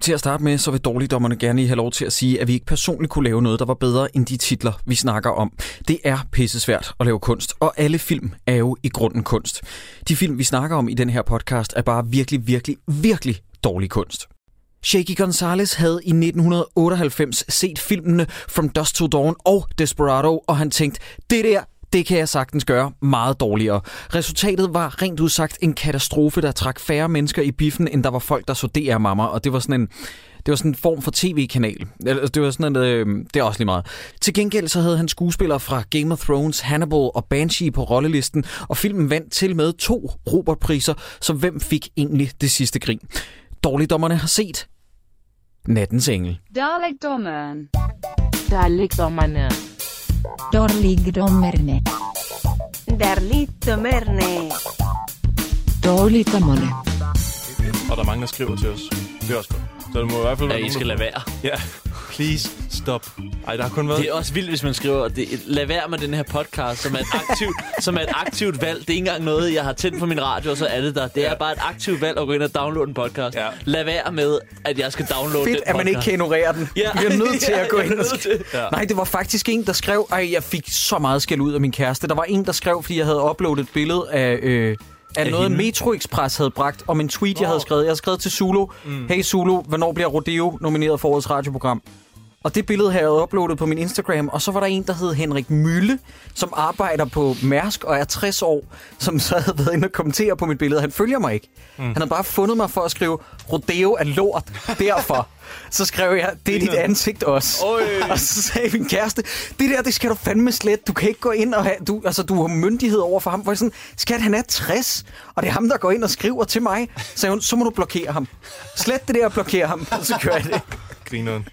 Til at starte med, så vil dårligdommerne gerne lige have lov til at sige, at vi ikke personligt kunne lave noget, der var bedre end de titler, vi snakker om. Det er pissesvært at lave kunst, og alle film er jo i grunden kunst. De film, vi snakker om i den her podcast, er bare virkelig, virkelig, virkelig dårlig kunst. Shaky Gonzalez havde i 1998 set filmene From Dust to Dawn og Desperado, og han tænkte, det der, det kan jeg sagtens gøre meget dårligere. Resultatet var rent udsagt en katastrofe, der trak færre mennesker i biffen, end der var folk, der så DR-mammer, og det var sådan en det var sådan en form for tv-kanal. Eller, Det var sådan en, øh, det er også lige meget. Til gengæld så havde han skuespillere fra Game of Thrones, Hannibal og Banshee på rollelisten, og filmen vandt til med to Robert-priser, så hvem fik egentlig det sidste grin? Dårligdommerne har set Nattens Engel. Dalekdommeren. Der ligger man Dårligdommerne. Der lite merne. dårligdommerne. Og der er mange, der skriver til os. Det er også godt. Så det må i hvert fald Ja, være I nogen, skal der- lade være. Ja, please stop. Ej, der har kun været... Det er også vildt, hvis man skriver, det, lad være med den her podcast, som er, et aktivt, som er et aktivt valg. Det er ikke engang noget, jeg har tændt på min radio, og så er det der. Det er bare et aktivt valg at gå ind og downloade en podcast. Ja. Lad være med, at jeg skal downloade Fedt, den at man ikke podcast. kan ignorere den. Ja. Vi er nødt til Ja, at gå jeg er ind og nødt skrive. Ja. Nej, det var faktisk en, der skrev... Ej, jeg fik så meget skæld ud af min kæreste. Der var en, der skrev, fordi jeg havde uploadet et billede af... Øh, af noget, hende? Metro Express havde bragt, om en tweet, jeg Nå. havde skrevet. Jeg havde skrevet til Zulu, mm. hey Zulu, hvornår bliver Rodeo nomineret for årets radioprogram? Og det billede havde jeg uploadet på min Instagram, og så var der en, der hed Henrik Mølle, som arbejder på Mærsk og er 60 år, som så havde været inde og kommentere på mit billede. Han følger mig ikke. Mm. Han havde bare fundet mig for at skrive, Rodeo er lort, derfor. så skrev jeg, det er dit ansigt også. Øj. Og så sagde min kæreste, det der, det skal du fandme slet. Du kan ikke gå ind og have, du, altså, du har myndighed over for ham. Hvor jeg sådan, skat, han er 60, og det er ham, der går ind og skriver til mig. Så sagde hun, så må du blokere ham. Slet det der og blokere ham. Og så gør jeg det. Grineren.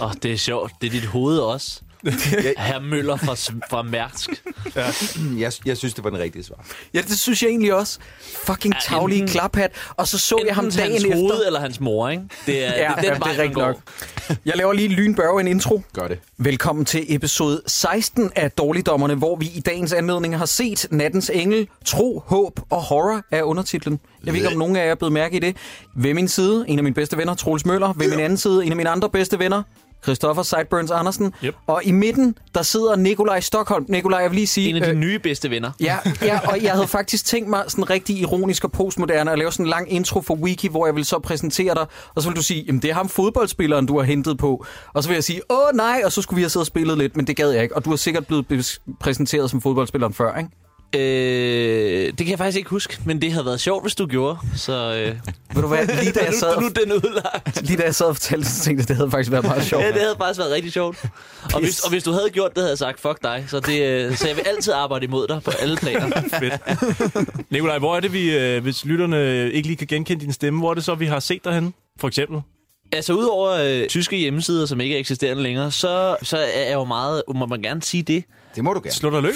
Åh, oh, det er sjovt. Det er dit hoved også. Herr Møller fra, Sv- fra Mærsk. Jeg, jeg synes, det var den rigtige svar. Ja, det synes jeg egentlig også. Fucking Ja, tavlige enten- klaphat. Og så så jeg ham Enten til dagen hans efter. hoved eller hans mor, ikke? Det er, ja, det er den vej, man går. Jeg laver lige lynbørge en intro. Gør det. Velkommen til episode 16 af Dårligdommerne, hvor vi i dagens anledning har set Nattens Engel, Tro, Håb og Horror af undertitlen. Jeg ved ikke, om nogen af jer er blevet mærke i det. Ved min side, en af mine bedste venner, Troels Møller. Ved min anden side, en af mine andre bedste venner, Christoffer Sideburns Andersen. Yep. Og i midten, der sidder Nikolaj Stockholm. Nikolaj, jeg vil lige sige... En af øh, de nye bedste venner. Ja, ja, og jeg havde faktisk tænkt mig sådan rigtig ironisk og postmoderne at lave sådan en lang intro for Wiki, hvor jeg vil så præsentere dig, og så vil du sige, jamen det er ham fodboldspilleren, du har hentet på. Og så vil jeg sige, åh nej, og så skulle vi have siddet og spillet lidt, men det gad jeg ikke. Og du har sikkert blevet bes- præsenteret som fodboldspilleren før, ikke? Øh, det kan jeg faktisk ikke huske, men det havde været sjovt, hvis du gjorde. Så øh, Ved du hvad, lige da jeg sad, nu, nu er den udlagt. lige da jeg sad og fortalte, så tænkte jeg, det havde faktisk været meget sjovt. Ja, det havde faktisk været rigtig sjovt. Og hvis, og hvis du havde gjort det, havde jeg sagt, fuck dig. Så, det, øh, så jeg vil altid arbejde imod dig på alle planer. Fedt. Nikolaj, hvor er det, vi, øh, hvis lytterne ikke lige kan genkende din stemme, hvor er det så, vi har set dig henne? For eksempel. Altså, udover øh, tyske hjemmesider, som ikke er eksisterende længere, så, så er jeg jo meget... Må man gerne sige det? Det må du gerne. Slå dig løs.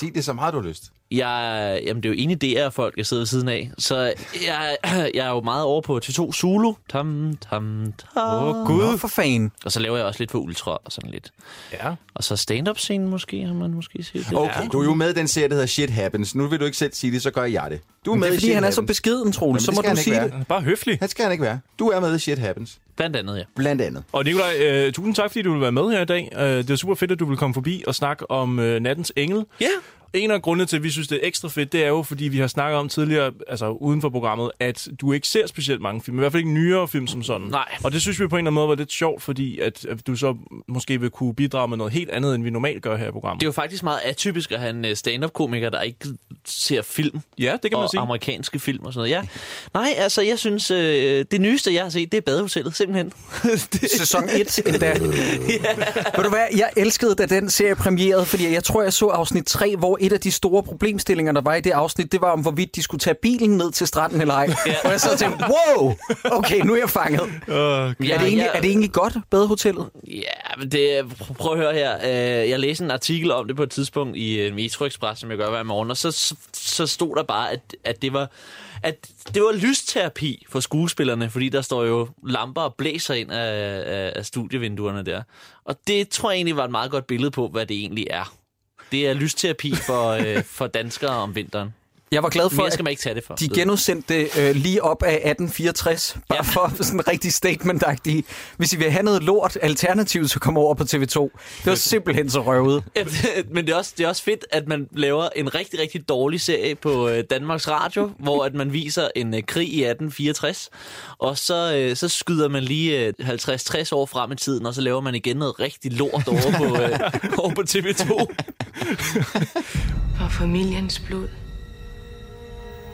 Sig det så meget, du har lyst. Jeg, jamen, det er jo egentlig DR-folk, jeg sidder ved siden af. Så jeg, jeg er jo meget over på T2 Zulu. Tam, tam, tam. Åh, oh, Gud. Nå, Gud. for fanden. Og så laver jeg også lidt for Ultra og sådan lidt. Ja. Og så stand-up-scenen måske, har man måske set. Oh. Det. Okay, du er jo med i den serie, der hedder Shit Happens. Nu vil du ikke selv sige det, så gør jeg det. Du er Men med det er i fordi, Shit han er så Happens. beskeden, Troels, så Jamen, må det skal du han sige ikke det. være. Bare høflig. Det skal han ikke være. Du er med i Shit Happens. Blandt andet, ja. Blandt andet. Og Nikolaj, øh, tusind tak, fordi du vil være med her i dag. Øh, det er super fedt, at du vil komme forbi og snakke om øh, nattens engel. Ja. En af grundene til, at vi synes, det er ekstra fedt, det er jo, fordi vi har snakket om tidligere, altså uden for programmet, at du ikke ser specielt mange film. I hvert fald ikke nyere film som sådan. Nej. Og det synes vi på en eller anden måde var lidt sjovt, fordi at, at du så måske vil kunne bidrage med noget helt andet, end vi normalt gør her i programmet. Det er jo faktisk meget atypisk at have en øh, stand-up-komiker, der ikke ser film. ja, det kan man og sige. amerikanske film og sådan noget. Ja. Nej, altså, jeg synes, øh, det nyeste, jeg har set, det er Badehotellet, simpelthen. sæson 1 endda. Ved du hvad, jeg elskede, da den serie premierede, fordi jeg tror, jeg så afsnit 3, hvor et af de store problemstillinger, der var i det afsnit, det var om, hvorvidt de skulle tage bilen ned til stranden eller ej. Ja. Og jeg så tænkte, wow, okay, nu er jeg fanget. Ja, er, det egentlig, jeg- er det egentlig godt, badehotellet? Ja, men det, pr- prøv at høre her. Øh, Jeg læste en artikel om det på et tidspunkt i øh, Metro Express, som jeg gør hver morgen, og så, så- så stod der bare, at, at det var at det var lysterapi for skuespillerne, fordi der står jo lamper og blæser ind af, af, af studievinduerne der. Og det tror jeg egentlig var et meget godt billede på, hvad det egentlig er. Det er lysterapi for, øh, for danskere om vinteren. Jeg var glad for, Mere at skal man ikke tage det for. de genudsendte det øh, lige op af 1864, bare ja. Ja. for sådan en rigtig statement -agtig. Hvis I vil have noget lort alternativt, så kom over på TV2. Det var simpelthen så røvet. Ja, det- Men det er, også, det er også fedt, at man laver en rigtig, rigtig dårlig serie på øh, Danmarks Radio, hvor at man viser en øh, krig i 1864, og så, øh, så skyder man lige øh, 50-60 år frem i tiden, og så laver man igen noget rigtig lort over på, øh, over på TV2. For familiens blod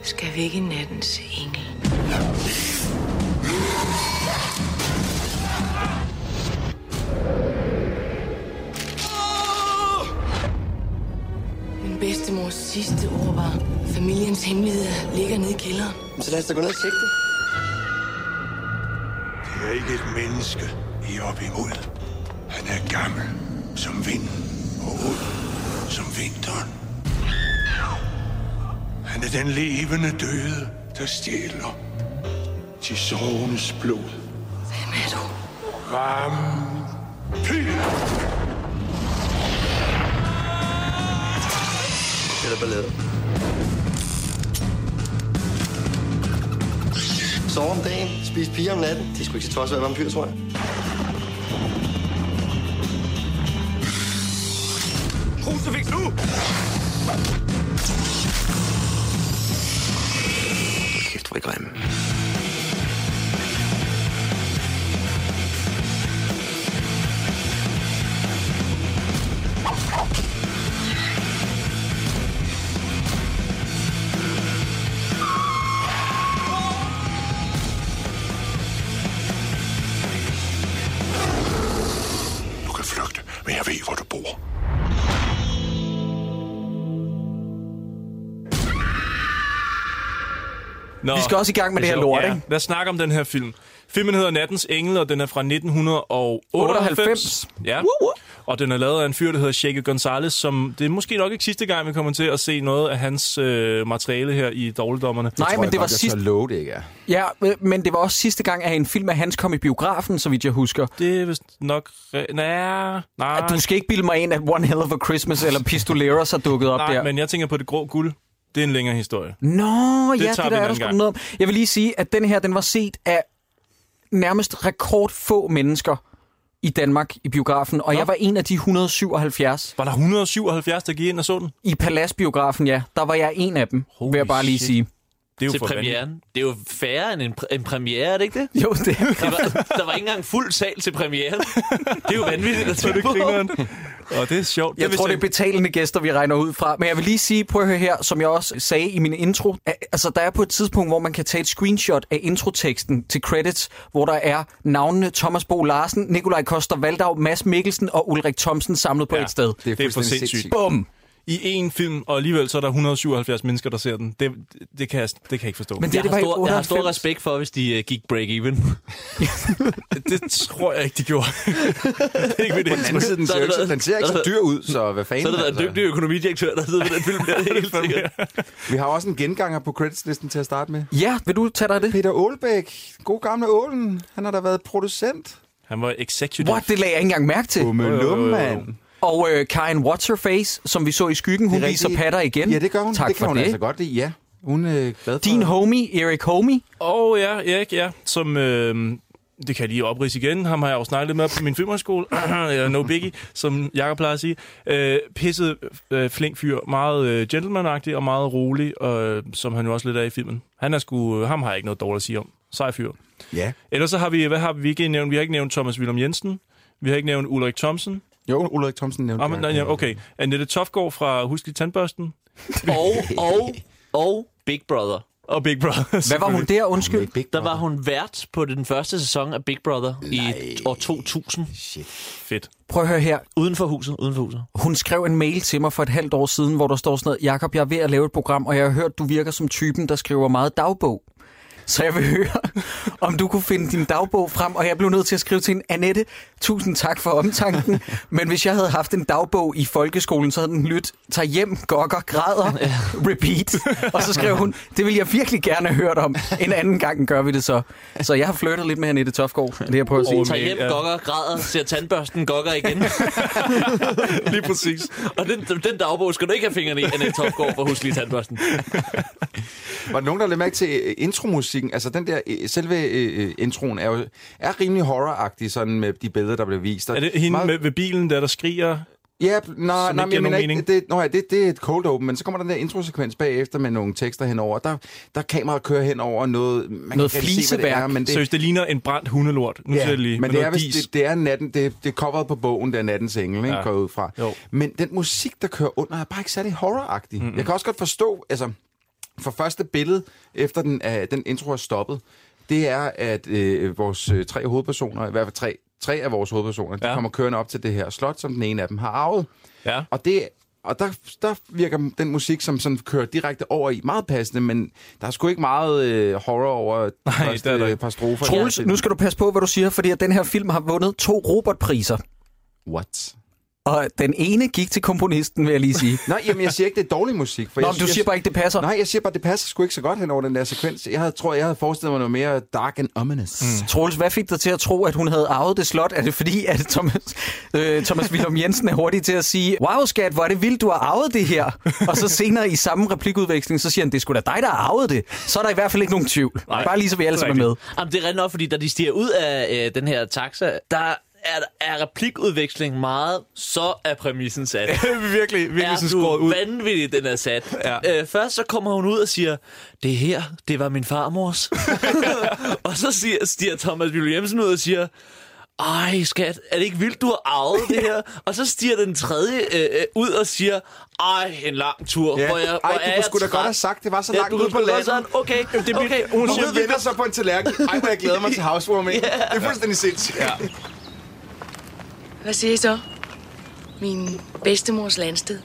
skal vi ikke nattens engel. Min bedstemors sidste ord var, familiens hemmeligheder ligger nede i kælderen. Det er ikke et menneske, I er op imod. Han er gammel som vinden og ud som vinteren. Han er den levende døde, der stjæler de sovendes blod. Hvem er du? Vampyr! Sove om dagen, spise piger om natten. Det skulle ikke så tosset at være vampyr, tror jeg. Krusevik nu! Kæft, hvor er I grimme. Du kan flygte, men jeg ved, hvor du bor. Nå. Vi skal også i gang med det her lort, ikke? Lad os snakke om den her film. Filmen hedder Nattens Engel, og den er fra 1998. 98. Ja. Og den er lavet af en fyr, der hedder Shake Gonzalez, som det er måske nok ikke sidste gang, vi kommer til at se noget af hans øh, materiale her i Dårligdommerne. Nej, men det var sidst. Så love det ikke er. Ja, øh, men det var også sidste gang, at en film af hans kom i biografen, så vidt jeg husker. Det er vist nok... re- Næh, nej, At du skal ikke bilde mig ind, at One Hell of a Christmas eller Pistoleros har dukket op nej der. men jeg tænker på det grå guld. Det er en længere historie. Nå, Det det ja, tager det vi der en er der anden sgu gang. noget om. Jeg vil lige sige, at den her, den var set af nærmest rekordfå mennesker i Danmark i biografen, og Nå. jeg var en af de 177 Var der 177, der gik ind og så den? i Paladsbiografen, ja. Der var jeg en af dem, Holy vil jeg bare lige shit. sige. Det er jo til for vanvittigt. premieren. Det er jo færre end en, pr- en premiere, er det ikke det? Jo, det det var, der var ikke engang fuld sal til premieren. Det er jo vanvittigt at Så er tænke det på. grineren. Og det er sjovt. Jeg vidste tror, det er ikke. betalende gæster, vi regner ud fra. Men jeg vil lige sige, prøv at høre her, som jeg også sagde i min intro. at- Altså, der er på et tidspunkt, hvor man kan tage et screenshot af introteksten til credits, hvor der er navnene Thomas Bo Larsen, Nikolaj Koster Valdau, Mads Mikkelsen og Ulrik Thomsen samlet på Ja. ja. et sted. Det er for fuldstændig sindssygt. Bum! i én film, og alligevel så er der 177 mennesker, der ser den. Det, det, kan, jeg, det kan jeg ikke forstå. Men Men det, Jeg det har, var i stor, jeg har stor 98. respekt for, hvis de uh, gik break-even. det, det tror jeg ikke, de gjorde. det er ikke mit På den anden indtryk. side, den Så er ser, jo det ikke, der- den ser ikke så dyr ud, så hvad fanden? Så er det der en altså. dygtig økonomidirektør, der sidder ved den film. Der, det er helt sikkert. Vi har også en genganger på creditslisten til at starte med. Ja, vil du tage dig af det? Peter Aalbæk, god gamle Ålen, han har da været producent. Han var executive. What? Det lagde jeg ikke engang mærke til. Bummelum, mand. Og øh, Karen What's-Her-Face, som vi så i skyggen, hun Det er viser rigtigt. patter igen. Ja, det gør hun. Tak det for kan hun det. altså godt lide, ja. Hun er glad for Din homie, Erik Homie. Åh oh, ja, Erik, ja. Som, øh, det kan jeg lige oprise igen. Ham har jeg jo snakket lidt med på min filmhøjskole. Eller no biggie, som Jakob plejer at sige. Øh, pisset øh, flink fyr. Meget øh, gentlemanagtig og meget rolig, og, øh, som han jo også lidt er i filmen. Han er sgu, øh, ham har jeg ikke noget dårligt at sige om. Sej fyr. Ja. Ellers så har vi, hvad har vi ikke nævnt? Vi har ikke nævnt Thomas Willum Jensen. Vi har ikke nævnt Ulrik Thomsen. Jo, Ulrik Thomsen nævnte Ah, men, nej, ja, okay. Annette Tofgaard fra Husk Lige Tandbørsten. Og, og, og Big Brother. Og Big Brother. Hvad var hun der, undskyld? Big Der var hun vært på den første sæson af Big Brother Nej. i år 2000. Fedt. Prøv at høre her. Uden for huset, uden for huset. Hun skrev en mail til mig for et halvt år siden, hvor der står sådan noget, Jakob, jeg er ved at lave et program, og jeg har hørt, du virker som typen, der skriver meget dagbog. Så jeg vil høre, om du kunne finde din dagbog frem. Og jeg blev nødt til at skrive til hende, Annette, tusind tak for omtanken. Men hvis jeg havde haft en dagbog i folkeskolen, så havde den lyttet, tag hjem, gokker, græder, repeat. Og så skrev hun, det vil jeg virkelig gerne have hørt om. En anden gang gør vi det så. Så jeg har flyttet lidt med Annette Tofgaard. Det er jeg prøver at sige. Og- Tag hjem, Ja. gokker, græder, ser tandbørsten, gokker igen. Lige præcis. Og den, den dagbog skal du ikke have fingrene i, Annette Topgaard, for husk lige tandbørsten. Var der nogen, der lagde mærke til øh, intromusikken? Altså den der, øh, selve øh, øh, introen er jo er rimelig horroragtig, sådan med de billeder, der blev vist. Og Er det hende med, ved bilen, der, der skriger? Ja, nej, ikke nej, men giver jeg mener nogen ikke, mening? det, nå, ja, det, det er et cold open, men så kommer der den der introsekvens bagefter med nogle tekster henover. Der, der er kameraet kører henover noget... Man kan Noget ikke rigtig se, hvad fliseværk. Det er, men Det... det, Seriøst, det ligner en brændt hundelort. Nu ja, ser jeg lige. men det er, noget vist, dis. det, det, er natten, det, det er coveret på bogen, der er nattens engel, ikke, Ja. ja. går jeg ud fra. Jo. Men den musik, der kører under, er bare ikke særlig horroragtig. Mm-hmm. Jeg kan også godt forstå, altså, for første billede, efter den, uh, den intro er stoppet, det er, at øh, vores øh, tre hovedpersoner, i hvert fald tre, tre af vores hovedpersoner, ja. Ja. de kommer kørende op til det her slot, som den ene af dem har arvet. Ja. Og, det, og der, der virker den musik, som sådan kører direkte over i, meget passende, men der er sgu ikke meget øh, horror over de Nej, første det er der øh, ikke. par strofer. Troels, nu skal du passe på, hvad du siger, fordi at den her film har vundet to Robert-priser. What? Og den ene gik til komponisten, vil jeg lige sige. Nej, jamen jeg siger ikke, det er dårlig musik. For Nå, jeg, men du siger bare ikke, altså- det passer. Nej, jeg siger bare, det passer sgu ikke så godt hen over den der sekvens. Jeg havde, tror, jeg havde forestillet mig noget mere dark and ominous. Mm. Troels, hvad fik dig til at tro, at hun havde arvet det slot? Er det fordi, at Thomas, øh, Thomas Willum Jensen er hurtig til at sige, wow skat, hvor er det vildt, du har arvet det her? Og så senere i samme replikudveksling, så siger han, det er sgu da dig, der har arvet det. Så er der i hvert fald ikke nogen tvivl. Nej, bare lige så vi alle sammen er med. Jamen, det er rent nok, fordi da de stiger ud af øh, den her taxa, der er, er replikudveksling meget, så er præmissen sat. virkelig, virkelig er sådan skåret du ud. vanvittig, den er sat. Ja. Øh, først så kommer hun ud og siger, det her, det var min farmors. og så siger, stiger Thomas Williamsen ud og siger, ej skat, er det ikke vildt, du har arvet det her? Og så stiger den tredje øh, øh, ud og siger, ej, en lang tur. Ja. Hvor jeg, hvor Ej, er du jeg kunne sgu da træt." godt have sagt, det var så Ja, langt du ude kunne på sgu da godt landet. sagt, Okay, det er okay. vildt. Hun Nu siger, ved venter så på en tallerken. Ej, hvor jeg glæder mig til housewarming. Ja. Det er fuldstændig sindssygt. Ja. Hvad siger I så? Min bedstemors landsted.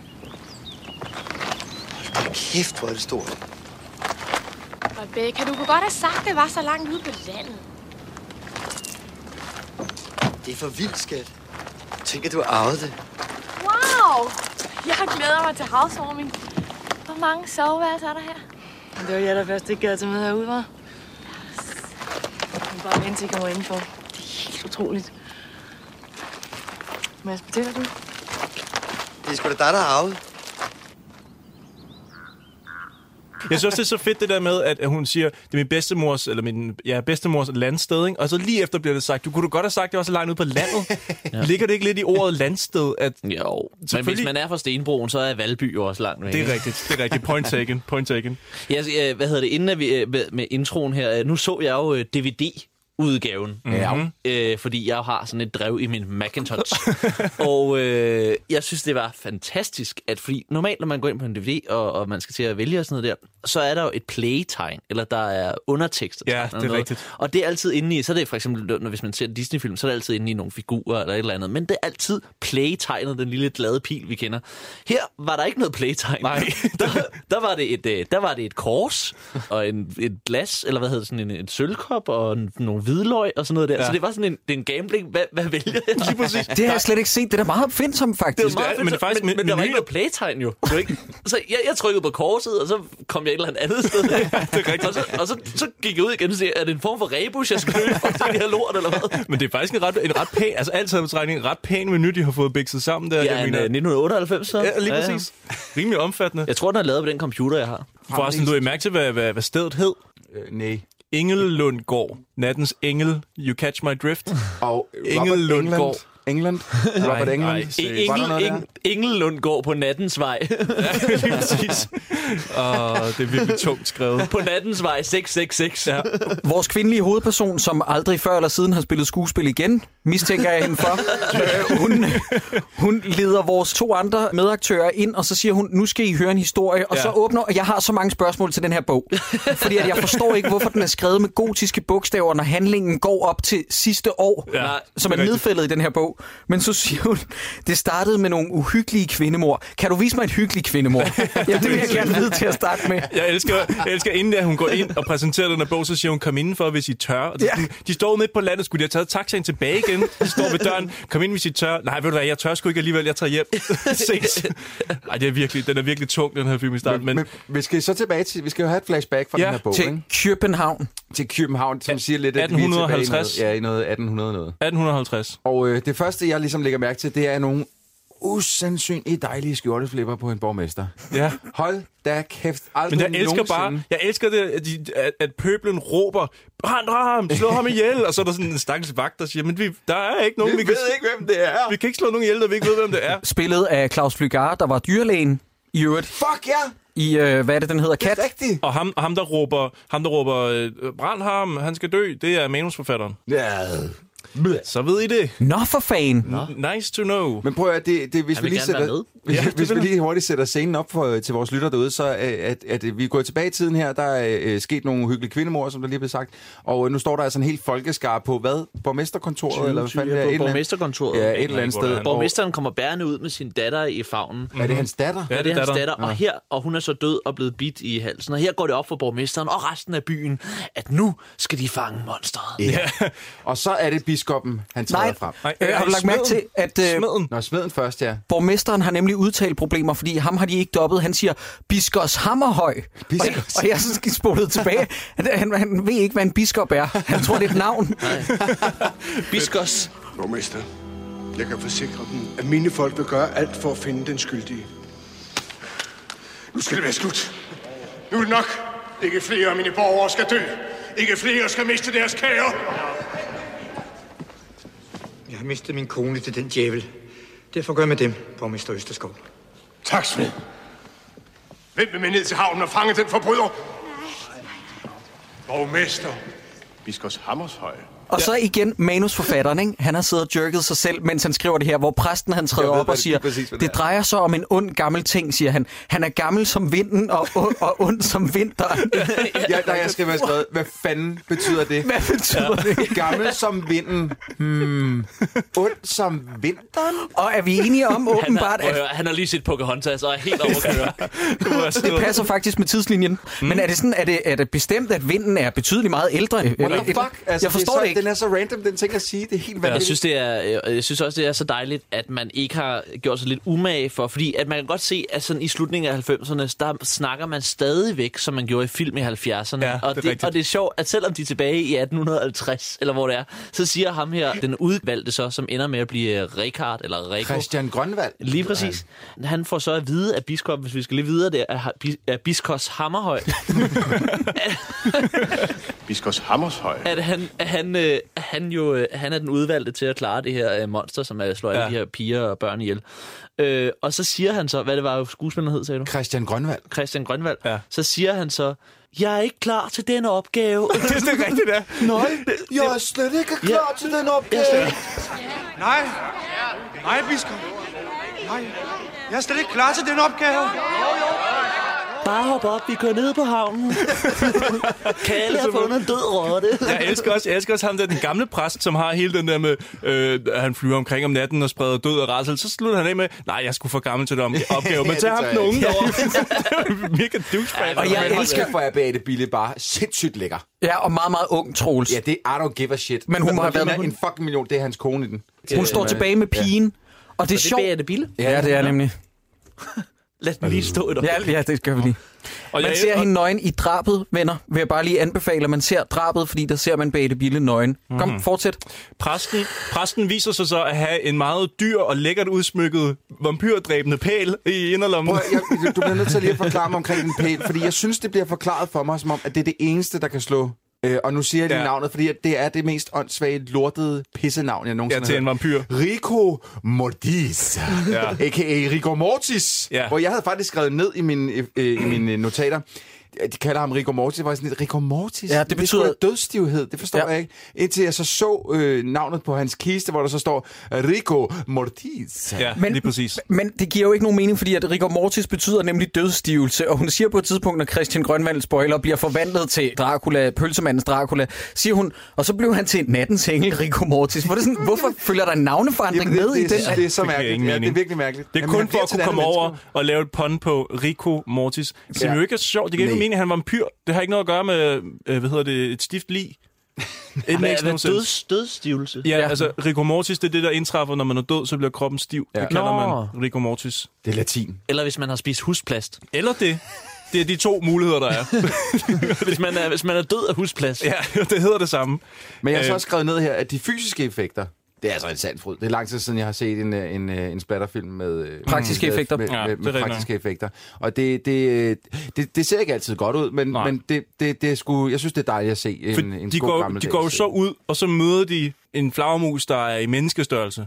Kæft, hvor er det stort. Rebecca, du kunne godt have sagt, det var så langt ude på landet. Det er for vildt, skat. Tænk, at du har arvet det. Wow! Jeg glæder mig til housewarming. Hvor mange soveværelser er der her? Men Det var jeg, der først ikke gad til med herude, var. Men bare vent til, jeg kommer indenfor. Det er helt utroligt. Mads, fortæller du? Det er sgu da dig, der har arvet. Jeg synes også, det er så fedt det der med, at at hun siger, det er min bedstemors, eller min ja, bedstemors landsted, ikke? og så lige efter bliver det sagt, du kunne du godt have sagt, det var så langt ude på landet. ja. Ligger det ikke lidt i ordet landsted, at Jo, men hvis Selvfølgelig. man er fra Stenbroen, så er Valby jo også langt væk. det er rigtigt, det er rigtigt, point taken, point taken. Jeg, øh, hvad hedder det, inden at vi, øh, med, med introen her, øh, nu så jeg jo øh, DVD-udgaven. Mhm. Ja. Øh, fordi jeg har sådan et drev i min Macintosh. og øh, jeg synes, det var fantastisk, at fordi normalt, når man går ind på en DVD, og, og man skal til at vælge og sådan noget der, så er der jo et playtegn, eller der er undertekster. Ja, det er noget. rigtigt. Og det er altid inde i, så er det for eksempel, når, hvis man ser en Disney-film, så er det altid inde i nogle figurer eller et eller andet. Men det er altid playtegnet, den lille glade pil, vi kender. Her var der ikke noget playtegn. Nej. der, der, var det et, øh, der var det et kors, og en, et glas, eller hvad hedder det, sådan en, en sølvkop, og en, nogle hvidløg og sådan noget der. Ja. Så det var sådan en, det er en gambling. Hvad, hvad vælger jeg? Lige præcis. Det har jeg slet ikke set. Det er da meget opfindsomt, Det faktisk. var meget men fedt, men, faktisk faktisk, men, med- men der var menuen- ikke noget playtegn jo. Det var ikke, så jeg, jeg trykkede på korset, og så kom jeg et eller andet andet sted. ja, det er og så, og så, så gik jeg ud igen og sagde, er det en form for rebus, jeg skal løbe for til det her lort, eller hvad? Men det er faktisk en ret, en ret pæn, altså altid på trækning, en ret pæn menu, de har fået bikset sammen der. Ja, en, øh, 1998 så. ja, lige præcis. Rimelig omfattende. Jeg tror, den er lavet på den computer, jeg har. Forresten, du I mærke til, hvad, hvad, hvad stedet hed? Øh, nej. Engellundgård. Nattens engel. You catch my drift. Og Engel Robert England. Lundgaard. England. Robert Nej, England. nej, E- Var seriøst. der noget der? Engel, Engelund går på nattens vej. lige præcis. Og det er virkelig tungt skrevet. på nattens vej 666. Ja. Vores kvindelige hovedperson, som aldrig før eller siden har spillet skuespil igen, mistænker jeg hende for. Øh, hun, hun leder vores to andre medaktører ind, og så siger hun, nu skal I høre en historie. Og Ja. ja. så åbner, og jeg har så mange spørgsmål til den her bog. Fordi at jeg forstår ikke, hvorfor den er skrevet med gotiske bogstaver, når handlingen går op til sidste år, Ja, ja, som det er er rigtigt. nedfældet i den her bog. sjov, men så siger hun, det startede med nogle uhyggelige kvindemor. Kan du vise mig et hyggeligt kvindemor? ja, det vil jeg gerne vide til at starte med. Jeg elsker, jeg elsker inden at hun går ind og præsenterer den her bog, så siger hun, kom indenfor, hvis I tør. Og det, Ja. ja. De står ude midt på landet, skulle de have taget taxaen tilbage igen? De står ved døren, kom ind, hvis I tør. Nej, ved du hvad, jeg tør sgu ikke alligevel, jeg tager hjem. Ses. Ej, det er virkelig, den er virkelig tung, den her film i starten. Men, Men vi skal så tilbage til, vi skal jo have et flashback fra Ja, den her bog, Til ikke? København. Til København, som siger lidt, at vi er tilbage i 1850. noget, ja, i noget 1800 noget. 1850. Og øh, det første, jeg ligesom lægger mærke til, det er nogle usandsynligt dejlige skjorteflipper på en borgmester. Ja. Hold da kæft, aldrig Men jeg elsker bare, nogensinde. jeg elsker det, at, de, at, at pøblen råber, brænd ham, slå ham ihjel, og så er der sådan en stakkels vagt, der siger, men vi, der er ikke nogen, Vi kan, ved ikke, hvem det er. vi kan ikke slå nogen ihjel, når vi ikke ved, hvem det er. Spillet af Claus Flygar, der var dyrlægen i øvrigt Fuck ja, i, øh, hvad er det, den hedder? Kat? det er rigtigt. Og ham, ham der råber, ham der råber øh, brænd ham, han skal dø, det er manusforfatteren. Ja. Så ved I det. Nå for fan. N- Nice to know. Men prøv at høre, det, det, hvis, Jeg vi vil lige gerne være sætter, med. hvis, Ja, ja, det hvis vi vil jeg. lige hurtigt sætter scenen op for, til vores lytter derude, så øh, at, at, at vi er gået tilbage i tiden her, der er øh, sket nogle uhyggelige kvindemor, som der lige blev sagt, og øh, nu står der altså en helt folkeskar på, hvad, borgmesterkontoret, eller hvad fanden det er, på et eller andet- borgmesterkontoret. ja, et eller andet hvor det sted. er. Borgmesteren kommer bærende ud med sin datter i favnen. Og- Er det hans datter? Ja, Ja, det Ah. er hans datter. datter, og, her, og hun er så død og blevet bidt i halsen. Og her går det op for borgmesteren og resten af byen, at nu skal de fange monsteret. Ja. Og så er det biskoppen, han træder Nej, frem. Nej, øh, øh, har du lagt mærke til, smeden. at øh, Smeden. Nå, smeden først, ja. borgmesteren har nemlig udtalt problemer, fordi ham har de ikke dobbet. Han siger, biskos hammerhøj. Biskos. Og, og jeg er spolet tilbage. Han, han, han ved ikke, hvad en biskop er. Han tror, det er et navn. Biskos. Borgmester, jeg kan forsikre dem, at mine folk vil gøre alt for at finde den skyldige. Nu skal det være slut. Nu er det nok. Ikke flere af mine borgere skal dø. Ikke flere skal miste deres kager. Jeg har mistet min kone til den djævel. Derfor gør jeg med dem, borgmester Østerskov. Tak, Svend. Hvem vil med ned til havnen og fange den forbryder? Borgmester. Biskos Hammershøj. Og så igen manusforfatteren, ikke? han har siddet og jerket sig selv, mens han skriver det her, hvor præsten han træder Jeg ved, op hvad og det- siger, lige præcis, hvad det, det det er." drejer sig om en ond gammel ting, siger han. Han er gammel som vinden og, og, og ond som vinteren. ja der jeg skal være skrevet, hvad fanden betyder det? Hvad betyder det? Gammel som vinden. Hmm. Ond som vinteren? Og er vi enige om Han har, åbenbart, prøv at at høre, han har lige set Pocahontas og er helt overkørt. det passer faktisk med tidslinjen. Mm. Men er det, sådan, er, det, er det bestemt, at vinden er betydeligt meget ældre? What Eller, the fuck? Altså, jeg forstår det, er så, det ikke. Den er så random, den ting at sige. Det er helt Jeg vanvittigt. synes, det er, øh, jeg synes også, det er så dejligt, at man ikke har gjort sig lidt umage for, fordi at man kan godt se, at sådan i slutningen af 90'erne, der snakker man stadigvæk, som man gjorde i film i 70'erne. Ja, det er og, rigtigt. og det er sjovt, at selvom de er tilbage i 1850, eller hvor det er, så siger ham her, den udvalgte så, som ender med at blive Rikard, eller Rico. Christian Grønvald. Lige præcis. Han får så at vide af biskop, hvis vi skal lige videre, det er, at bi- at biskos Hammerhøj, Biskos Hammershøj. at han, at han, øh, at han jo øh, han er den udvalgte til at klare det her øh, monster, som er, slår alle Ja. ja. de her piger og børn ihjel. Øh, og så siger han så, hvad det var skuespilleren hed, sagde du? Christian Grønvald. Christian Grønvald. Ja. Så siger han så, jeg er ikke klar til denne opgave. Det er det rigtigt, ja. Nej, jeg er slet ikke klar til den opgave. Nej, nej, biskop. Nej, jeg er slet ikke klar til den opgave. Bare hop op, vi kører ned på havnen. Kalle har fundet en død rotte. Jeg elsker også, jeg elsker også ham der, den gamle præst, som har hele den der med, øh, at han flyver omkring om natten og spreder død og rassel. Så slutter han af med, nej, jeg skulle for gammel til den omga- opgave, men det tag ham tør den jeg unge derovre. Mega douchebag. Og jeg elsker, for at Beate Bille bare sindssygt lækker. ja, og meget, meget ung Troels. Ja, det er I don't give a shit. Men hun må have været- ligner en fucking million. Det er hans kone i den. Hun står tilbage med pigen, og det er Det sjovt. er det Bille. Ja, det er nemlig. Lad den lige stå et øjeblik. Ja, ja, det gør vi lige. Og Man jeg, ser og- hende nøgen i drabet, venner. Vil jeg bare lige anbefale, at man ser drabet, fordi der ser man Bette Bille nøgen. Kom, fortsæt. Præsten, præsten viser sig så at have en meget dyr og lækkert udsmykket vampyrdræbende pæl i inderlommen. Prøv, at- jeg, du bliver nødt til lige at forklare mig omkring den pæl, fordi jeg synes, det bliver forklaret for mig, som om, at det er det eneste, der kan slå. Øh, og nu siger jeg lige Ja. ja. navnet, fordi at det er det mest åndssvage, lortede pissenavn, jeg Ja, nogensinde til en har hørt. vampyr. Rico Mortis, Ja. ja. a.k.a. Rigor Mortis, Ja. ja. hvor jeg havde faktisk skrevet ned i øh, mine, øh, i mine notater, de kalder ham rigor mortis. Det var sådan lidt, rigor mortis? Ja, det er betyder- sgu da dødsstivhed, det forstår Ja. ja. jeg ikke. Indtil jeg så så øh, navnet på hans kiste, hvor der så står rigor mortis. Ja, Men- men, lige præcis. Men det giver jo ikke nogen mening, fordi at rigor mortis betyder nemlig dødsstivelse, og hun siger på et tidspunkt, når Christian Grønvald spoiler bliver forvandlet til Dracula, pølsemandens Dracula, siger hun, og så blev han til nattens engel, rigor mortis. Hvor er det sådan, hvorfor følger der en navneforandring Jamen, det, med det, i den? det, det er så Det giver mærkeligt. ingen Ja, det er mening. virkelig mærkeligt. Det er Jamen, kun han for bliver at til kunne et komme andet over menneske. og lave et pun på Rico Mortis, som Ja. jo ikke er sjovt. Det giver ikke Nej. mening, at han var en pyr. Det har ikke noget at gøre med, øh, hvad hedder det, et stift lig. It Hvad, makes no hvad, sense. døds, dødsstivelse? Ja, altså rigor mortis, det er det, der indtræffer, når man er død, så bliver kroppen stiv. Ja. Det kalder Nå. man rigor mortis. Det er latin. Eller hvis man har spist husplast. Eller det. Det er de to muligheder, der er. Hvis man er, hvis man er død af husplast. ja, det hedder det samme. Men jeg har så Øh. også skrevet ned her, at de fysiske effekter, det er altså en sand fryd. Det er lang tid siden, jeg har set en, øh, en, øh, en splatterfilm med... øh, Praktiske med, effekter. Med, Ja, med, det er med rigtigt praktiske effekter. Og det, det, øh, det, det ser ikke altid godt ud, men, Nej. men det, det, det er sgu, jeg synes, det er dejligt at se For en, en de, god går, gammeldags, de går jo så ud, og så møder de en flagermus, der er i menneskestørrelse.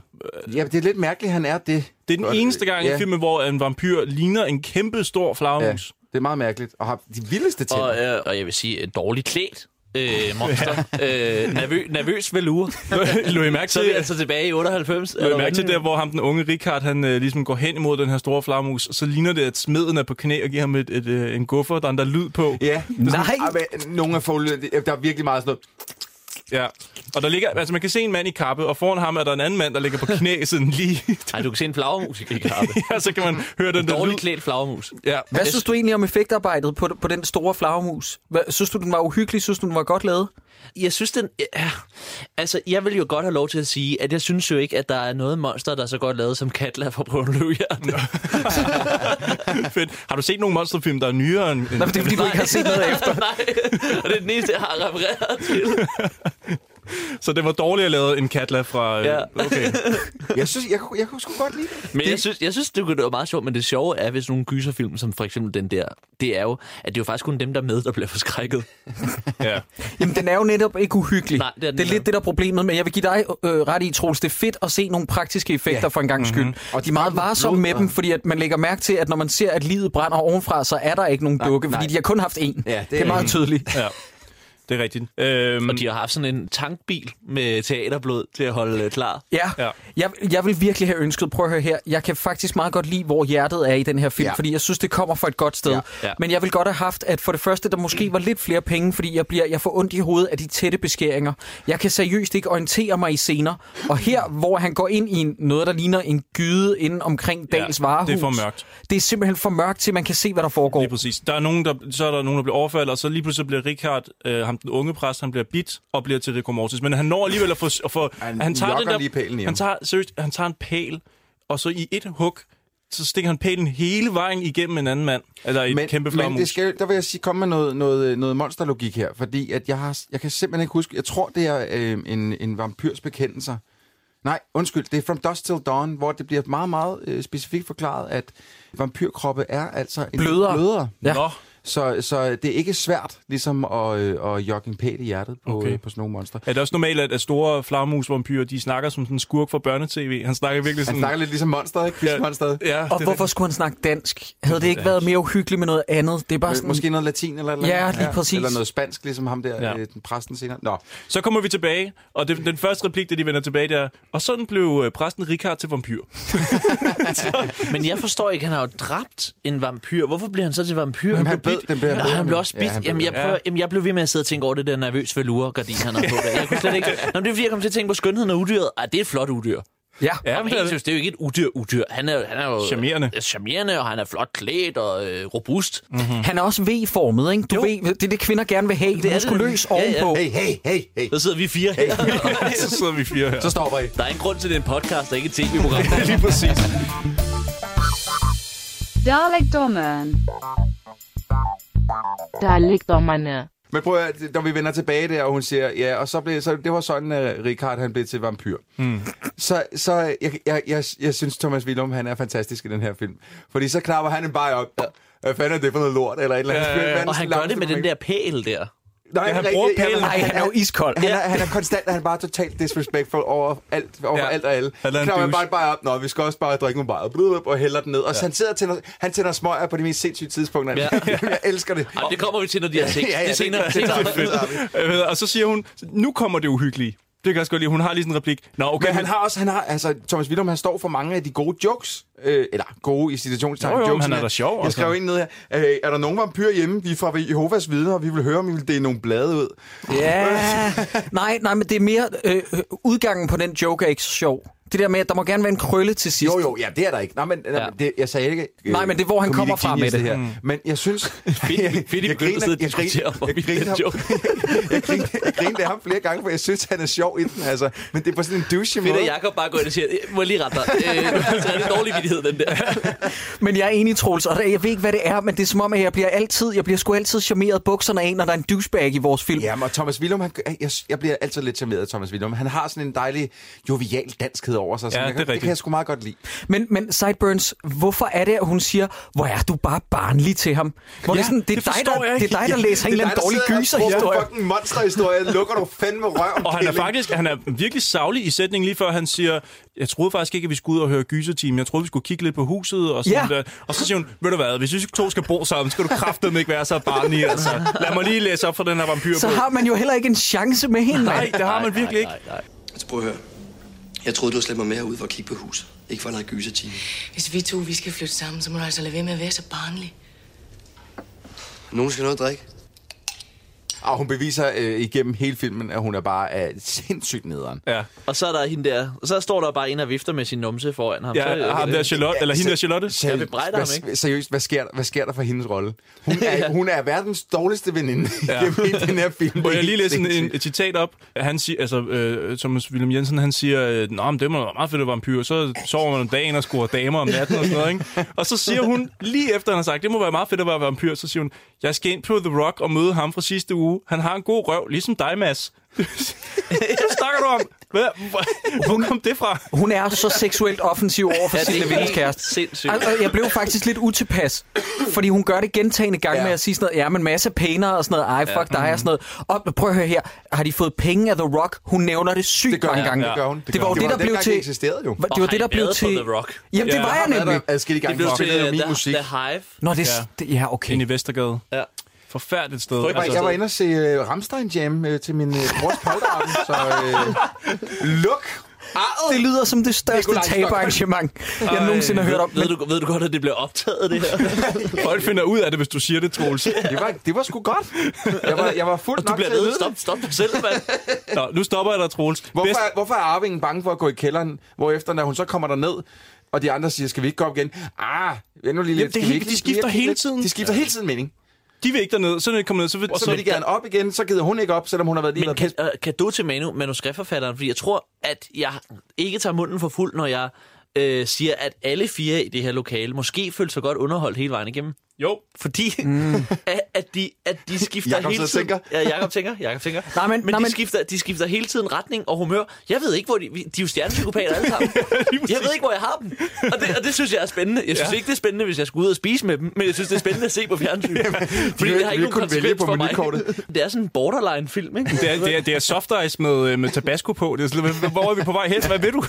Ja, det er lidt mærkeligt, han er det. Det er den Godt, eneste gang ja. i filmen, hvor en vampyr ligner en kæmpe stor Ja, flagermus. det er meget mærkeligt. Og har de vildeste tænder. Og, øh, og jeg vil sige, øh, dårligt klædt øh, monster. øh, nervø, nervøs velure. Lå I mærke Så er vi til, altså tilbage i 98. lå I eller mærke til hvad? der, hvor ham, den unge Richard, han øh, ligesom går hen imod den her store flagermus, og så ligner det, at smeden er på knæ og giver ham et, et, øh, en guffer, der er en der lyd på. Ja. Nej. Ah, men Nogle af forlydende, der er virkelig meget sådan noget. Ja. Og der ligger, altså man kan se en mand i kappe, og foran ham er der en anden mand, der ligger på knæ sådan lige. Ej, du kan se en flagermus i kappe. ja, så kan man høre den der lyd. Dårligt klædt flagermus. Ja. Hvad synes du egentlig om effektarbejdet på, på den store flagermus? Hvad, synes du, den var uhyggelig? Synes du, den var godt lavet? Jeg synes, den... Ja, altså, jeg vil jo godt have lov til at sige, at jeg synes jo ikke, at der er noget monster, der er så godt lavet som Katla fra Prøven Løvhjerte. Fedt. Har du set nogle monsterfilm, der er nyere end... end Nå, men det er fordi, du ikke har set noget efter. Nej, og det er den eneste, jeg har refereret til. Så det var dårligere lavet end Katla fra... øh, Ja. Okay. Jeg synes, jeg, kunne- jeg kunne sgu godt lide det. Men jeg synes, jeg synes det, kunne- det var meget sjovt, men det sjove er ved sådan nogle gyserfilm, som for eksempel den der, det er jo, at det er jo faktisk kun dem, der er med, der bliver forskrækket. Ja. Jamen, den er jo netop ikke uhyggelig. Nej, det er den det er ikke. lidt det, der er problemet, men jeg vil give dig øh, ret i, Troels. Det er fedt at se nogle praktiske effekter ja. for en gang skyld. Mm-hmm. Og de er meget varsomme med dem, fordi at man lægger mærke til, at når man ser, at livet brænder ovenfra, så er der ikke nogen dukke, fordi nej. de har kun haft én. det er det er meget rigtigt. tydeligt. ja. Det er rigtigt. Mm. Øhm, Og de har haft sådan en tankbil med teaterblod til at holde øh, klar. Ja, ja. Ja. Jeg, jeg vil virkelig have ønsket, prøv at høre her, jeg kan faktisk meget godt lide, hvor hjertet er i den her film, ja. Ja. fordi jeg synes, det kommer fra et godt sted. Ja. Ja. Ja. Men jeg vil godt have haft, at for det første, der måske var lidt flere penge, fordi jeg, bliver, jeg får ondt i hovedet af de tætte beskæringer. Jeg kan seriøst ikke orientere mig i scener. Og her, hvor han går ind i en, noget, der ligner en gyde inde omkring Ja, Dals varehus. det er for mørkt. Det er simpelthen for mørkt til, man kan se, hvad der foregår. Lige præcis. Der er nogen, der, så er der nogen, der bliver overfaldet, og så lige pludselig bliver Richard, øh, ham den unge præst, han bliver bit og bliver til Rigor Mortis. Men han når alligevel at få... At få Han lokker lige pælen i ham. han tager, seriøst, han tager en pæl, og så i et hug, så stikker han pælen hele vejen igennem en anden mand. Eller et men, kæmpe men det flagermus. skal, der vil jeg sige, komme med noget, noget, øh, noget monsterlogik her, fordi at jeg, har, jeg kan simpelthen ikke huske, jeg tror, det er øh, en, en vampyrs bekendelser. Nej, undskyld, det er From Dusk Till Dawn, hvor det bliver meget, meget øh, specifikt forklaret, at vampyrkroppe er altså en Blødere. blødere. Ja. Nå, Så, så det er ikke svært ligesom at, øh, at jogge en pæl i hjertet på, Okay. okay. øh, på sådan nogle monster. er det også normalt, at, at store flagermusvampyrer, de snakker som sådan en skurk fra børnetv? Han snakker virkelig Han sådan... snakker lidt ligesom monsteret, ikke? Quizmonsteret. Ja, det er Og hvorfor skulle han snakke dansk? Havde det ikke været mere uhyggeligt med noget andet? Det er bare Må- sådan... Måske noget latin eller et eller Ja, andet. lige præcis. Eller noget spansk, ligesom ham der, Ja. ja. øh, den præsten senere. Nå, Så kommer vi tilbage, og det, den første replik, der de vender tilbage, der og sådan blev øh, præsten Richard til vampyr. Men jeg forstår ikke, han har jo dræbt en vampyr. Hvorfor bliver han så til vampyr? Jamen, han blev bed- bidt. den blev han Nå, bed. han blev også Ja, bidt. han blev- jamen, jeg ja. prøver, jamen, jeg blev ved med at sidde og tænke over det der nervøs velour-gardin, han har på. Der. Jeg kunne slet ikke... Nå, men det er fordi, jeg kom til at tænke på skønheden af udyret. Ej, det er et flot udyr. Ja. Ja, men helt seriøst, det er jo ikke et udyr udyr. Han er, han er jo Charmerende. øh, charmerende, og han er flot klædt og øh, robust. Mhm. Mm. Han er også V-formet, ikke? Du Jo. ved, det er det, kvinder gerne vil have. Det det. er muskuløs Ja, ja. ovenpå. hey, hey, hey, hey. Der sidder vi fire her. så sidder vi fire her. Så stopper I. Der er en grund til, at det er en podcast, og ikke et tv-program. lige præcis. Dalekdommeren. Der liegt om meine. Men prøv at høre, når vi vender tilbage der, og hun siger, ja, og så blev, så det var sådan, at Richard han blev til vampyr. Mm. Så, så jeg, jeg, jeg, jeg synes, Thomas Willum, han er fantastisk i den her film. Fordi så knapper han en bare op. Hvad fanden er det for noget lort? Eller et eller andet. Ja, ja, ja. Hvad er det og sådan han gør lang- det med den der pæl der. Nej, han er bruger rigtig- pælen. han- Ej, han er jo iskold. Han er, han er konstant, han er bare totalt disrespectful over alt, over Ja. alt og alle. Han er en Knapper douche. bare, bare op, nå, vi skal også bare drikke nogle bajer, Blup, og hælder den ned. Og så han sidder og tænder, han tænder smøger på de mest sindssyge tidspunkter. Ja. Jeg elsker det. Ej, det kommer vi til, når de har sex. Ja, ja, Det er det- senere. det- Det er det- det- senere. Jeg ved, og så siger hun, nu kommer det uhyggelige. Det kan jeg også godt lide. Hun har lige sådan en replik. Nå, okay, Men han har også, han har, altså, Thomas Willum, han står for mange af de gode jokes. Øh, eller gode i citationstegn Jo, jo, jokes. men han er da sjov Jeg også. skrev en ned her. Øh, er der nogen vampyrer hjemme? Vi er fra Jehovas vidner, og vi vil høre, om I vil dele nogle blade ud. Ja, nej, nej, men det er mere... Øh, øh, udgangen på den joke er ikke så sjov. Det der med, at der må gerne være en krølle til sidst. Jo, jo, ja, det er der ikke. Nej, men, nej, Ja. men det, jeg sagde ikke... Nej, men det er, hvor han comedic kommer fra med genius, det. her. Mm. Men jeg synes... Fedt, fedt, I begyndte at sidde og diskutere, hvor vi griner, er joke. jeg griner, jeg griner af ham flere gange, for jeg synes, han er sjov i den, altså. Men det er på sådan en douche Fedt, måde. at Jacob bare går ind og siger, "Øh, må jeg lige rette dig? Øh, så er det en dårlig vidighed, den der. Men jeg er enig, Troels, og jeg ved ikke, hvad det er, men det er som om, at jeg bliver altid, jeg bliver sgu altid charmeret bukserne af, når der er en douchebag i vores film. Jamen, og Thomas Willum, han, jeg, jeg bliver altid lidt charmeret af Thomas Willum. Han har sådan en dejlig, jovial danskhed over sig. Sådan, Ja, det jeg, er det kan rigtigt. jeg sgu meget godt lide. Altså, Men, men Sideburns, hvorfor er det, at hun siger, hvor er du bare barnlig til ham? Hvor ja, det, er sådan, det, er det dig, forstår der, jeg ikke. det er dig, der læser en eller anden dårlig gyserhistorie. fucking monsterhistorie. Lukker du fandme røven, Og han er Kjeld, ikke? faktisk han er virkelig savlig i sætningen lige før han siger, jeg troede faktisk ikke, at vi skulle ud og høre gyserteam. Jeg troede, vi skulle kigge lidt på huset. Og, sådan Ja. der. og så siger hun, ved du hvad, hvis vi to skal bo sammen, skal du kraftedeme ikke være så barnlig. Altså. Lad mig lige læse op for den her vampyr. Så har man jo heller ikke en chance med hende. Nej, mand. det har man virkelig ikke. Altså, prøv at høre. Jeg troede, du havde slæbt mig med herud for at kigge på huset. Ikke for noget gysertime. Hvis vi to vi skal flytte sammen, så må du altså lade være med at være så barnlig. Nogen skal have noget at drikke. Og hun beviser øh, igennem hele filmen, at hun er bare øh, sindssygt nederen. Ja, Og så er der hende der. Og så står der bare en og vifter med sin numse foran ham. så, øh, ja ham der Charlotte, eller hende der Charlotte. Jeg bebrejder ham, hvad, ikke? Seriøst, hvad sker, der, hvad sker der for hendes rolle? Hun er, hun er verdens dårligste veninde ja. gennem hele den her film. Må Det er jeg lige helt læse en, en, sindssygt. et citat op? Han siger, altså, øh, Thomas William Jensen, han siger, øh, Nå, men det må være meget fedt at vampyr. Så sover man om dagen og scorer damer om natten og sådan noget, ikke? Og så siger hun, lige efter han har sagt, det må være meget fedt at være vampyr, så siger hun, jeg skal ind på The Rock og møde ham fra sidste uge. Han har en god røv, ligesom dig, Mads. Hvad snakker du om? Hvad, hvor, hvor kom det fra? Hun er så seksuelt offensiv over for Ja, ja, det er Signe helt Vindens kæreste. sindssygt. Altså, jeg blev faktisk lidt utilpas, fordi hun gør det gentagende gange Ja. ja. med at sige sådan noget, ja, men masse pænere og sådan noget, ej, fuck ja. Mm. dig og sådan noget. Og prøv at høre her, har de fået penge af The Rock? Hun nævner det sygt Det gør mange hun, gange. det gør hun. Det, det var jo hun. det, der Det var blev dengang, til... det eksisterede jo. Det var det, der blev til... The Rock. Jamen, det Ja, var der jeg Har været nemlig. der adskillige Det gange blev for. til Spillede jo øh, uh, min the, musik. the Hive. Nå, det, Ja. det, ja, okay. Ind i Vestergade. Ja. Forfærdeligt sted. Frygteligt Altså, Jeg var inde og se uh, Ramstein Jam uh, til min uh, brors polterappen, så uh, luk Det lyder som det største Nikolaj Stockholm. taberarrangement, jeg nogensinde har hørt om. Øh, Ved du, ved du godt, at det bliver optaget, det her? Folk finder ud af det, hvis du siger det, Troels. Det var, det var sgu godt. Jeg var, jeg var fuldt Du nok bliver til at ved. vide Stop, det. stop dig selv, mand. Nå, nu stopper jeg dig, Troels. Hvorfor, Bedst- er- hvorfor er Arvingen bange for at gå i kælderen, hvor efter når hun så kommer der ned og de andre siger, skal vi ikke gå op igen? Ah, vent nu lige Jamen, lidt. det er skal vi helt- ikke- de skal vi skifter ikke- hele tiden. De skifter hele tiden mening. De vil ikke derned, så når de kommer ned, så vil, Og så så vil de gerne op igen, så gider hun ikke op, selvom hun har været lige Men været kan, pisse. øh, kan du til manu, manuskriptforfatteren? Fordi jeg tror, at jeg ikke tager munden for fuld, når jeg øh, siger, at alle fire i det her lokale måske følte sig godt underholdt hele vejen igennem. Jo, Fordi mm. at, at, de, at de skifter Jakob hele så tiden... tænker. Ja, Jacob tænker. Jacob tænker. Nej, men- men nej, de, men- skifter, de skifter hele tiden retning og humør. Jeg ved ikke, hvor de... vi- De er jo stjernepsykopater alle sammen. jeg ved ikke, hvor jeg har dem. Og det, og det synes jeg er spændende. Jeg synes Ja. ja. ikke, det er spændende, hvis jeg skulle ud og spise med dem, men jeg synes, det er spændende at se på fjernsyn. Fordi vil- det har de ikke vil nogen kun vælge konsekvens på for mig. menukortet. Det er sådan en borderline-film, ikke? det er, det er, det er soft ice med, øh, med tabasco på. Det er sådan, lidt, hvor er vi på vej hen? Hvad ved du?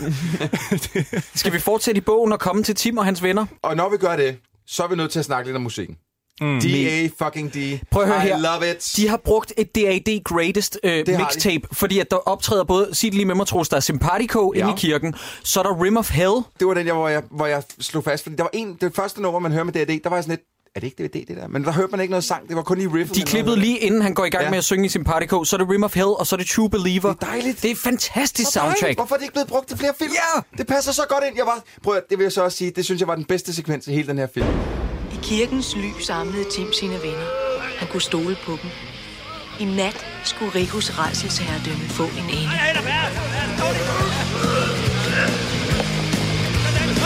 Skal vi fortsætte i bogen og komme til Tim og hans venner? Og når vi gør det, så er vi nødt til at snakke lidt om musikken. Mm. DA fucking D. Prøv at høre I her. love it. De har brugt et DAD Greatest øh, de. mixtape, fordi at der optræder både, sig det lige med mig, Troels, der er Simpatico ja. Ja. inde i kirken, så er der Rim of Hell. Det var den, jeg, hvor, jeg, hvor jeg slog fast. Fordi der var en, det første nummer, man hører med DAD, der var jeg sådan lidt, er det ikke DVD, det der? Men der hørte man ikke noget sang, det var kun lige riffet. De klippede lige inden han går i gang Ja. ja. med at synge i Simpatico, så er det Rim of Hell, og så er det True Believer. Det er dejligt. Det er et fantastisk Hvor dejligt. soundtrack. Hvorfor er det ikke blevet brugt til flere film? Ja! Det passer så godt ind. Jeg var, prøv at, det vil jeg så også sige, det synes jeg var den bedste sekvens i hele den her film. Mhm. I kirkens ly samlede Tim sine venner. Han kunne stole på dem. I nat skulle Rikos rejselsherredømme få en ende. Mm. Det er idé, mand. Det kunne du godt lide.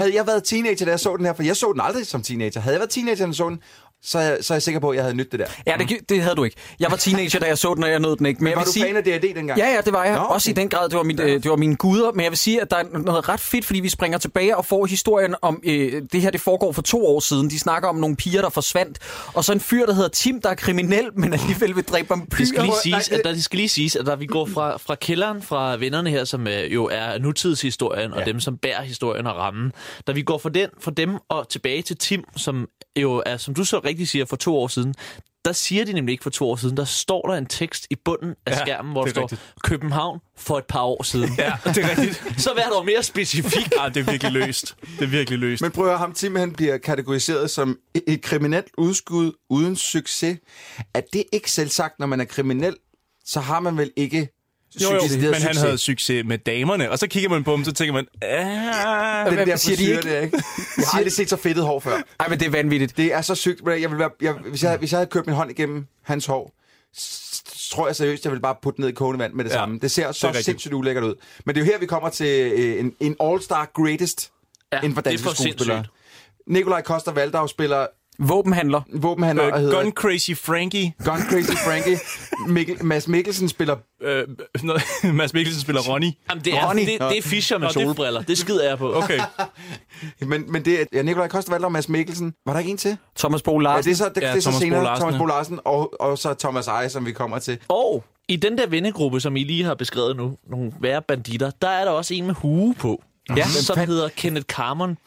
Havde jeg været teenager, da jeg så den her, for jeg så den aldrig som teenager. Havde jeg været teenager, da jeg så den, så er, jeg, så er jeg sikker på, at jeg havde nyttet det der. Ja, det, gi- det havde du ikke. Jeg var teenager, da jeg så den, og jeg nåede den ikke. Men jeg var vil du fan af D&D dengang? Ja, ja, det var jeg. Nå, Nå, Også i den grad, det var, mit, øh, det var mine guder. Men jeg vil sige, at der er noget ret fedt, fordi vi springer tilbage og får historien om... Øh, det her, det foregår for to år siden. De snakker om nogle piger, der forsvandt. Og så en fyr, der hedder Tim, der er kriminel, men alligevel vil dræbe vampyrer. Det skal lige siges, at der, det skal lige siges, at der, vi går fra, fra kælderen fra vennerne her, som øh, jo er nutidshistorien, og dem, som bærer historien og rammen. Da vi går fra, den, fra dem og tilbage til Tim, som jo er, som du så rigtigt siger, for to år siden, der siger de nemlig ikke for to år siden, der står der en tekst i bunden af Ja, ja, skærmen, hvor det der er står rigtigt. København for et par år siden. Ja, det er rigtigt. så vær dog mere specifik. Ja, det er virkelig løst. Det er virkelig løst. Men prøv at høre, ham Tim, han bliver kategoriseret som et- et kriminelt udskud uden succes. Er det ikke selv sagt, når man er kriminel, så har man vel ikke Jo, jo, decideret men han havde succes med damerne. Og så kigger man på dem, så tænker man, "Ah." Den der Siger de frisyr, ikke? det er, ikke? Jeg har aldrig set så fedtet hår før. Ej, men det er vanvittigt. Det er så sygt. men Jeg vil være, jeg, hvis, jeg, hvis jeg havde kørt min hånd igennem hans hår, s- s- tror jeg seriøst, jeg ville bare putte den ned i kogende vand med det ja, samme. Det ser så rigtigt. det sindssygt ulækkert ud. Men det er jo her, vi kommer til øh, en, en all-star greatest Ja, ja, inden for det er danske for skuespillere. sindssygt. Nikolaj Koster Valdau spiller Våbenhandler. våbenhandler Øh, og hedder Gun Crazy Frankie. Gun Crazy Frankie. Mikkel, Mads Mikkelsen spiller... Øh, noget, Mads Mikkelsen spiller Ronnie. Jamen, det, er, Ronny. det, det er Fischer med Nå, det- solbriller. Det skider jeg på. Okay. Men, men det er ja, Nikolaj Koster Valdau og Mads Mikkelsen. Var der ikke en til? Thomas Bo Ja, Larsen. det er så, det, Ja, ja, det er så Thomas Bo senere. Larsen, Thomas ja. Bo Larsen og, og så Thomas Eje, som vi kommer til. Og i den der vennegruppe, som I lige har beskrevet nu, nogle værre banditter, der er der også en med hue på, ja, som hedder Kenneth Carmon.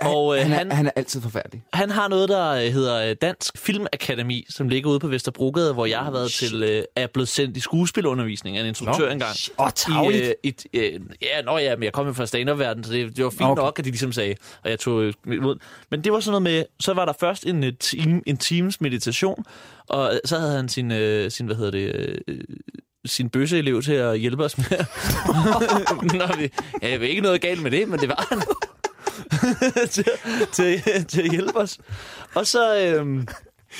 Og øh, Han, han, er, han er altid forfærdelig. han har noget, der øh, hedder øh, Dansk Filmakademi, som ligger ude på Vesterbrogade, hvor jeg har været til, øh, er blevet sendt i skuespilundervisning af en instruktør Nå. engang. Åh, I, tavligt. øh, et, øh, ja, nå ja, men jeg kom jo fra stand verden så det, det var fint Okay. okay. nok, at de ligesom sagde, og jeg tog øh, imod. Men det var sådan noget med, så var der først en, øh, time, en times meditation, og øh, så havde han sin, øh, sin hvad hedder det, øh, øh, sin bøsseelev til at hjælpe os med. Nå, vi, ja, vi er ikke noget galt med det, men det var han. til, til, til at hjælpe os. Og så... Øhm,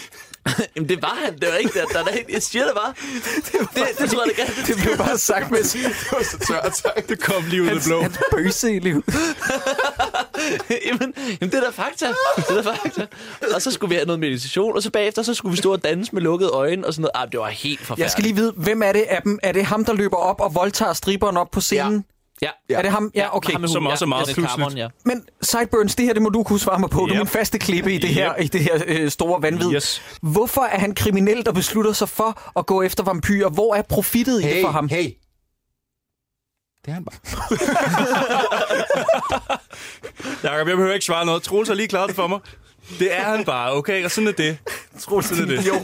Jamen, det var han. Det var ikke der. der, der jeg siger det bare. Det, det, det tror jeg, det kan. Det blev bare sagt med Det var så tørt sagt. Det kom lige ud af det hans, blå. hans bøse i livet. jamen, jamen, det er da fakta. Det er da fakta. Og så skulle vi have noget meditation, og så bagefter, så skulle vi stå og danse med lukkede øjne og sådan noget. Ah, det var helt forfærdeligt. Jeg skal lige vide, hvem er det af dem? Er det ham, der løber op og voldtager striberen op på scenen? Ja. Ja. Er det ham? Ja, okay. ham med Som hunden. også er Ja, meget Kenneth pludseligt. Cameron, ja. Men Sideburns, det her, det må du kunne svare mig på. Yep. Du er Yep. min faste klippe i det her, Yep. i det her øh, store vanvid. Yes. Hvorfor er han kriminel, der beslutter sig for at gå efter vampyrer? Hvor er profittet hey, i det Hey, for ham? hey. Det er han bare. Jakob, jeg behøver ikke svare noget. Troels har lige klaret det for mig. Det er han bare, okay? Og sådan er det. Troels, sådan er det. Jo.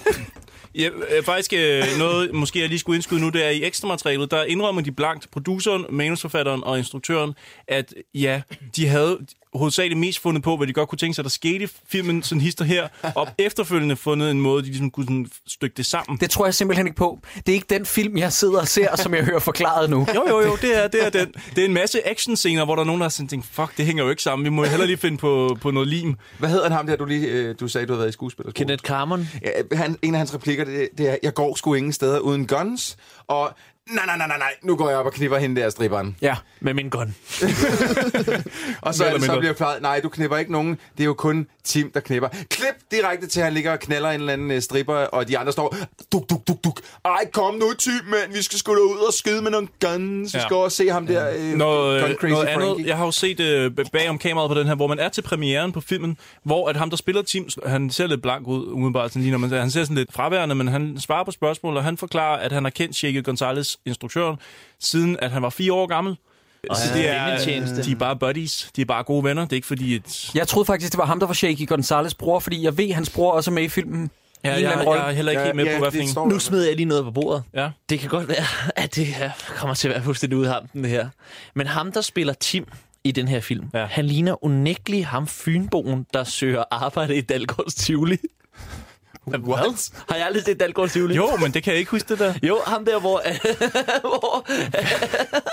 Ja, øh, faktisk øh, noget, måske jeg lige skulle indskyde nu, det er i ekstra materialet, der indrømmer de blankt, produceren, manusforfatteren og instruktøren, at ja, de havde hovedsageligt mest fundet på, hvad de godt kunne tænke sig, der skete i filmen, sådan hister her, og efterfølgende fundet en måde, de ligesom kunne sådan, stykke det sammen. Det tror jeg simpelthen ikke på. Det er ikke den film, jeg sidder og ser, som jeg hører forklaret nu. Jo, jo, jo, det er, det er den. Det er en masse actionscener, hvor der er nogen, der har sådan tænkt, fuck, det hænger jo ikke sammen, vi må hellere lige finde på, på noget lim. Hvad hedder han ham der, du, lige, øh, du sagde, du havde været i skuespiller? Kenneth Carmon. Ja, han, en af hans replikker, det, det er, jeg går sgu ingen steder uden guns, og nej, nej, nej, nej, nej, nu går jeg op og knipper hende der striberen. Ja. Med min gun. Og så, Mere eller så mindre. bliver klaret, nej, du knipper ikke nogen, det er jo kun Tim, der knipper. Klip direkte til, at han ligger og knaller en eller anden øh, stripper, og de andre står, duk, duk, duk, duk. Ej, kom nu, Tim, mand, vi skal sgu da ud og skyde med nogle guns. Vi Ja. skal over og se ham der, øh, noget, Gun Crazy noget Frankie. andet. Jeg har jo set øh, bag om kameraet på den her, hvor man er til premieren på filmen, hvor at ham, der spiller Tim, han ser lidt blank ud, umiddelbart, sådan lige når man ser, han ser sådan lidt fraværende, men han svarer på spørgsmål, og han forklarer, at han har kendt Cheque Gonzalez, instruktøren, siden at han var fire år gammel. Og han er vennetjeneste. de er bare buddies, de er bare gode venner, det er ikke fordi, at... Jeg troede faktisk, det var ham, der var Shaky Gonzales bror, fordi jeg ved, at hans bror også er med i filmen. Ja, jeg, eller anden jeg, rolle. er heller ikke Ja, helt med ja, på, hvad for det en- står Nu smider jeg lige noget på bordet. Ja. Det kan godt være, at det her kommer til at være fuldstændig ud af hamten, det her. Men ham, der spiller Tim i den her film, Ja. ja. han ligner unægtelig ham Fynboen, der søger arbejde i Dalgårds Tivoli. What? Har jeg aldrig set Dalgårds Tivoli? Jo, men det kan jeg ikke huske det der. Jo, ham der, hvor... hvor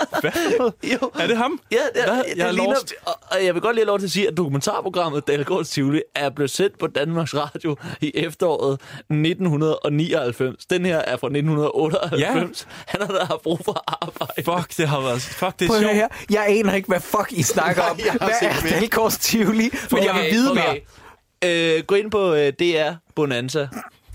jo, Er det ham? Ja, det, Hvad? Hvad? Jeg er det ligner, lost. og, og jeg vil godt lige have lov til at sige, at dokumentarprogrammet Dalgårds Tivoli er blevet sendt på Danmarks Radio i efteråret 1999. Den her er fra 1998. Ja. Han har da haft brug for arbejde. Fuck, det har været... Fuck, det Prøv er at høre sjovt. her. Jeg aner ikke, hvad fuck I snakker om. Nej, jeg har Hvad set er mere. Dalgårds Tivoli? Men jeg vil vide mere. Øh, gå ind på øh, DR Bonanza,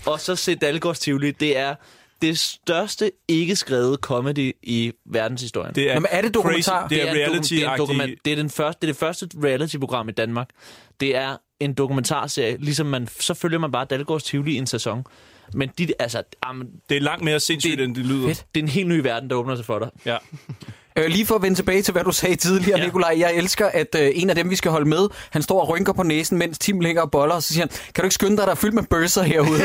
og så se Dalgårds Tivoli. Det er det største ikke skrevet comedy i verdenshistorien. Det er Nå, men er det crazy. dokumentar? Det er en dokum- reality-agtig- det, er en dokument- det, er den første, det er det første reality-program i Danmark. Det er en dokumentarserie, ligesom man, så følger man bare Dalgårds Tivoli i en sæson. Men de, altså, jamen, det er langt mere sindssygt, det, end det lyder. Det er en helt ny verden, der åbner sig for dig. Ja. Øh, lige for at vende tilbage til, hvad du sagde tidligere, ja. Nikolaj. Jeg elsker, at øh, en af dem, vi skal holde med, han står og rynker på næsen, mens Tim ligger og boller, og så siger han, kan du ikke skynde dig, der er fyldt med bøsser herude?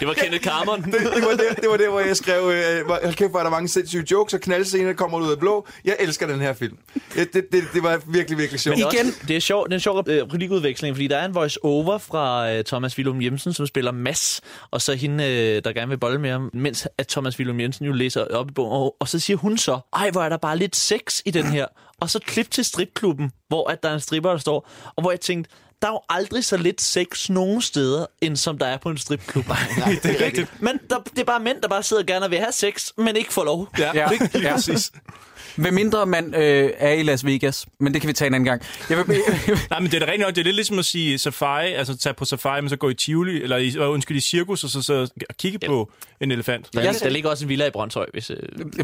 Det var Kenneth Cameron. det, det, var det, det var det, hvor jeg skrev, øh, hvor- hold kæft, hvor er der mange sindssyge jokes, og knaldscener kommer ud af det blå. Jeg elsker den her film. Ja, det, det, det var virkelig, virkelig sjovt. Men Også, det er sjovt, det er en sjov øh, replikudveksling, fordi der er en voice-over fra øh, Thomas Willum Jensen, som spiller Mass, og så hende, øh, der gerne vil bolle med ham, mens at Thomas Willum Jensen jo læser op i bogen, og, og så siger hun så, ej, hvor er der bare lidt sex i den her. Og så klip til stripklubben, hvor at der er en stripper, der står, og hvor jeg tænkte, der er jo aldrig så lidt sex nogen steder, end som der er på en stripklub. Nej, det er rigtigt. Men der, det er bare mænd, der bare sidder og gerne vil have sex, men ikke får lov. Ja, Ikke? ja. Hvad mindre man øh, er i Las Vegas, men det kan vi tage en anden gang. Jeg vil, Nej, men det er da rent nok. Det er lidt ligesom at sige safari, altså tage på safari, men så gå i Tivoli, eller i, øh, undskyld, i cirkus, og så, så kigge ja. på en elefant. Der, der ligger også en villa i Brøndshøj, hvis... Øh...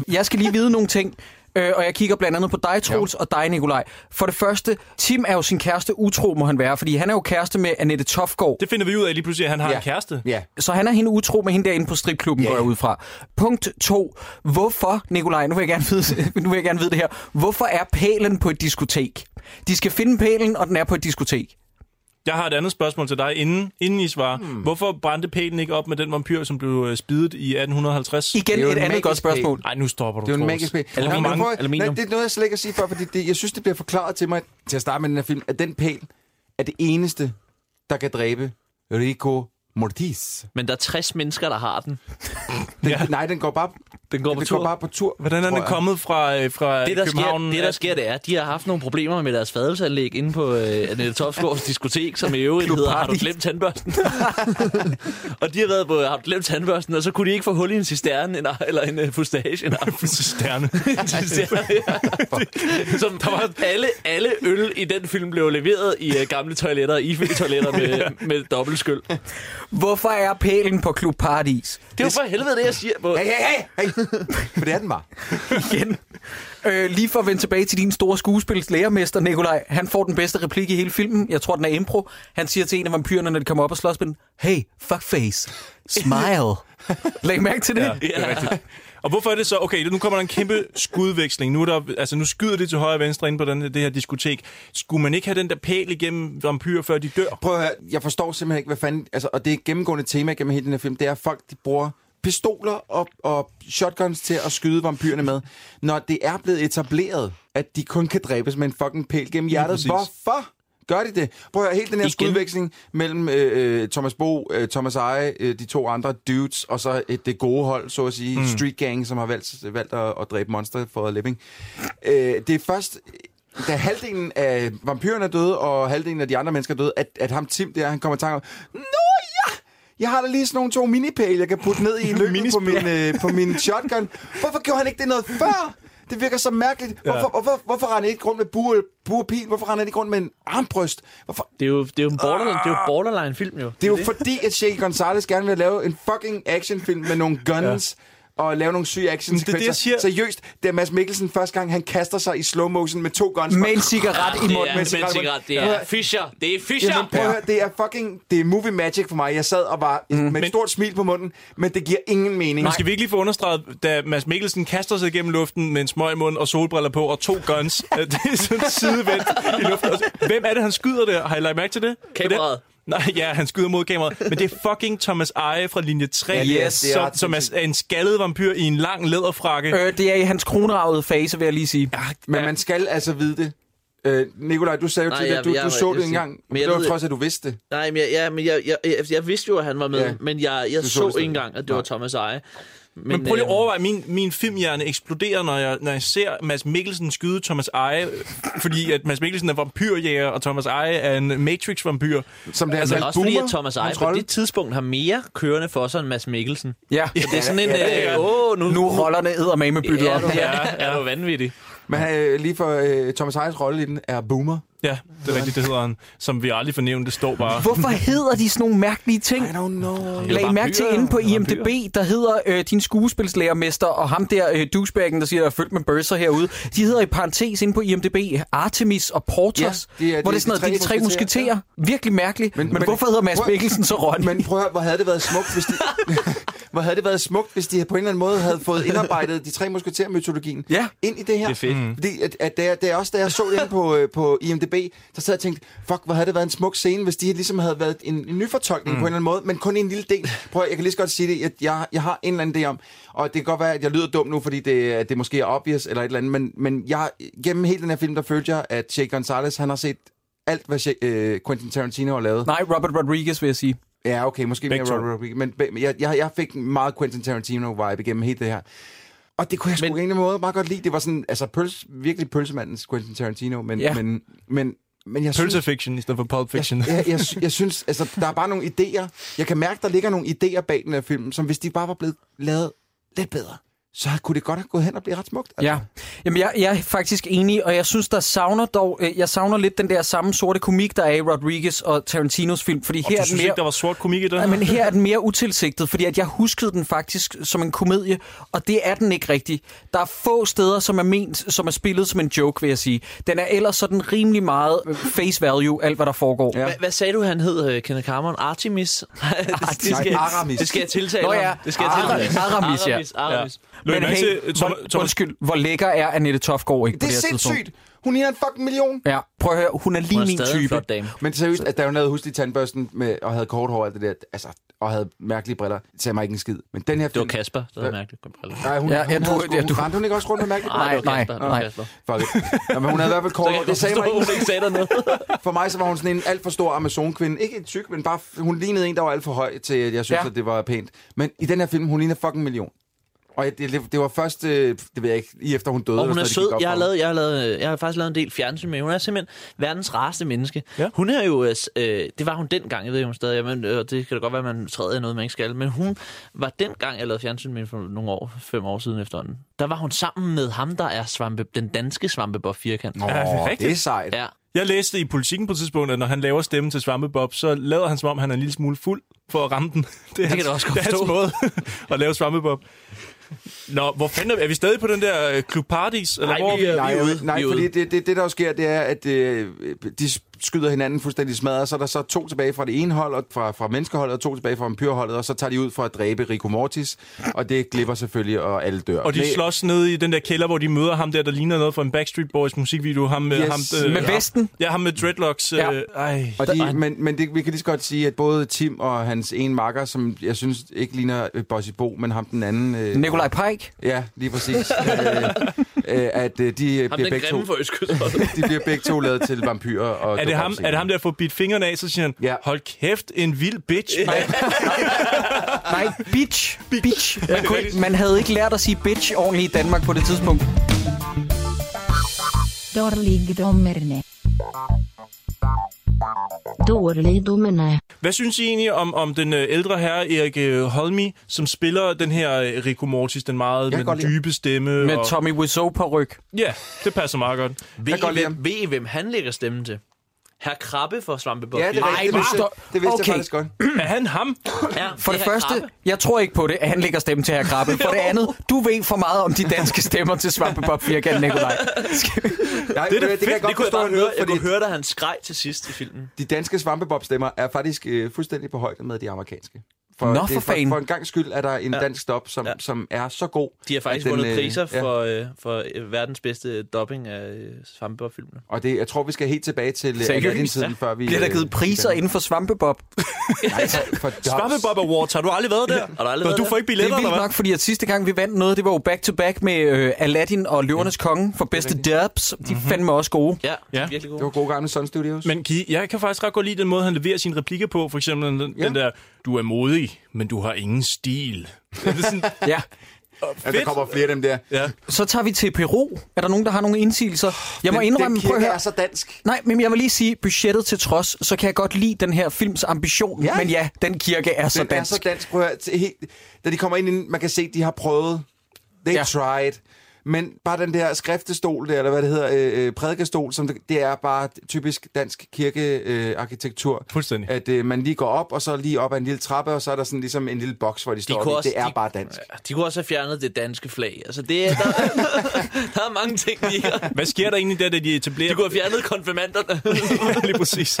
jeg skal lige vide nogle ting, øh, og jeg kigger blandt andet på dig, Troels, og dig, Nikolaj. For det første, Tim er jo sin kæreste utro, må han være, fordi han er jo kæreste med Annette Tofgaard. Det finder vi ud af lige pludselig, at han har Ja. en kæreste. Ja. Så han er hende utro med hende derinde på stripklubben, Ja. går jeg ud fra. Punkt 2. Hvorfor, Nikolaj, nu vil, jeg gerne vide, nu vil jeg gerne vide det her. Hvorfor er pælen på et diskotek? De skal finde pælen, og den er på et diskotek. Jeg har et andet spørgsmål til dig, inden, inden I svarer. Hmm. Hvorfor brændte pælen ikke op med den vampyr, som blev øh, spidet i 1850? Igen Det er jo et en andet magisk godt spørgsmål. pæl. Nej, nu stopper du, Det er jo en Troels. magisk Hvor pæl. Nej, men mange- prøv at- Nej, det er noget, jeg slet ikke at sige før, fordi det, jeg synes, det bliver forklaret til mig til at starte med den her film, at den pæl er det eneste, der kan dræbe Rico Mortis. Men der er 60 mennesker, der har den. Den, ja. Nej, den går bare, den går på den tur. Går bare på tur. Hvordan er tror den jeg. kommet fra, øh, fra Det der, sker, København? det, der sker, det er, at de har haft nogle problemer med deres fadelsanlæg inde på øh, Annette Topsgaards diskotek, som i øvrigt Klub hedder Har du Paradis. glemt tandbørsten? og de har været på Har du glemt tandbørsten, og så kunne de ikke få hul i en cisterne en, eller en uh, fustage. En aften. cisterne. En cisterne, ja. som der var alle, alle øl i den film blev leveret i uh, gamle toiletter og ifyldt toiletter med, med dobbeltskyld. Hvorfor er pælen på Klub Paradis? Det er jo for helvede det, jeg siger. Hvor... Hey, hey, hey, hey! For det er den bare. Igen. Øh, lige for at vende tilbage til din store skuespils lærermester, Nikolaj. Han får den bedste replik i hele filmen. Jeg tror, den er impro. Han siger til en af vampyrerne, når de kommer op og slås med den, Hey, fuckface. Smile. Læg mærke til det. Ja, det er rigtigt. Og hvorfor er det så? Okay, nu kommer der en kæmpe skudveksling. Nu, er der, altså, nu skyder det til højre og venstre ind på den, det her diskotek. Skulle man ikke have den der pæl igennem vampyrer, før de dør? Prøv at høre, jeg forstår simpelthen ikke, hvad fanden... Altså, og det er et gennemgående tema gennem hele den her film, det er, at folk de bruger pistoler og, og shotguns til at skyde vampyrerne med, når det er blevet etableret, at de kun kan dræbes med en fucking pæl gennem hjertet. præcis. Hvorfor? Gør de det? Prøv at høre, hele den her Igen. skudveksling mellem øh, øh, Thomas Bo, øh, Thomas Eje, øh, de to andre dudes, og så øh, det gode hold, så at sige, mm. Street Gang, som har valgt, valgt at, at dræbe monster for a living. Øh, det er først, da halvdelen af vampyrerne er døde, og halvdelen af de andre mennesker er døde, at, at ham Tim der, han kommer i tanke om, Nå ja! Jeg har da lige sådan nogle to minipæle, jeg kan putte ned i løbet på min, øh, på min shotgun. Hvorfor gjorde han ikke det noget før? Det virker så mærkeligt. Hvorfor, ja. hvorfor, hvorfor render han ikke rundt med bue, buepil? Hvorfor render han ikke rundt med en armbrøst? Hvorfor? Det er jo, det er jo en borderline, det er jo borderline film, jo. Det er jo fordi, at Shea Gonzalez gerne vil lave en fucking actionfilm med nogle guns. Ja. Og lave nogle syge action Men det er det, jeg siger. Seriøst, det er Mads Mikkelsen første gang, han kaster sig i slow motion med to guns. Med en cigaret i Det munden. er, med en cigaret, det er Fischer. Det er Fischer. Jamen, prøv at høre, det er fucking, det er movie magic for mig. Jeg sad og var mm. med et stort smil på munden, men det giver ingen mening. Men skal vi ikke lige få understreget, da Mads Mikkelsen kaster sig gennem luften med en smøg mund og solbriller på og to guns, øh, det er sådan sidevendt i luften. Og så- Hvem er det, han skyder der? Har I lagt mærke til det? Kameraet. Nej, ja, han skyder mod kameraet. Men det er fucking Thomas Eje fra linje 3, Ja, det er- det er som, ret som er sindssygt. en skaldet vampyr i en lang læderfrakke. Øh, det er i hans kronravede fase, vil jeg lige sige. Men man skal altså vide det. Øh, Nikolaj, du sagde jo Nej, til det, jeg- at du, jeg- du så jeg- det jeg- engang. men Men jeg det var ved- trods, at du vidste det. Nej, men jeg, jeg, men jeg, jeg, jeg, jeg vidste jo, at han var med, Ja. ja. men jeg, jeg så, Du så det så stadig. ikke engang, at det var Thomas Eje. Men, Men prøv lige at øh, overveje, min, min filmhjerne eksploderer, når jeg, når jeg ser Mads Mikkelsen skyde Thomas Eje, fordi at Mads Mikkelsen er vampyrjæger, og Thomas Eje er en Matrix-vampyr. Som det er Altså, altså, også fordi, boomer, at Thomas Eje på kontrol. det tidspunkt har mere kørende for sig end Mads Mikkelsen. Ja. Så det er sådan en... Ja, Åh, ja, ja. øh, åh, nu... Nu rollerne æder med med byttet ja, op. du, ja, er du vanvittig. Men øh, lige for øh, Thomas Ejes rolle i den er boomer. Ja, det er rigtigt, det hedder han. Som vi aldrig fornævnte, det står bare... Hvorfor hedder de sådan nogle mærkelige ting? I don't know. Lag mærke til inde på IMDb, der hedder øh, din skuespilslærermester og ham der øh, douchebaggen, der siger, der er fyldt med burser herude. De hedder i parentes inde på IMDb Artemis og Portos, Ja, det er- hvor det det er er sådan de noget, de tre tre musketerer. Virkelig mærkeligt. Men, men, men hvorfor hedder Mads prøv- Mikkelsen så Ronny? Men prøv at høre, hvor havde det været smukt, hvis de... hvor havde det været smukt, hvis de på en eller anden måde havde fået indarbejdet de tre musketermytologien ja. ind i det her. Det er fedt. Mhm. Fordi at, at da, jeg, da jeg også da jeg så det inde på, øh, på IMDb, der sad jeg og tænkte, fuck, hvor havde det været en smuk scene, hvis de ligesom havde været en, en nyfortolkning mm. på en eller anden måde, men kun en lille del. Prøv at, jeg kan lige så godt sige det, jeg, jeg, jeg har en eller anden idé om, og det kan godt være, at jeg lyder dum nu, fordi det, at det måske er obvious eller et eller andet, men, men jeg, gennem hele den her film, der følte jeg, at Jake Gonzalez, han har set alt, hvad Che- øh, Quentin Tarantino har lavet. Nej, Robert Rodriguez vil jeg sige. Ja, okay, måske Begge mere to. Robert Rodriguez, men be- men jeg, jeg, jeg fik en meget Quentin Tarantino-vibe igennem hele det her. Og det kunne jeg sgu på en eller anden måde meget godt lide. Det var sådan, altså pøls, virkelig pølsemandens Quentin Tarantino, men, Ja. ja. men, men, men jeg synes... Pølsefiction i stedet for Pulp Fiction. Jeg, jeg, jeg, sy- jeg synes, altså, der er bare nogle idéer. Jeg kan mærke, der ligger nogle idéer bag den her film, som hvis de bare var blevet lavet lidt bedre, så kunne det godt have gået hen og blive ret smukt. Altså. Ja, Jamen, jeg, jeg er faktisk enig, og jeg synes, der savner dog, øh, jeg savner lidt den der samme sorte komik, der er i Rodriguez og Tarantinos film, fordi her Og du er den synes mere... ikke, der var sort komik i det? Ja, men her er den mere utilsigtet, fordi at jeg huskede den faktisk som en komedie, og det er den ikke rigtig. Der er få steder, som er ment, som er spillet som en joke, vil jeg sige. Den er ellers sådan rimelig meget face value, alt hvad der foregår. Hva- Hvad sagde du, han hed, øh, Kenneth Cameron? Artemis? Nej, det, det, Nej, skal, Aramis. det skal jeg tiltale Nå ham. ja, Det skal jeg Ara- tiltale ham. Aramis, ja. Aramis, Aramis. Løg Men mærke hey, til, øh, hvor, Thomas- Thomas- undskyld, hvor lækker er Annette Tofgaard ikke Det på er det her tidspunkt? sindssygt! Hun er en fucking million! Ja, prøv at høre, hun er lige Hun er min stadig en type. flot dame. Men seriøst, at da hun havde husket i tandbørsten med, og havde kort hår og alt det der, altså, og havde mærkelige briller, det sagde mig ikke en skid. Men den her Det var film... Kasper, der var mærkeligt. Nej, hun, Ja, ja, hun, ja, havde du- sgu- ja, hun, du- rendte hun ikke også rundt med mærkelige Nej, det var nej, Kasper. det var nej. Kasper. Fuck it. Ja, men hun havde i hvert fald Så kort kan hår. jeg Det sagde mig forstå, ikke. hun ikke sagde dig noget. For mig så var hun sådan en alt for stor Amazon-kvinde. Ikke en tyk, men bare f- hun lignede en, der var alt for høj til, at jeg synes, Ja. ja. at det var pænt. Men i den her film, hun ligner fucking en million. Og jeg- det, det, det var først, øh, det ved jeg ikke, lige efter hun døde. Og hun eller er sådan sød. noget, det gik op Jeg har, for mig. lavet, jeg, har lavet, øh, jeg har faktisk lavet en del fjernsyn med. hende. Hun er simpelthen verdens rareste menneske. Ja. Ja. Hun er jo... øh, s- Øh, det var hun dengang, jeg ved ikke, om hun stadig er, men øh, det kan da godt være, at man træder i noget, man ikke skal. Men hun var dengang, jeg lavede fjernsyn med hende for nogle år, fem år siden efterhånden. Der var hun sammen med ham, der er svampe, den danske svampebob firkant. Nå, Ja, det er ja, det, rigtigt. er sejt. Ja. Jeg læste i politikken på et tidspunkt, at når han laver stemmen til Svampebob, så lader han som om, han er en lille smule fuld for at ramme den. Det, er kan du også godt det er hans forstå. måde at lave Svampebob. Nå, hvor fanden er vi? Er vi stadig på den der øh, Club Paradis? Eller Ej, hvor er vi er- Nej, Vi jo, ude. nej Vi er fordi ude. det, det, det, der jo sker, det er, at øh, de skyder hinanden fuldstændig smadret, så er der så to tilbage fra det ene hold, og fra, fra menneskeholdet, og to tilbage fra vampyrholdet, og så tager de ud for at dræbe Rico Mortis, og det glipper selvfølgelig, og alle dør. Og de Men- slås nede i den der kælder, hvor de møder ham der, der ligner noget fra en Backstreet Boys musikvideo. Ham med, Yes. ham, øh, Med vesten? Ja, ham med dreadlocks. Ja. Øh, ej. Og de, men men det, vi kan lige så godt sige, at både Tim og hans ene makker, som jeg synes ikke ligner øh, Bossy Bo, men ham den anden... Øh, Nikolaj Pike? Ja, lige præcis. øh, øh, at øh, de, øh, Ham den bliver begge to, grimme for Østkyst. de bliver begge to lavet til vampyrer. Og Er det, ham, er det ham, der får bidt fingrene af, så siger han, Ja. hold kæft, en vild bitch, mand. Nej, bitch. Bitch. Man, kunne, ikke- man havde ikke lært at sige bitch ordentligt i Danmark på det tidspunkt. Dårligdommerne. Dårligdommerne. Hvad synes I egentlig om, om den øh, ældre herre, Erik øh, Holmi, som spiller den her øh, Rico Mortis, den meget kan med den godt lide ham. dybe stemme? Med og, Tommy Wiseau på ryg. Ja, det passer meget godt. Ved I, godt lide hvem, ved I, hvem han lægger stemmen til? Herr Krabbe fra Svampebob. Ja, det, er Firkant. rigtigt. det, vidste, jeg- det vidste okay. Okay. jeg faktisk godt. Er han ham? Ja, For det, er det Herr første, Krabbe. jeg tror ikke på det, at han lægger stemme til herr Krabbe. For det andet, du ved for meget om de danske stemmer til Svampebob Firkant, Nikolaj. Nej, Det er da det, det, det kan fedt. jeg Det godt kunne jeg forstå, bare at nu, høre. Jeg fordi kunne høre, da han skreg til sidst i filmen. de danske svampebob-stemmer er faktisk øh, fuldstændig på højde med de amerikanske. For, Nå, det, er for fanden. for en gang skyld er der en dansk stop, som, Ja. som er så god. De har faktisk at den, vundet øh, priser ja. for, øh, for øh, verdens bedste dubbing af øh, Svampebob-filmene. Og det, jeg tror, vi skal helt tilbage til øh, Seriøst? Aladdin-tiden, før vi... Bliver der øh, givet priser kan- inden for Svampebob? Nej, for, for jobs. Svampebob Awards, har du aldrig været der? Har du aldrig været du der? får ikke Det billetter, er vildt eller hvad? nok, fordi at sidste gang vi vandt noget, det var jo back-to-back med øh, Aladdin og Løvernes Konge for bedste dubs. De er Mhm. fandme også gode. Ja, Ja. ja. virkelig Det var gode. gode gamle Sun Studios. Men Ki, jeg kan faktisk ret godt lide den måde, han leverer sine replikker på. For eksempel den, ja. Ja. den der, du er modig, men du har ingen stil. Det er sådan, Ja. ja, der fedt. kommer flere af dem der. ja. Så tager vi til Peru. Er der nogen, der har nogle indsigelser? Jeg må Den- indrømme, den prøv at kirke høre. er så dansk. Nej, men jeg vil lige sige, budgettet til trods, så kan jeg godt lide den her films ambition. Ja. Men ja, den kirke er så Den er dansk. så dansk. Prøv at høre. til helt- Da de kommer ind, inden, man kan se, at de har prøvet. They Ja. tried. Men bare den der skriftestol der, eller hvad det hedder, øh, øh, prædikestol, som det, det er bare typisk dansk kirkearkitektur. Øh, arkitektur. Fuldstændig. At øh, man lige går op, og så lige op ad en lille trappe, og så er der sådan ligesom en lille boks, hvor de står. kunne De også- det er de- bare dansk. De kunne også have fjernet det danske flag. Altså, det, er- der, der er mange ting, de ikke Hvad sker der egentlig der, da de etablerer... De kunne have fjernet konfirmanderne. Ja, lige præcis.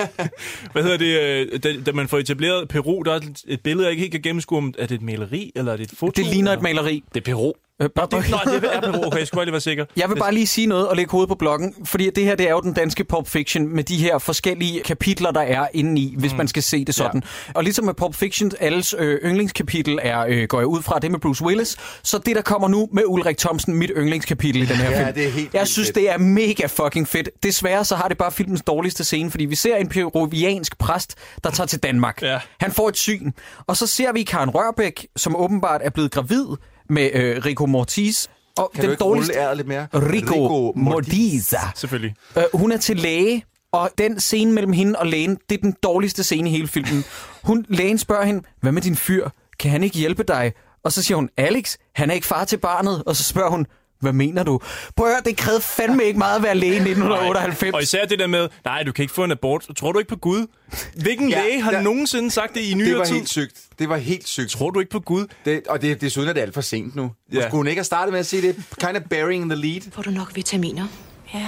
Hvad hedder det, øh, da, da man får etableret Peru, der er et- et billede, jeg ikke helt kan gennemskue, om er det et maleri, eller er det et foto? Det ligner et eller- maleri. Det er Peru. Øh, bare, det, nej, det er Peru, okay, jeg skulle bare lige være sikker. Jeg vil bare lige sige noget og lægge hovedet på blokken, fordi det her det er jo den danske Pulp Fiction med de her forskellige kapitler, der er inde i, hvis mm. man skal se det sådan. Ja. Og ligesom med Pulp Fiction, alles øh, yndlingskapitel er, øh, går jeg ud fra, det med Bruce Willis, så det der kommer nu med Ulrik Thomsen, mit yndlingskapitel i den her Ja, film. det er helt jeg vildt synes, fedt. det er mega fucking fedt. Desværre så har det bare filmens dårligste scene, fordi vi ser en peruviansk præst, der tager til Danmark. Ja. Han får et syn, og så ser vi Karen Rørbæk, som åbenbart er blevet gravid med øh, Rico Mortis, og Kan den du ikke dårligste... rulle æret lidt mere? Rico, Rico Mordiza. Selvfølgelig. Øh, hun er til læge, og den scene mellem hende og lægen, det er den dårligste scene i hele filmen. Hun, lægen spørger hende, hvad med din fyr? Kan han ikke hjælpe dig? Og så siger hun, Alex, han er ikke far til barnet. Og så spørger hun, hvad mener du? Prøv at høre, det krævede fandme ikke meget at være læge i Og 1998. især det der med, nej, du kan ikke få en abort. Tror du ikke på Gud? Hvilken ja, Ja, læge har der- nogensinde sagt det i Det nyere var tid? helt sygt. Det var helt sygt. Tror du ikke på Gud? Det, og det, desuden er det alt for sent nu. Ja. Ja. Skulle hun ikke have startet med at sige det? Kind of burying the lead. Får du nok vitaminer? Ja,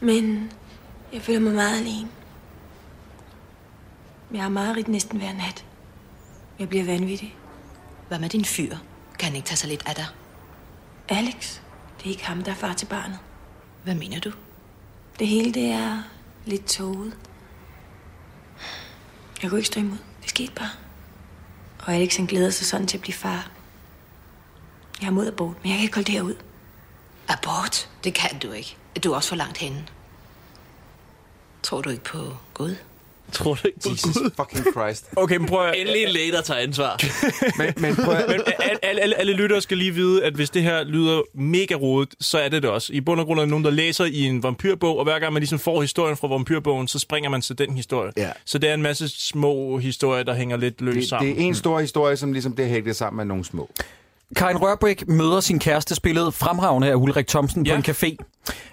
men jeg føler mig meget alene. Jeg har mareridt næsten hver nat. Jeg bliver vanvittig. Hvad med din fyr? Kan han ikke tage sig lidt af dig? Alex, det er ikke ham, der er far til barnet. Hvad mener du? Det hele, det er lidt tåget. Jeg kunne ikke stå imod. Det skete bare. Og Alex, han glæder sig sådan til at blive far. Jeg er mod abort, men jeg kan ikke holde det her ud. Abort? Det kan du ikke. Du er også for langt henne. Tror du ikke på Gud? Tror du ikke på Jesus fucking Christ. Okay, men prøv at... Endelig en læge, der tager ansvar. Men, men prøv at... Men alle, alle, alle, alle lyttere skal lige vide, at hvis det her lyder mega rodet, så er det det også. I bund og grund er der nogen, der læser i en vampyrbog, og hver gang man ligesom får historien fra vampyrbogen, så springer man til den historie. Ja. Så det er en masse små historier, der hænger lidt løst Det, det sammen. Mm. er en stor historie, som ligesom bliver hægtet sammen med nogle små. Karin Rørbæk møder sin kæreste, spillet fremragende af Ulrik Thomsen, Ja. på en café.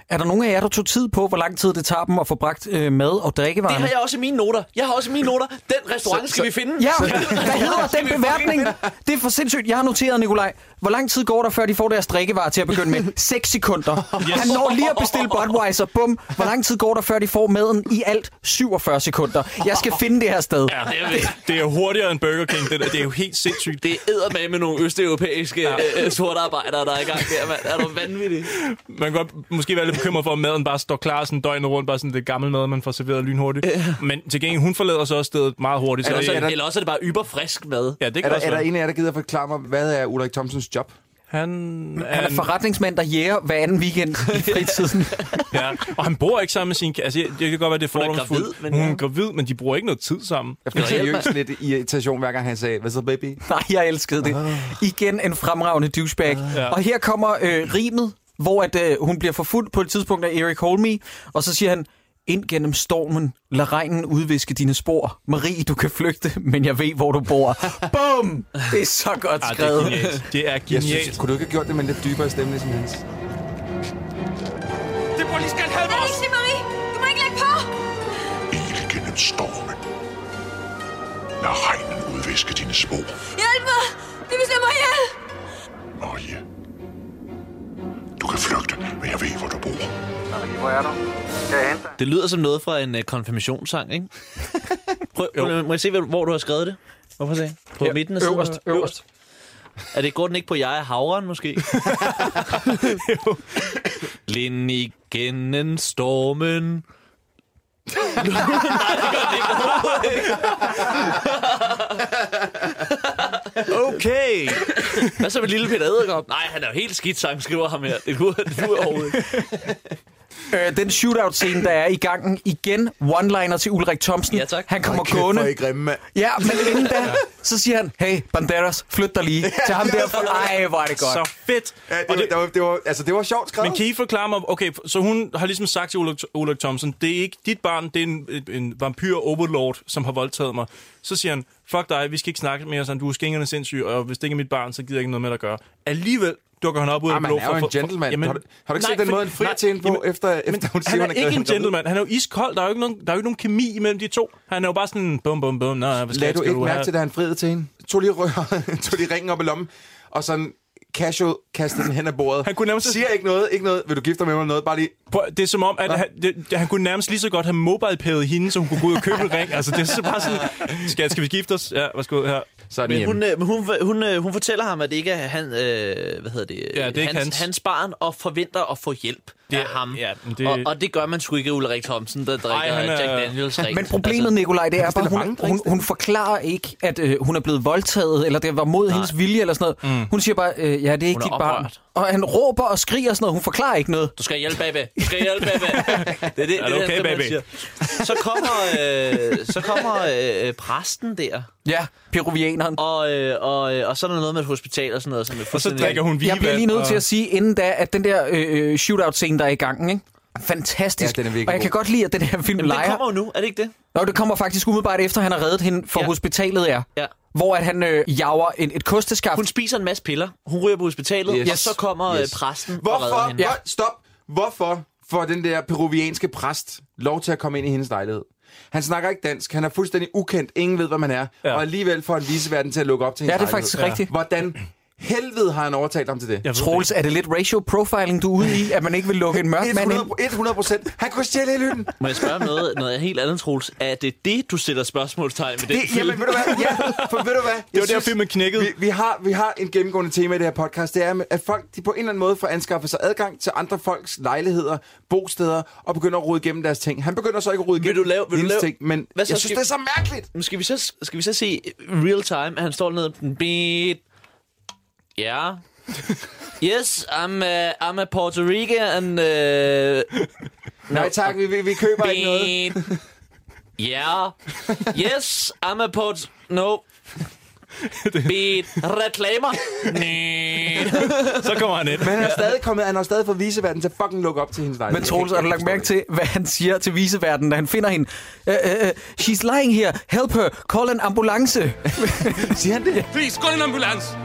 Er der nogen af jer, der tog tid på, hvor lang tid det tager dem at få bragt øh, mad og drikkevarer? Det har jeg også i mine noter. Jeg har også i mine noter. Den restaurant skal vi finde. Ja, hvad hedder den beværtning? Det er for sindssygt. Jeg har noteret, Nikolaj. Hvor lang tid går der, før de får deres drikkevarer til at begynde med? 6 sekunder. Yes. Yes. Han når lige at bestille Budweiser. Bum. Hvor lang tid går der, før de får maden i alt? 47 sekunder. Jeg skal finde det her sted. Ja, det, det er hurtigere end Burger King. Det, der. det er jo helt sindssygt. Det er med med nogle østeuropæiske ja. øh, sorte arbejdere, der er i gang der, mand. Er du vanvittig? Man kan godt måske være lidt bekymret for, at maden bare står klar sådan døgnet rundt, bare sådan det gamle mad, man får serveret lynhurtigt. Men til gengæld, hun forlader så også stedet meget hurtigt. Så Eller, så, det, er der- eller også er det bare yber frisk mad. ja, det Er kan der, også er der være. en af jer, der gider forklare mig, hvad er Ulrik Thomsens job? Han Han er forretningsmand, der jæger hver anden weekend i fritiden. Ja, og han bor ikke sammen med sin... Altså, det kan godt være, det er Hun er gravid, fordomsfuldt. men Hun er ja. gravid, men de bruger ikke noget tid sammen. Jeg fik Eller hjælp, seriøst lidt irritation, hver gang han sagde, hvad så baby? Nej, jeg elskede det. Igen en fremragende douchebag. Ja. Og her kommer øh, rimet, hvor at, øh, hun bliver forfulgt på et tidspunkt af Erik Holme, og så siger han, ind gennem stormen, lad regnen udviske dine spor. Marie, du kan flygte, men jeg ved, hvor du bor. Bum! Det er så godt Ah, det er skrevet. genialt. Det er Jeg genialt. synes, kunne du ikke have gjort det med en lidt dybere stemme, ligesom hans? Det burde lige skal have Alex, det er Marie! Du må ikke lægge på! Ild gennem stormen. Lad regnen udviske dine spor, Hjælp mig! Det vil slå mig ihjel! Marie. Du kan flygte, men jeg ved, hvor du bor. Hvor er du? Jeg henter. Det lyder som noget fra en øh, konfirmationssang, ikke? Prøv, må, må jeg se, hvor- hvor du har skrevet det? Hvorfor se? På ja, midten af siden? Øverst, øverst. Er det går den ikke på jeg er havren, måske? Lind igennem stormen. Okay! Hvad så med lille Peter Eddergaard? Nej, han er jo helt skidt sangskriver, ham her. Det kunne det kunne jeg overhovedet ikke. Øh, den shootout-scene, der er i gangen. Igen, one-liner til Ulrik Thomsen. Ja, tak. Han kommer gående. I grimme, mand. Ja, men inden da, så siger han, hey, Banderas, flyt dig lige. Til ham der. Ej, hvor er det godt. Så fedt! Ja, Og det, det, var, det, var, altså, det var sjovt skrevet. Men kan I forklare mig, okay, så hun har ligesom sagt til Ulrik, Ulrik Thomsen, det er ikke dit barn, det er en, en vampyr-overlord, som har voldtaget mig. Så siger han, fuck dig, vi skal ikke snakke mere, sådan, du er skængerne sindssyg, og hvis det ikke er mit barn, så gider jeg ikke noget med dig at gøre. Alligevel dukker han op ud af Jamen, han Ah, er jo for- en for- for- gentleman. Har du- har du ikke set den fordi- måde, han frier nej, til hende på, efter- efter hun siger, han hun er er ikke glad, en hun er død? gentleman. Han er jo iskold. Der er jo ikke nogen, der er jo ikke nogen kemi imellem de to. Han er jo bare sådan, bum, bum, bum. Nej, hvad skal, Lad du skal ikke mærke have? til, da han friede til hende? Tog lige, rø- tog lige ringen op i lommen, og sådan casual kastede den hen ad bordet. Han kunne nærmest... Siger ikke noget, ikke noget. Vil du gifte dig med mig eller noget? Bare lige... Prøv, det er som om, at han, det, han kunne nærmest lige så godt have mobile hende, så hun kunne gå ud og købe en ring. Altså, det er så bare sådan, skat, skal vi gifte os? Ja, værsgo her. Så er Men hun, øh, men hun, hun, øh, hun fortæller ham, at det ikke er han, øh, hvad hedder det, Ja, det er ikke hans, hans. hans barn, og forventer at få hjælp det, af ham. Ja, det- det... og, og det gør man sgu ikke af Ulrik Thomsen, der drikker han Ej, er- Jack Daniels rent. Men problemet, altså, Nikolaj, det er bare, hun, hun, hun forklarer ikke, at øh, hun er blevet voldtaget, eller det var mod Nej. hendes vilje, eller sådan noget. Mm. Hun siger bare, øh, ja, det er ikke Hun er dit barn. oprørt. Og han råber og skriger og sådan noget. Hun forklarer ikke noget. Du skal hjælpe, baby. Du skal hjælpe, baby. Det er det, det, Er er du det okay, man baby? siger. Så kommer, øh, så kommer øh, præsten der. Ja, peruvianeren. Og, øh, og, øh, og så er der noget med et hospital og sådan noget. Som er fuldstændig- Jeg bliver lige nødt til at sige, inden da, at den der øh, shootout-scene, der er i gangen, ikke? Fantastisk. Ja, den er virkelig og jeg kan god. godt lide, at den her film Jamen, leger. den kommer jo nu, er det ikke det? Nå, det kommer faktisk umiddelbart efter, han har reddet hende for ja. hospitalet er. Ja. Hvor at han øh, jager en, et kosteskaft. Hun spiser en masse piller. Hun ryger på hospitalet, yes. og så kommer yes. præsten og redder Hvorfor? hende. Ja. Stop. Hvorfor får den der peruvianske præst lov til at komme ind i hendes lejlighed? Han snakker ikke dansk, han er fuldstændig ukendt, ingen ved, hvem han er, ja. og alligevel får han viseverden til at lukke op til Ja, hendes det er faktisk lejlighed. rigtigt. Hvordan helvede har han overtalt ham til det? Troels, er det lidt racial profiling, du er ude i, at man ikke vil lukke en mørk mand ind? 100 procent. Han kunne stjæle hele hytten. Må jeg spørge om noget, noget helt andet, Troels? Er det det, du sætter spørgsmålstegn ved den Det, film? jamen, ved du hvad? Ja, for ved du hvad? var der, filmen knækkede. Vi, vi, har, vi har en gennemgående tema i det her podcast. Det er, at folk de på en eller anden måde får anskaffet sig adgang til andre folks lejligheder, bosteder, og begynder at rode igennem deres ting. Han begynder så ikke at rode igennem Vil du lave, vil du hendes lave? ting, men Hvad så? jeg synes, Skal- det er så mærkeligt. Men Skal vi så, skal vi så se real time, at han står nede den beat? Ja. Yes, I'm, uh, I'm a Puerto Rican and... Uh, Nej tak, vi, vi, vi køber ikke noget. Yeah. Yes, I'm a Puerto... No. Beat. Reklamer. Så kommer han ind. Men han er stadig kommet, han har stadig fået viseverden til at fucking lukke op til hendes lejlighed. Men Troels, har du lagt mærke til, hvad han siger til viseverdenen, da han finder hende? Uh, uh, she's lying here. Help her. Call an ambulance. siger han det? Please, call an ambulance.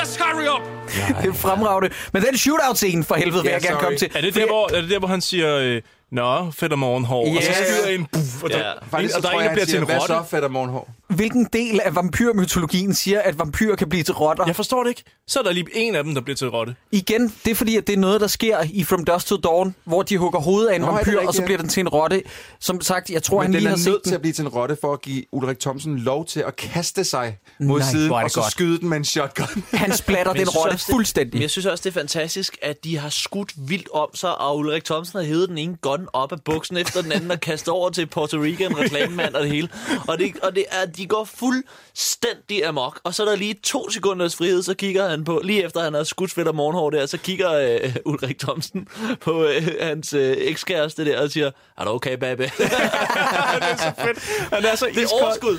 Just hurry up. Det er fremragende. Men den shootout-scene, for helvede, vil jeg gerne komme til. Er det, der, hvor, er det der, hvor han siger, øh, Nå, fætter morgenhår, og så Yes. skyder en... Buff, og, der, Ja. og Faktisk, så der er tror en, jeg, der han bliver til siger, en hvad rotte. så, fætter morgenhår? Hvilken del af vampyrmytologien siger, at vampyrer kan blive til rotter? Jeg forstår det ikke. Så er der lige en af dem, der bliver til rotte. Igen, det er fordi, at det er noget, der sker i From Dusk to Dawn, hvor de hugger hovedet af en Nå, er det vampyr, og rigtigt, så ja. bliver den til en rotte. Som sagt, jeg tror, Men han den lige er har set nødt til den. at blive til en rotte for at give Ulrik Thomsen lov til at kaste sig mod Nej, siden, hvor er det og så godt. skyde den med en shotgun. Han splatter Men jeg den synes rotte også, det- fuldstændig. Men jeg synes også, det er fantastisk, at de har skudt vildt om sig, og Ulrik Thomsen har hævet den ene gun op af buksen efter den anden og kastet over til Puerto Rican reklamemand og det hele. Og, det, og det er, de går fuldstændig amok, og så er der lige to sekunders frihed, så kigger han på, lige efter han har skudt Fætter Morgenhår der, så kigger øh, Ulrik Thomsen på øh, hans øh, ekskæreste der og siger, er du okay, baby? det er så fedt. Han er så det er overskud.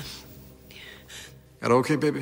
Er du okay, baby?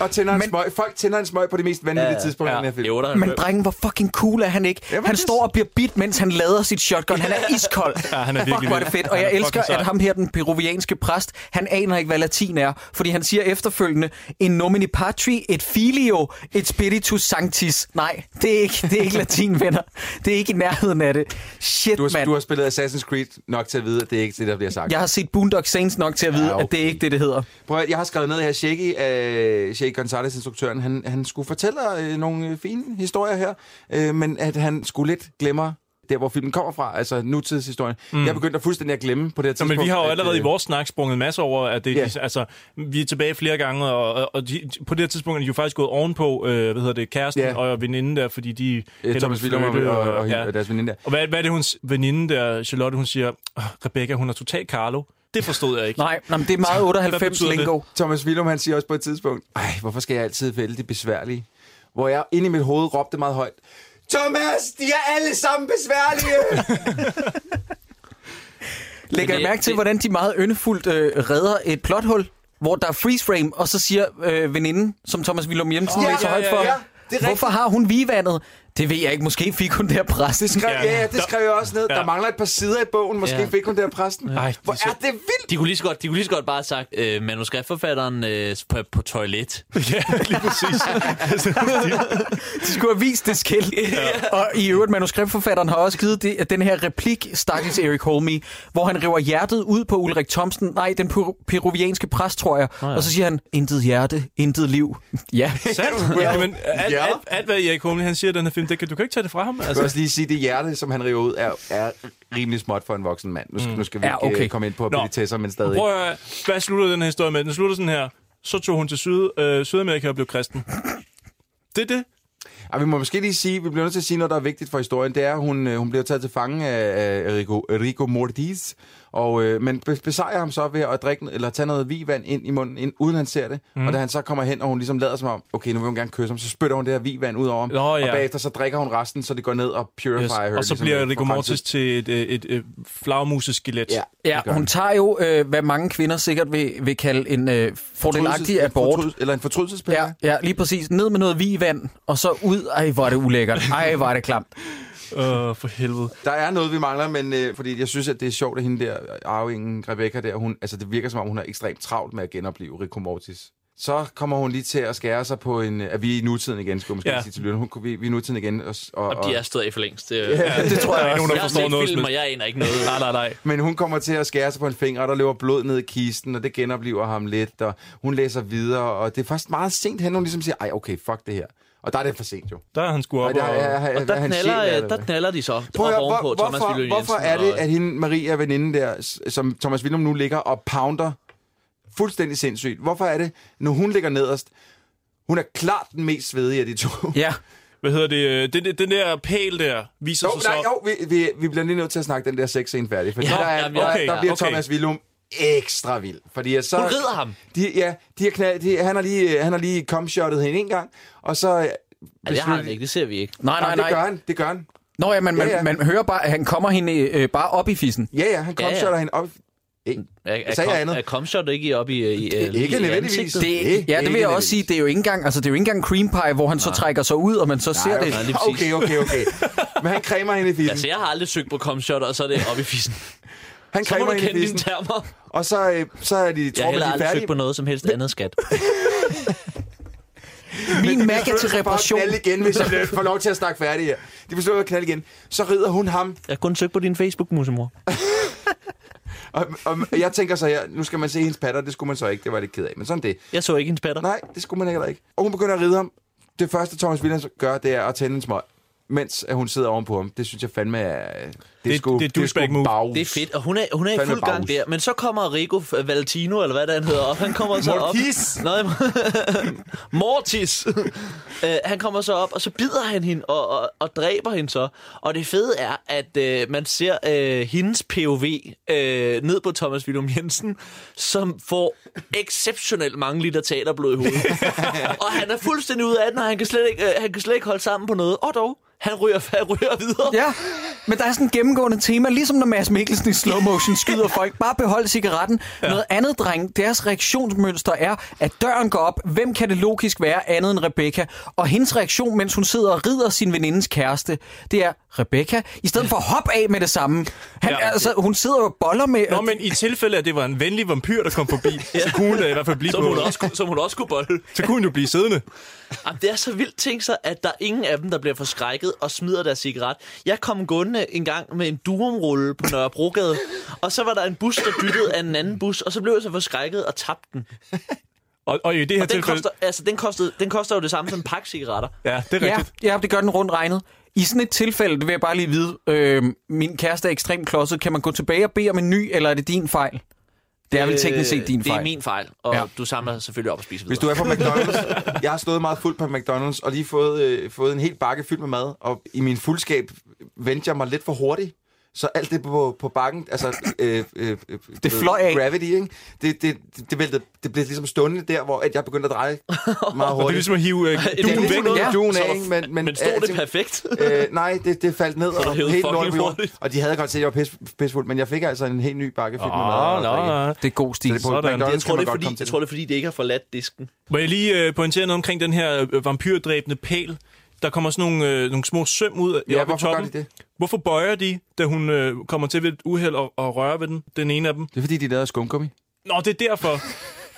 Og tænder en smøg. Folk tænder en smøg på det mest vanvittige Ja, tidspunkt i den her film. Jo, Men drengen, hvor fucking cool er han ikke? Jamen, han det- står og bliver bit, mens han lader sit shotgun. Han er iskold. Ja, han er Fuck, virkelig hvor er vild. det fedt. Og Han jeg er elsker, fucking sej. at ham her, den peruvianske præst, han aner ikke, hvad latin er. Fordi han siger efterfølgende, en nomini patri, et filio, et spiritus sanctis. Nej, det er ikke, det er ikke latin, venner. Det er ikke i nærheden af det. Shit, Du har, mand. du har spillet Assassin's Creed nok til at vide, at det er ikke det, der bliver sagt. Jeg har set Boondock Saints nok til at vide, Ja, at det er ikke det, det hedder. Prøv at, jeg har skrevet ned her, Shaggy, øh, Shaggy Gonzalez, instruktøren, han, han skulle fortælle øh, nogle øh, fine historier her, øh, men at han skulle lidt glemme der, hvor filmen kommer fra, altså nutidshistorien. Mm. Mm. Jeg begyndte at fuldstændig at glemme på det Nå, her tidspunkt. men vi har jo at, allerede i øh, vores snak sprunget masser over, at det, Ja. yeah. altså, vi er tilbage flere gange, og, og, og de, på det her tidspunkt er de jo faktisk gået ovenpå, øh, hvad hedder det, kæresten Ja. yeah. og veninden der, fordi de... Øh, hellere Thomas vil Willum og, flytte, og, og, ja. og deres veninde der. Og hvad, hvad er det, hun veninde der, Charlotte, hun siger, "Åh, Rebecca, hun er total Carlo. Det forstod jeg ikke. Nej, nej men det er meget Hvad 98 betyder det? lingo. Thomas Willum, han siger også på et tidspunkt, ej, hvorfor skal jeg altid vælge det besværlige? Hvor jeg inde i mit hoved råbte meget højt, Thomas, de er alle sammen besværlige! Lægger Men I det- mærke til, hvordan de meget yndefuldt øh, redder et plothul, hvor der er freeze frame, og så siger øh, veninden, som Thomas Willum Jensen Åh, oh, læser ja, højt ja, for, ja. Det er hvorfor har hun vivandet? Det ved jeg ikke. Måske fik hun der præsten. Skrev, ja, ja, det skrev jeg også ned. Ja. Der mangler et par sider i bogen. Måske Ja. ja. fik hun der præsten. Ej, Hvor er det vildt! De kunne lige så godt, de kunne lige så godt bare have sagt, øh, manuskriptforfatteren øh, på, på toilet. ja, lige præcis. De skulle have vist det skilt. Ja. Og i øvrigt, manuskriptforfatteren har også givet det, den her replik, stakkels Eric Holme, hvor han river hjertet ud på Ulrik Thomsen. Nej, den peru- peruvianske præst, tror jeg. Nå ja. Og så siger han, intet hjerte, intet liv. Ja. Sandt. Ja. Ja, men alt, alt, alt, hvad Erik Humle, han siger i den her film, det kan, du kan ikke tage det fra ham. altså. Jeg skal også lige sige, at det hjerte, som han river ud, er, er rimelig småt for en voksen mand. Nu skal, Mm. nu skal vi Ja, ja, okay. okay. ikke øh, komme ind på Nå. abilitesser, men stadig. Prøv at høre, hvad slutter den her historie med? Den slutter sådan her. Så tog hun til Syd, øh, Sydamerika og blev kristen. Det er det. Og vi må måske lige sige, vi bliver nødt til at sige noget, der er vigtigt for historien. Det er, at hun, øh, hun bliver taget til fange af, af Rico, Rico Mortis, og, øh, men be- besejrer ham så ved at drikke, eller tage noget vigvand ind i munden, ind, uden han ser det. Mhm. Mm. Og da han så kommer hen, og hun ligesom lader som om, okay, nu vil hun gerne kysse ham, så spytter hun det her vigvand ud over ham. Nå, ja. Og bagefter så drikker hun resten, så det går ned og purifier yes. her. og så ligesom, bliver øh, Rigor for Mortis fremtiden. til et, øh, et, et, et flagmuseskelet. Ja, Ja, hun tager jo, øh, hvad mange kvinder sikkert vil, vil kalde en øh, Fortrydelses- fordelagtig abort. fortryd- Eller en fortrydelsespille. Ja, ja, lige præcis. Ned med noget vigvand, og så ud. Ej, hvor er det ulækkert. Ej, hvor er det klamt. Åh, Øh, for helvede. Der er noget, vi mangler, men øh, fordi jeg synes, at det er sjovt, at hende der, arvingen Rebecca der, hun, altså det virker som om, hun er ekstremt travlt med at genopleve Rico Mortis. Så kommer hun lige til at skære sig på en... At vi er i nutiden igen, skulle jeg måske Ja. ja. sige til lytterne. Hun, vi, vi er i nutiden igen. Og, og, Og de er stadig i forlængst. Det, øh, Ja, det tror jeg Der er ikke også. Jeg nogen, har der set forstår noget. film, Film, og jeg aner ikke noget. nej, nej, nej. Men hun kommer til at skære sig på en finger, og der løber blod ned i kisten, og det genoplever ham lidt, og hun læser videre, og det er først meget sent hen, hun ligesom siger, ej, okay, fuck det her. Og der er det for sent jo. Der er han sgu op. Ej, der og- er- er- Og der er han knaller, sjæl, eller øh, der hvad? knaller de så Prøv at op høre, ovenpå hvor, Thomas hvorfor, Villum hvorfor Jensen er det, og- at hende, Maria, veninden der, s- som Thomas Willum nu ligger og pounder fuldstændig sindssygt? Hvorfor er det, når hun ligger nederst, hun er klart den mest svedige af de to? Ja. Hvad hedder det? øh, Den, den der pæl der viser Jo, sig nej, så... jo vi, vi, vi bliver lige nødt til at snakke den der sexscene færdig, for Ja, ja, der, er, jamen, der, okay, der bliver okay. Thomas Willum ekstra vild. Fordi jeg så, Hun rider ham. De, ja, de har knald, de, han har lige, han har lige komshottet hende en gang, og så... Ja, Ja, det har han ikke, det ser vi ikke. Nej, nej, nej. Det gør han, det gør han. Nå ja, men man, Ja, ja. man hører bare, at han kommer hende øh, bare op i fissen. Ja, ja, han Ja, ja. komshotter ja, ja. hende op. Er, Eh, er, Sagde kom, jeg andet? er komshot ikke op i, i, i ikke i nødvendigvis. ansigtet? Det, Ikke- ja, det vil ikke jeg også nødvendigvis. sige. Det er jo ikke engang, altså, det er jo ikke engang cream pie, hvor han så trækker sig ud, og man så ser det. nej, lige præcis. okay, okay, okay. Men han kræmer hende i fissen. Altså, jeg har aldrig søgt på komshot, og så er det op i fissen. Han Så må du kræmer hende i kende dine fissen. termer. Og så, øh, så er de Jeg har tror, heller de er aldrig færdige. søgt på noget som helst andet, skat. Min Mac er til beslutter sig for at reparation. knalde igen, hvis jeg øh, får lov til at snakke færdig her. De beslutter at knalde igen. Så rider hun ham. Jeg har kun søgt på din Facebook-musemor. Og, og jeg tænker så her, nu skal man se hendes patter. Det skulle man så ikke. Det var jeg lidt ked af. Men sådan det. Jeg så ikke hendes patter. Nej, det skulle man heller ikke. Og hun begynder at ride ham. Det første, Thomas Williams gør, det er at tænde en smøg. Mens at hun sidder ovenpå ham. Det synes jeg fandme er... øh, Det, Det- sgu- det er douchebag move. bags. Det er fedt, og hun er, hun er i Fandme fuld gang bagus. der. Men så kommer Rico F- Valentino, eller hvad det er, han hedder, op. Han kommer så op. Mortis. Nej, Mortis. Øh, han kommer så op, og så bider han hende og, og, og dræber hende så. Og det fede er, at øh, man ser øh, hendes POV øh, ned på Thomas Willum Jensen, som får exceptionelt mange liter teaterblod i hovedet. og han er fuldstændig ude af den, og han kan slet ikke, øh, han kan slet ikke holde sammen på noget. Og dog, han ryger, han ryger videre. Ja, men der er sådan et gennemgående tema, ligesom når Mads Mikkelsen i slow motion skyder folk. Bare behold cigaretten. Ja. Noget andet, dreng, deres reaktionsmønster er, at døren går op. Hvem kan det logisk være andet end Rebecca? Og hendes reaktion, mens hun sidder og rider sin venindes kæreste, det er, Rebecca, i stedet for hop af med det samme. Han, ja. Ja. altså, hun sidder jo og boller med... Nå, men i tilfælde, at det var en venlig vampyr, der kom forbi, så kunne hun da i hvert fald blive Som på. hun, også, kunne- som hun også kunne bolde. Så kunne hun jo blive siddende. Jamen, det er så vildt ting så, at der er ingen af dem, der bliver forskrækket og smider deres cigaret. Jeg kom gående en gang med en durumrulle på Nørrebrogade, og så var der en bus, der dyttede af en anden bus, og så blev jeg så forskrækket og tabte den. Og, og i det her Og den tilfælde... koster, altså, den, kostede, den koster jo det samme som en pakke cigaretter. Ja, det er Ja, rigtigt. ja, det gør den rundt regnet. I sådan et tilfælde, det vil jeg bare lige vide, øh, min kæreste er ekstremt klodset. Kan man gå tilbage og bede om en ny, eller er det din fejl? Det er vel teknisk set din Øh, fejl. Det er min fejl, og Ja. ja. du samler selvfølgelig op og spiser Hvis videre. du er på McDonald's, jeg har stået meget fuld på McDonald's, og lige fået, øh, fået en hel bakke fyldt med mad, og i min fuldskab vendte jeg mig lidt for hurtigt. Så alt det på, på bakken, altså øh, øh, øh, Det fløj af. gravity, ikke? Det, det, det, det, væltede, det blev ligesom stående der, hvor at jeg begyndte at dreje meget Og det er hurtigt. ligesom at hive øh, det er duen det væk. er ligesom Ja. ja. duen Så er af, der- ikke? men, men, Men stod det alting- perfekt? Øh, nej, det, det faldt ned, det og hed helt fucking lort på jorden. hurtigt. Og de havde godt set, at jeg var pis, pisfuld, men jeg fik altså en helt ny bakke fyldt med mad. Åh, og nå, drikke. nå. Det er god stil. Så det er på Sådan. McDonald's Jeg tror, det kan man er, godt fordi, komme til jeg tror, det er, fordi det ikke har forladt disken. Må jeg lige øh, pointere noget omkring den her øh, vampyrdræbende pæl? Der kommer sådan nogle, øh, nogle små søm ud Ja, oppe i hvorfor gør toppen. de det? Hvorfor bøjer de, da hun øh, kommer til ved et uheld og, og rører ved den, den ene af dem? Det er fordi, de er lavet af skumgummi. Nå, det er derfor.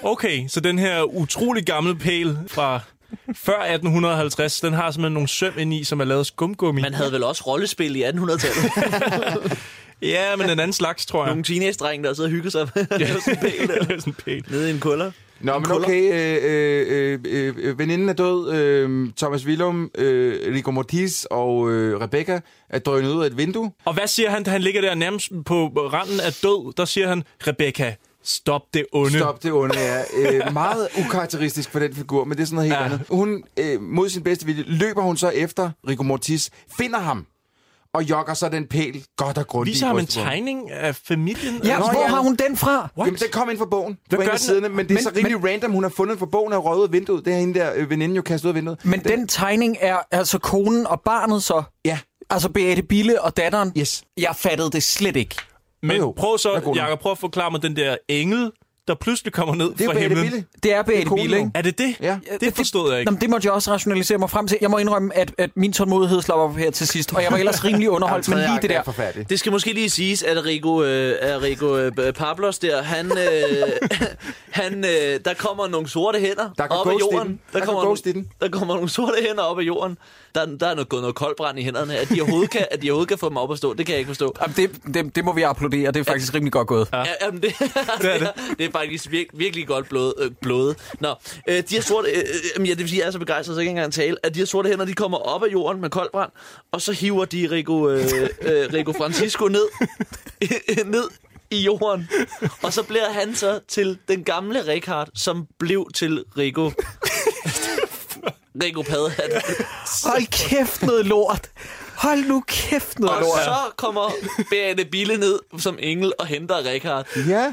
Okay, så den her utrolig gamle pæl fra før 1850, den har simpelthen nogle søm ind i, som er lavet af skumgummi. Man havde vel også rollespil i 1800-tallet. ja, men en anden slags, tror jeg. Nogle teenage-drenge, der sidder og hygger sig. det er sådan pæl. det er sådan pæl. Nede i en kulder. Nå, En men kulder. okay, øh, øh, øh, øh, veninden er død, øh, Thomas Willum, øh, Rico Mortis og øh, Rebecca er drønet ud af et vindue. Og hvad siger han, da han ligger der nærmest på randen af død? Der siger han, Rebecca, stop det onde. Stop det onde er øh, meget ukarakteristisk for den figur, men det er sådan noget helt ja. andet. Hun, øh, mod sin bedste vilje, løber hun så efter Rico Mortis, finder ham og jogger så den pæl godt og grundigt. Viser i ham en brystet på ham. tegning af familien? Ja, Eller hvor sådan har hun den fra? What? Jamen, den kom ind fra bogen. Hvad Hvad gør gør den? siderne, men det er Men- så rimelig men, random, hun har fundet den fra bogen og røget ud af vinduet. Det har hende der øh, veninden jo kastet ud af vinduet. Men den tegning er altså konen og barnet så? Ja. Altså Beate Bille og datteren? Yes. Jeg fattede det slet ikke. Jo, Men jo. prøv Vær så, god nu. Jakob, prøv at forklare mig den der engel, der pludselig kommer ned fra himlen. Det er Beate konen Bille, jo. ikke? Er det det? Ja. Det forstod jeg ikke. Nå, men det måtte jeg også rationalisere mig frem til. Jeg må indrømme, at, at min tålmodighed slap op her til sidst, og jeg var ellers rimelig underholdt, men lige det der. Det skal måske lige siges, at Rico, øh, at Rico øh, B- Pablos der, han, øh, han, øh, der kommer nogle sorte hænder Der går op af ghost i jorden. den. Der går nogle- ghost i den. der kommer nogle sorte hænder op af jorden. Der, der er noget, gået noget koldbrand i hænderne. At de overhovedet kan, at de overhovedet kan få dem op at stå, det kan jeg ikke forstå. Jamen, det, det, det må vi applaudere, det er faktisk rimelig godt gået. Ja. Jamen, det, det, er det. det er faktisk vir, virkelig godt blod, øh, blodet. Nå, øh, de her sorte, øh, øh, jamen, ja, det vil sige, jeg er så begejstret, så jeg kan ikke engang tale, at de her sorte hænder, de kommer op af jorden med koldbrand, og så hiver de Rico, øh, øh, Rico Francisco ned, ned i jorden. Og så bliver han så til den gamle Rikard, som blev til Rico. Rico Paddehat. Hold kæft noget lort. Hold nu kæft noget Og lort. så kommer Beate Bille ned som engel og henter Rikard. Ja.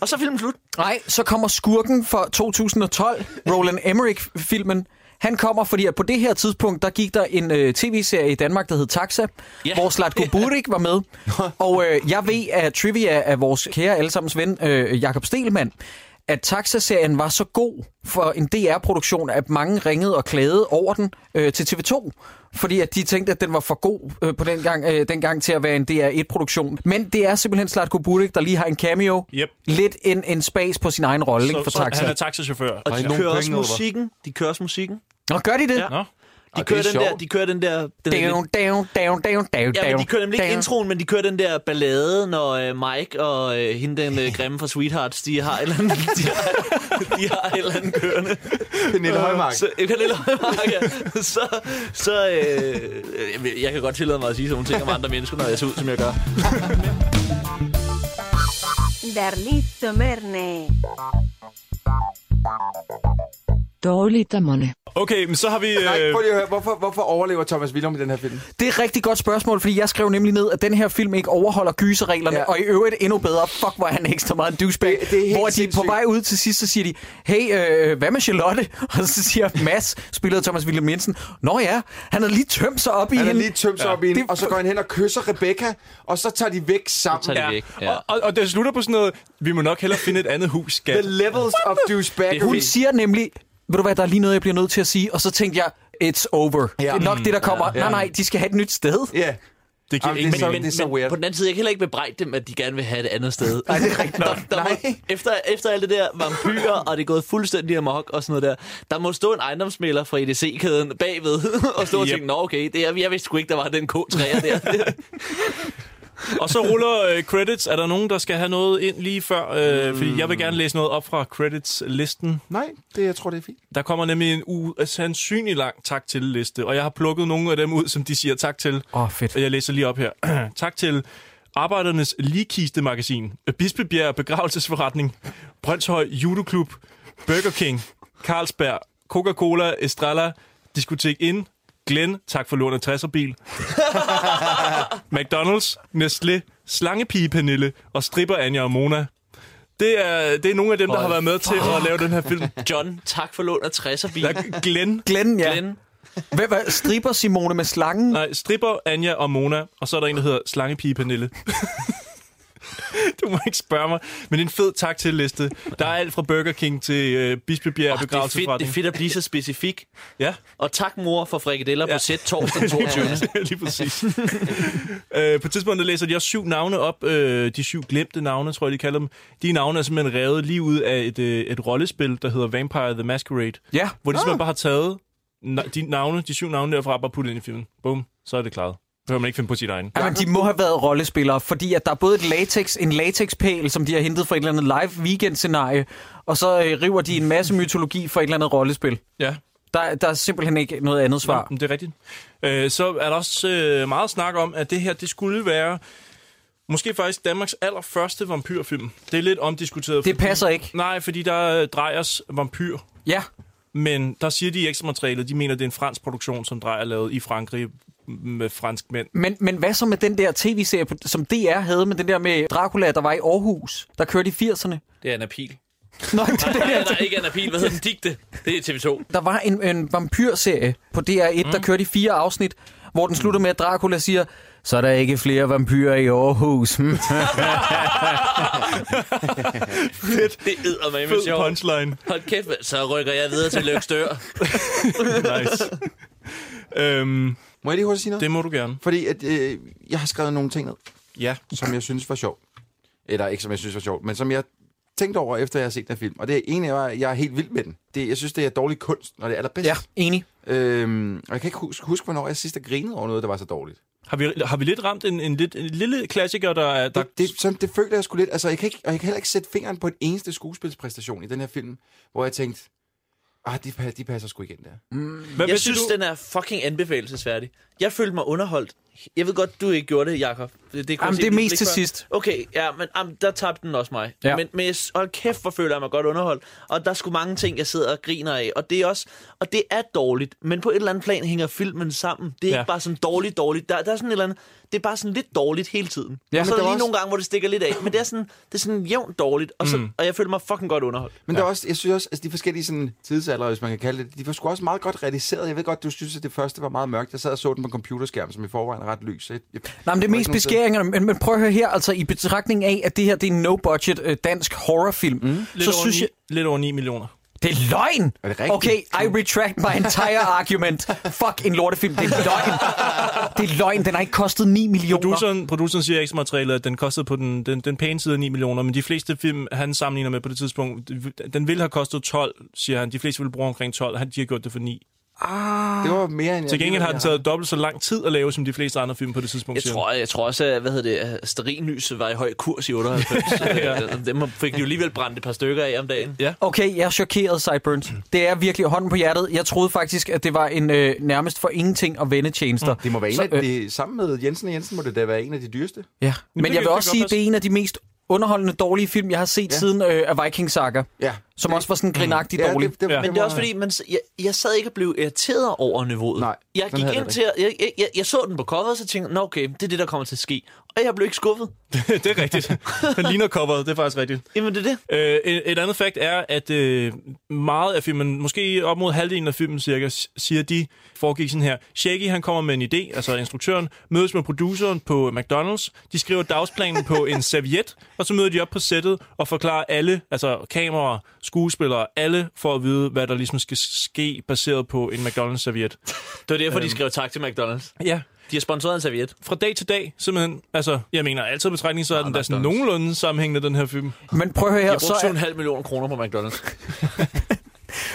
Og så er filmen slut. Nej, så kommer skurken fra 2012, Roland Emmerich-filmen. Han kommer, fordi at på det her tidspunkt, der gik der en øh, tv-serie i Danmark, der hed Taxa, yeah. hvor Slatko Burik var med. Og øh, jeg ved af trivia af vores kære allesammens ven, øh, Jakob Stelmann, at Taxa-serien var så god for en DR-produktion, at mange ringede og klagede over den øh, til TV2, fordi at de tænkte, at den var for god øh, på den gang, øh, dengang til at være en DR1-produktion. Men det er simpelthen Slatko Burik, der lige har en cameo, Yep. lidt en, en spas på sin egen rolle ikke, for så, så, taxa. han er taxachauffør. Og de kører også musikken. De kører også musikken. Nå, gør de det? Ja. Nå. De kører, den der, de kører den der... Den der Down, down, down, down, down, ja, men de down, kører nemlig ikke down. introen, men de kører den der ballade, når øh, Mike og øh, hende den øh, grimme fra Sweethearts, de har et eller andet, de har, de har et eller andet kørende. Pernille Højmark. Så, øh, Pernille Højmark, ja. Så, så øh, jeg, jeg kan godt tillade mig at sige sådan nogle ting om andre mennesker, når jeg ser ud, som jeg gør. Darlito Merne. Dårligt af mig. Okay, men så har vi... øh, Nej, prøv lige at høre, hvorfor, hvorfor overlever Thomas Willum i den her film? Det er et rigtig godt spørgsmål, fordi jeg skrev nemlig ned, at den her film ikke overholder gyserreglerne, ja. Ja. og i øvrigt endnu bedre, fuck, hvor er han ekstra meget en douchebag, det, helt hvor de sindssygt. på vej ud til sidst, så siger de, hey, øh, hvad med Charlotte? Og så siger Mads, spillet af Thomas William Jensen, nå ja, han har lige tømt sig op i Han har hende. lige tømt sig ja. op i hende, Det- og så går han hen og kysser Rebecca, og så tager de væk sammen. tager de væk, ja. Og, og, og det slutter på sådan noget, vi må nok hellere finde et andet hus, skat. The levels of douchebaggery. Hun siger nemlig, ved du hvad, der er lige noget, jeg bliver nødt til at sige, og så tænkte jeg, it's over. Ja. Det er nok det, der kommer. Ja. Nej, nej, de skal have et nyt sted. Ja. Det giver Jamen, ingen det er så- mening. det er så men weird. på den anden side, jeg kan heller ikke bebrejde dem, at de gerne vil have det andet sted. Nej, det er rigtigt nok. Der, der må, efter, efter alt det der vampyrer, og det er gået fuldstændig amok og sådan noget der, der må stå en ejendomsmæler fra EDC-kæden bagved og stå og Yep. tænke, nå okay, det er, jeg vidste sgu ikke, der var den K3'er der. Og så ruller øh, credits. Er der nogen, der skal have noget ind lige før? Øh, Fordi jeg vil gerne læse noget op fra credits-listen. Nej, det, jeg tror, det er fint. Der kommer nemlig en usandsynlig lang tak til-liste, og jeg har plukket nogle af dem ud, som de siger tak til. Åh, oh, fedt. Og Jeg læser lige op her. tak til Arbejdernes Ligkiste Magasin, Bispebjerg Begravelsesforretning, Brøndshøj Judoklub, Burger King, Carlsberg, Coca-Cola, Estrella, Diskotek Ind, Glenn, tak for lån af 60'er bil, McDonald's, Nestlé, Slangepige Pernille og stripper Anja og Mona. Det er, det er nogle af dem, der har været med til at lave den her film. John, tak for lån af 60'er bil. Der er Glenn, Glenn, ja. Glenn, ah, Hvad, hvad, striber Simone med slangen? nej, stripper Anja og Mona, og så er der en, der hedder Slangepige Pernille. du må ikke spørge mig. Men en fed tak til liste. Der er alt fra Burger King til øh, Bispebjerg oh, det, er fedt, det er fedt at blive så specifik. Ja. Og tak mor for frikadeller ja. på sæt torsdag 22. Lige præcis. øh, på et tidspunkt der læser de også syv navne op. Øh, de syv glemte navne, tror jeg, de kalder dem. De navne er simpelthen revet lige ud af et, øh, et rollespil, der hedder Vampire the Masquerade. Ja. Hvor de simpelthen ah. bare har taget na- de navne, de syv navne derfra, bare puttet ind i filmen. Bum, så er det klaret behøver man ikke finde på sit egen. Ja, men de må have været rollespillere, fordi at der er både et latex, en latexpæl, som de har hentet fra et eller andet live weekend-scenarie, og så øh, river de en masse mytologi fra et eller andet rollespil. Ja. Der, der er simpelthen ikke noget andet svar. Ja, det er rigtigt. Øh, så er der også øh, meget snak om, at det her det skulle være måske faktisk Danmarks allerførste vampyrfilm. Det er lidt omdiskuteret. Det passer ikke. Nej, fordi der øh, drejes vampyr. Ja. Men der siger de i ekstra materialet, de mener, det er en fransk produktion, som drejer lavet i Frankrig med fransk mænd. Men, men hvad så med den der tv-serie, som DR havde med den der med Dracula, der var i Aarhus, der kørte i 80'erne? Det er Anna Pil. Nå, det er, nej, nej, nej, ikke Anna Pil. Hvad hedder den? Digte. Det er TV2. Der var en, en vampyrserie på DR1, mm. der kørte i fire afsnit, hvor den slutter med, at Dracula siger, så er der ikke flere vampyrer i Aarhus. Fedt. Det æder mig med sjov. punchline. Hold kæft, så rykker jeg videre til Løgstør. nice. Øhm, må jeg lige hurtigt sige noget? Det må du gerne. Fordi at, øh, jeg har skrevet nogle ting ned, ja. som jeg synes var sjov. Eller ikke som jeg synes var sjov, men som jeg tænkte over, efter jeg har set den film. Og det ene er, at jeg er helt vild med den. Det, jeg synes, det er dårlig kunst, når det er allerbedst. Ja, enig. Øhm, og jeg kan ikke huske, huske, hvornår jeg sidst har grinet over noget, der var så dårligt. Har vi, har vi lidt ramt en, en, lidt, en lille klassiker, der... der... Det, det, sådan, det følte jeg sgu lidt. Altså, jeg kan ikke, og jeg kan heller ikke sætte fingeren på et eneste skuespilspræstation i den her film, hvor jeg tænkte, Ah, de, passer, de passer sgu igen der. Mm. Hvad jeg synes, du? den er fucking anbefalelsesværdig. Jeg følte mig underholdt. Jeg ved godt, du ikke gjorde det, Jakob. Det, det, jamen, det er mest til før. sidst. Okay, ja, men jamen, der tabte den også mig. Ja. Men, men hold kæft, hvor føler jeg mig godt underholdt. Og der er sgu mange ting, jeg sidder og griner af. Og det er også, og det er dårligt, men på et eller andet plan hænger filmen sammen. Det er ja. ikke bare sådan dårligt, dårligt. Der, der er sådan et eller andet, det er bare sådan lidt dårligt hele tiden. Ja, og så er der lige også... nogle gange, hvor det stikker lidt af. Men det er sådan, det er sådan jævnt dårligt, og, så, mm. og jeg føler mig fucking godt underholdt. Men ja. der er også, jeg synes også, altså de forskellige sådan, tidsalder, hvis man kan kalde det, de var sgu også meget godt realiseret. Jeg ved godt, du synes, at det første var meget mørkt. Jeg sad og så den på computerskærmen, som i forvejen ret lys. Jeg, jeg, Nej, men det er mest beskæringerne, men, men prøv at høre her, altså i betragtning af, at det her det er en no-budget øh, dansk horrorfilm, mm. så lidt synes 9, jeg... Lidt over 9 millioner. Det er løgn! Er det rigtigt? okay, I retract my entire argument. Fuck en lortefilm, det er løgn. Det er løgn, den har ikke kostet 9 millioner. Produceren, produceren siger ekstra materialet, at den kostede på den, den, den pæne side af 9 millioner, men de fleste film, han sammenligner med på det tidspunkt, den ville have kostet 12, siger han. De fleste ville bruge omkring 12, han, de har gjort det for 9. Ah, det var mere end Til gengæld har den taget dobbelt så lang tid at lave, som de fleste andre film på det tidspunkt. Jeg siger. tror, jeg tror også, at hvad hedder det, Sterinlyset var i høj kurs i 98. ja. Dem fik de jo alligevel brændt et par stykker af om dagen. Ja. Okay, jeg er chokeret, Sideburns. Mm. Det er virkelig hånden på hjertet. Jeg troede faktisk, at det var en øh, nærmest for ingenting at vende tjenester. Mm. Det må være en så, af øh, det, sammen med Jensen og Jensen må det da være en af de dyreste. Ja, men, men jeg vil også sige, at det er en af de mest underholdende dårlige film, jeg har set ja. siden øh, af Viking Saga. Ja. Som det, også var sådan grinagtig mm. ja, dårlig. Det, det, ja. Men det er også fordi, man, jeg, jeg sad ikke og blev irriteret over niveauet. Nej, jeg gik ind til, jeg, jeg, jeg, jeg så den på coveret, og så tænkte nå okay, det er det, der kommer til at ske. Og jeg blev ikke skuffet. det er rigtigt. Den ligner coveret, det er faktisk rigtigt. Jamen det er det. Øh, et, et andet fakt er, at øh, meget af filmen, måske op mod halvdelen af filmen cirka, siger de, foregik sådan her. Shaggy, han kommer med en idé, altså instruktøren, mødes med produceren på McDonald's. De skriver dagsplanen på en serviet, og så møder de op på sættet og forklarer alle, altså kameraer, skuespillere, alle for at vide, hvad der ligesom skal ske, baseret på en McDonald's-serviet. Det var derfor, øhm. de skrev tak til McDonald's. Ja. De har sponsoreret en serviet. Fra dag til dag, simpelthen. Altså, jeg mener, altid betragtning, så er den der sådan nogenlunde sammenhængende, den her film. Men prøv at høre her, så... Jeg brugte 7,5 millioner kroner på McDonald's.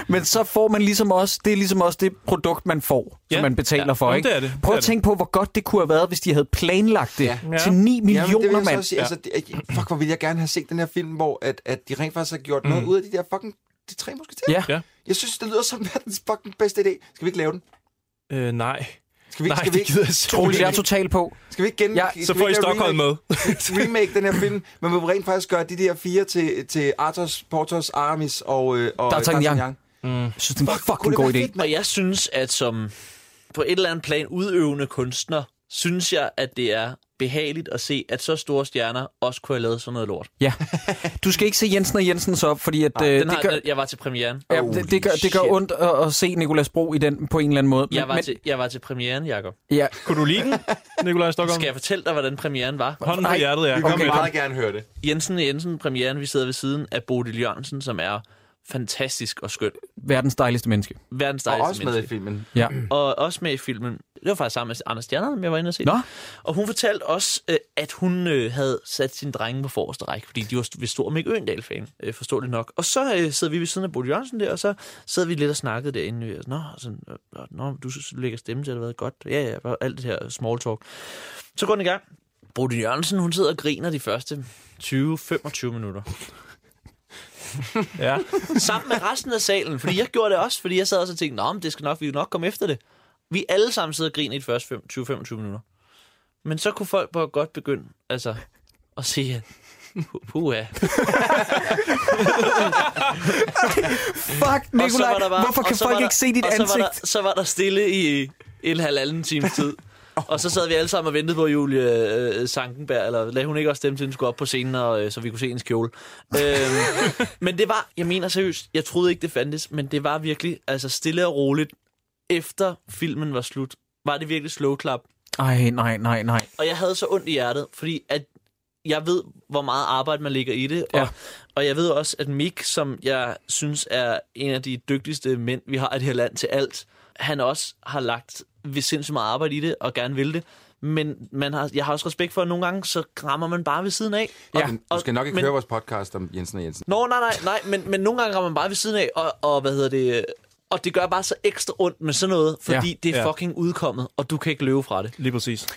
Men så får man ligesom også, det er ligesom også det produkt, man får, ja. som man betaler ja. for. Ikke? Jamen, det er det. Prøv det at tænke det. på, hvor godt det kunne have været, hvis de havde planlagt det ja. til 9 ja. millioner Jamen, mand. Sige, altså, det, fuck, hvor ville jeg gerne have set den her film, hvor at, at de rent faktisk har gjort mm. noget ud af de der fucking de tre musketerer. Ja. ja. Jeg synes, det lyder som verdens fucking bedste idé. Skal vi ikke lave den? Øh, nej. Skal vi, Nej, skal vi det gider jeg Troligt, jeg er totalt på. Skal vi ikke gen... Ja, så får I Stockholm remake, med. remake den her film, men vi vil rent faktisk gøre de der fire til, til Arthos, Portos, Aramis og, øh, og D'Artagnan. Mm. Jeg synes, det er en fucking god idé. Fedt, og jeg synes, at som på et eller andet plan udøvende kunstner, synes jeg, at det er behageligt at se, at så store stjerner også kunne have lavet sådan noget lort. Ja. Du skal ikke se Jensen og Jensen så, fordi at, Nej, øh, den har, det, gør, Jeg var til premieren. ja, det, det, gør, det gør ondt at, at se Nikolas Bro i den på en eller anden måde. Jeg var, til, jeg var til premieren, Jacob. ja. Kunne du lide den, Nikolaj Stockholm? Skal jeg fortælle dig, hvordan premieren var? Hånden på Nej, hjertet, ja. vi vil Okay, meget kom. gerne høre det. Jensen Jensen, premieren, vi sidder ved siden af Bodil Jørgensen, som er fantastisk og skøn. Verdens dejligste menneske. Verdens Og dejligste også med i menneske. filmen. Ja. Og også med i filmen. Det var faktisk sammen med Anders Stjernholm, jeg var inde og se. Nå. det. Og hun fortalte også, øh, at hun øh, havde sat sine drenge på forreste række, fordi de var st- ved stor Mick Øendal-fan, øh, forståeligt nok. Og så øh, sidder vi ved siden af Bodil Jørgensen der, og så sidder vi lidt og snakkede derinde. Og Nå, sådan, øh, nå du synes, du lægger stemme til, det har været godt. Ja, ja, og alt det her small talk. Så går den i gang. Bodil Jørgensen, hun sidder og griner de første 20-25 minutter. ja. Sammen med resten af salen, fordi jeg gjorde det også, fordi jeg sad også og tænkte, nå, men det skal nok, vi kan nok komme efter det. Vi alle sammen sidder og griner i de første 5- 20-25 minutter. Men så kunne folk bare godt begynde, altså, at sige, pu- puha. Fuck, Og så Nikolaj, var der bare- hvorfor og kan så folk var der- ikke se dit og så Var ansigt? der, så var der stille i en halvanden times tid. Og så sad vi alle sammen og ventede på Julie øh, Sankenberg, eller lagde hun ikke også stemme til, at hun skulle op på scenen, og, øh, så vi kunne se hendes kjole. Øhm, men det var, jeg mener seriøst, jeg troede ikke, det fandtes, men det var virkelig altså stille og roligt. Efter filmen var slut, var det virkelig slow clap. Ej, nej, nej, nej. Og jeg havde så ondt i hjertet, fordi at jeg ved, hvor meget arbejde man lægger i det. Og, Ja. og jeg ved også, at Mik, som jeg synes er en af de dygtigste mænd, vi har i det her land til alt, han også har lagt ved sindssygt meget arbejde i det, og gerne vil det. Men man har, jeg har også respekt for, at nogle gange, så rammer man bare ved siden af. Ja. Du skal nok ikke men- høre vores podcast om Jensen og Jensen. Nå, nej, nej, nej, men, men nogle gange rammer man bare ved siden af, og, og hvad hedder det... øh, Og det gør bare så ekstra ondt med sådan noget, fordi Ja. ja, det er Ja. fucking udkommet, og du kan ikke løbe fra det. Lige præcis.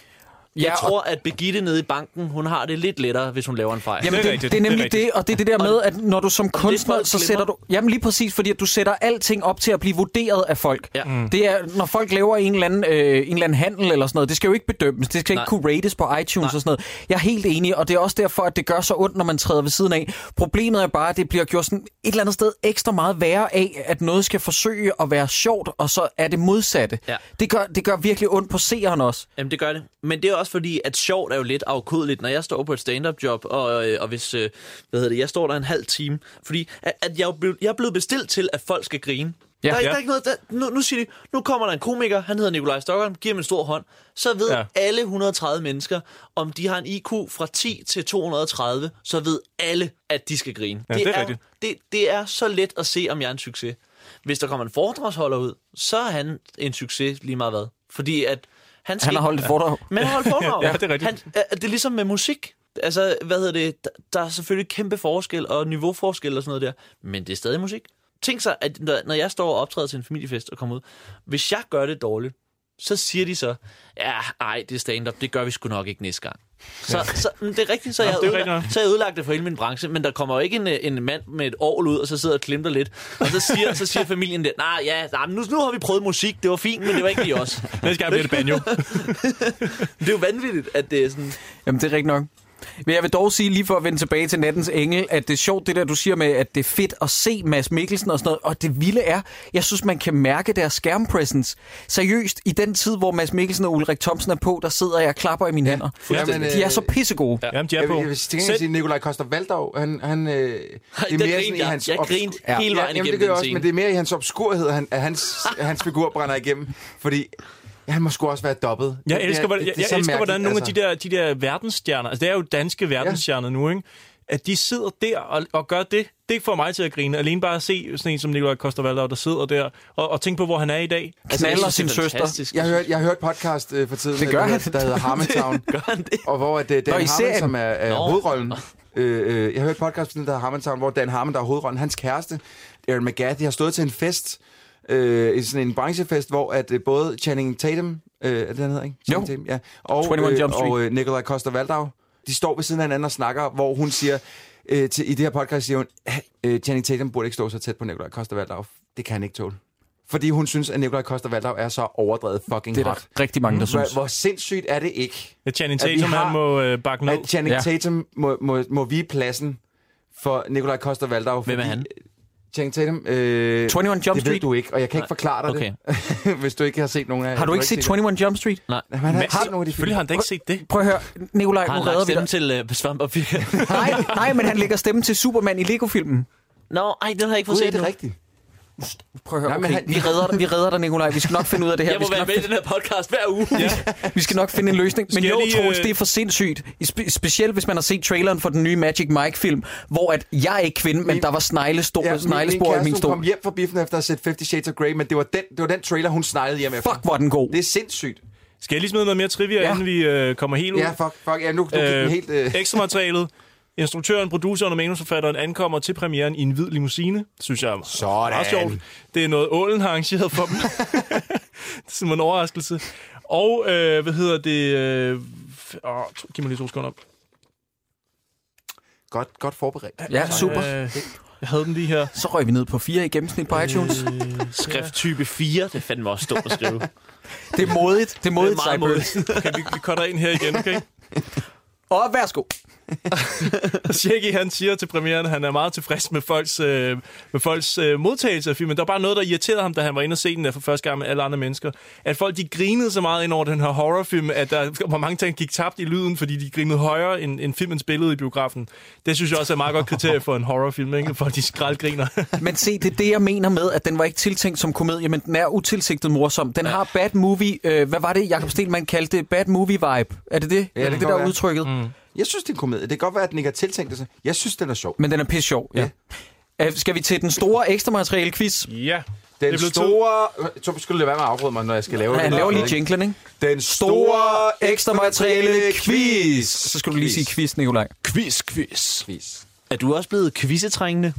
Jeg Ja, ja, og- tror, at Begitte nede i banken, hun har det lidt lettere, hvis hun laver en fejl. Jamen, det, det, det er nemlig det, det, og det er det der med, at når du som kunstner, folk så glemmer. sætter du... Jamen lige præcis, fordi at du sætter alting op til at blive vurderet af folk. Ja. Mm. Det er, når folk laver en eller, anden, øh, en eller anden handel eller sådan noget, det skal jo ikke bedømmes, det skal Nej. ikke kunne rates på iTunes og sådan noget. Jeg er helt enig, og det er også derfor, at det gør så ondt, når man træder ved siden af. Problemet er bare, at det bliver gjort sådan et eller andet sted ekstra meget værre af, at noget skal forsøge at være sjovt, og så er det modsatte. Ja. Det, gør, det gør virkelig ondt på seeren også. Jamen, det gør det. Men det er også fordi, at sjovt er jo lidt afkodeligt, når jeg står på et stand-up job, og, øh, og hvis, øh, hvad hedder det, jeg står der en halv time, fordi at, at jeg, er blevet, jeg er blevet bestilt til, at folk skal grine. Ja. Ja, der, er, ikke- Ja. der er ikke noget, der, nu, nu siger de, nu kommer der en komiker, han hedder Nikolaj Stockholm, giver ham en stor hånd. Så ved Ja. ja. alle 130 mennesker, om de har en IQ fra 10 til 230, så ved alle, at de skal grine. Ja, det er rigtigt. Det, det er så let at se, om jeg er en succes. Hvis der kommer en foredragsholder ud, så er han en succes lige meget hvad. Fordi at han, skal har ikke- holdt et foredrag. Men han har holdt foredrag. Ja, det er rigtigt. Han, er- det er ligesom med musik. Altså, hvad hedder det? Der, der er selvfølgelig kæmpe forskel og niveauforskel og sådan noget der. Men det er stadig musik. Tænk sig, at når, når jeg står og optræder til en familiefest og kommer ud, hvis jeg gør det dårligt, så siger de så, ja, ej, det er stand-up, det gør vi sgu nok ikke næste gang. Så, ja. så men det er rigtigt, så Nå, jeg, det er havde rigtigt nok. ødelagt, så jeg ødelagt det for hele min branche, men der kommer jo ikke en, øh, en mand med et ovl ud, og så sidder og klimter lidt, og så siger, så siger familien det, nej, ja, nej, men nu, nu har vi prøvet musik, det var fint, men det var ikke lige os. Næste gang bliver det banjo. Det er jo vanvittigt, at det er sådan... altså, Jamen, det er rigtigt nok. Men jeg vil dog sige, lige for at vende tilbage til Nattens Engel, at det er sjovt det der, du siger med, at det er fedt at se Mads Mikkelsen og sådan noget. Og det vilde er, jeg synes, man kan mærke deres skærmpresence. Seriøst, i den tid, hvor Mads Mikkelsen og Ulrik Thomsen er på, der sidder jeg og klapper i mine hænder. fuldstændig. de er så pissegode. Ja. Jamen, de er Jeg på. vil, jeg vil til gengæld Selv- sige, Nikolaj Koster Valdau, han, han, øh, det der grinte jeg. Jeg obsku- grinte hele vejen jamen, igennem det gør den jeg også, scene. men det er mere i hans obskurhed, at han, at hans, at hans figur brænder igennem, fordi han må sgu også være dobbet. Jeg Det er- elsker, hvordan, det- jeg, det er jeg så elsker, mærkeligt, hvordan nogle altså. af de der, de der verdensstjerner, altså det er jo danske verdensstjerner nu, ikke? at de sidder der og, og gør det. Det får mig til at grine. Alene bare at se sådan en som Nikolaj Kostervaldau, der sidder der, og, og tænke på, hvor han er i dag. Knaller jeg synes, sin det er søster. fantastisk. Jeg hørte, jeg hørte podcast øh, for tiden, Det gør der, han. hedder- der hedder Harmontown, Gør han det? og hvor at, øh, Dan Nå, i Harmon, serien. som er, er Nå. hovedrollen, øh, øh, jeg hørte podcast for tiden, der hedder Harmontown, hvor Dan Harmon, der er hovedrollen, hans kæreste, Aaron McGathy, har stået til en fest, øh, i sådan en branchefest, hvor at øh, både Channing Tatum, øh, er det han hedder, ikke? Channing Jo. Tatum, ja, og, 21 Jump Street. og øh, Nikolaj Koster Valdau, de står ved siden af hinanden og snakker, hvor hun siger, øh, til, i det her podcast siger hun, øh, Channing Tatum burde ikke stå så tæt på Nikolaj Koster Valdau. Det kan han ikke tåle. Fordi hun synes, at Nikolaj Koster Valdau er så overdrevet fucking Det er hot. der rigtig mange, der synes. Hvor, hvor sindssygt er det ikke, At Channing At vi Tatum, har- han må øh, bakke ned. at Channing Ja. ja. Tatum må, må, må vige pladsen for Nikolaj Koster Valdau? Hvem er han? Channing Tatum... Øh, 21 Jump Det ved Street? du ikke, og jeg kan Nej. ikke forklare dig det, hvis du ikke har set nogen af... Har du ikke set 21 Jump Street? Nej. Men han har ikke set nogen af de film. Selvfølgelig har han da ikke set det. Prøv at høre, Nikolaj, Har nu han lagt redder vi stemme dig. til uh, Svamp og Firkant? Nej, nej, men han lægger stemme til Superman i Lego-filmen. Nå, ej, den har jeg ikke fået Gud, set er det endnu. rigtigt? Prøv at høre, Nej, okay, men han- vi, redder dig, vi redder dig, Nikolaj. Vi skal nok finde ud af det her. Jeg vi må skal nok være med i den her podcast hver uge. Ja. Vi skal nok finde en løsning. Men Skal jo, jeg lige, Troels, øh, det er for sindssygt. I Spe- specielt hvis man har set traileren for den nye Magic Mike-film, hvor at jeg er ikke kvinde, men der var sneglespor ja, sneglespor i min kæreste, hun kom stol. hjem fra biffen efter at have set 50 Shades of Grey, men det var den, det var den trailer, hun sneglede hjem efter. Fuck, hvor den god. Det er sindssygt. Skal jeg lige smide noget mere trivia, ja. inden vi øh, kommer helt ud? Ja, fuck, fuck. Ja, nu, nu gik den helt... Øh, Ekstra materialet. Instruktøren, produceren og manusforfatteren ankommer til premieren i en hvid limousine. Det synes jeg er Sådan. meget sjovt. Det er noget, Ålen har arrangeret for dem. Som en overraskelse. Og, øh, hvad hedder det... Øh, f- åh, to- giv mig lige to sekunder. godt, godt forberedt. Ja, super. Øh, jeg havde den lige her. Så røg vi ned på 4 i gennemsnit på iTunes. Skrifttype 4, det er fandme også stort at skrive. Det er modigt. Det er modigt, Det er meget Cyburns. Okay, vi, vi cutter ind her igen, okay? Og værsgo. Shaggy, han siger til premieren, at han er meget tilfreds med folks, øh, med folks øh, modtagelse af filmen. Der var bare noget, der irriterede ham, da han var inde og se den der for første gang med alle andre mennesker. At folk de grinede så meget ind over den her horrorfilm, at der var mange ting, der gik tabt i lyden, fordi de grinede højere end, end filmens billede i biografen. Det synes jeg også er et meget godt kriterie for en horrorfilm, ikke? Folk de skraldgriner. Men se, det er det, jeg mener med, at den var ikke tiltænkt som komedie, men den er utilsigtet morsom. Den har bad movie, øh, hvad var det, Jakob Stelman kaldte det? Bad movie vibe. Er det det? Ja, er det det, kan det der godt være. udtrykket? Mm. Jeg synes, det er en komedie. Det kan godt være, at den ikke har tiltænkt det. så- Jeg synes, den er sjov. Men den er pisse sjov, ja. Øh, Skal vi til den store ekstra materiale quiz? Ja. Den Det det blev store... Øh, Så skulle det være med at afbryde mig, når jeg skal lave Ja, det. han laver lige jinglen, ikke? Den store ekstra materiale quiz. Så skal du lige Quiz. sige quiz, Nikolaj. Quiz, quiz. quiz. Er du også blevet quizzetrængende?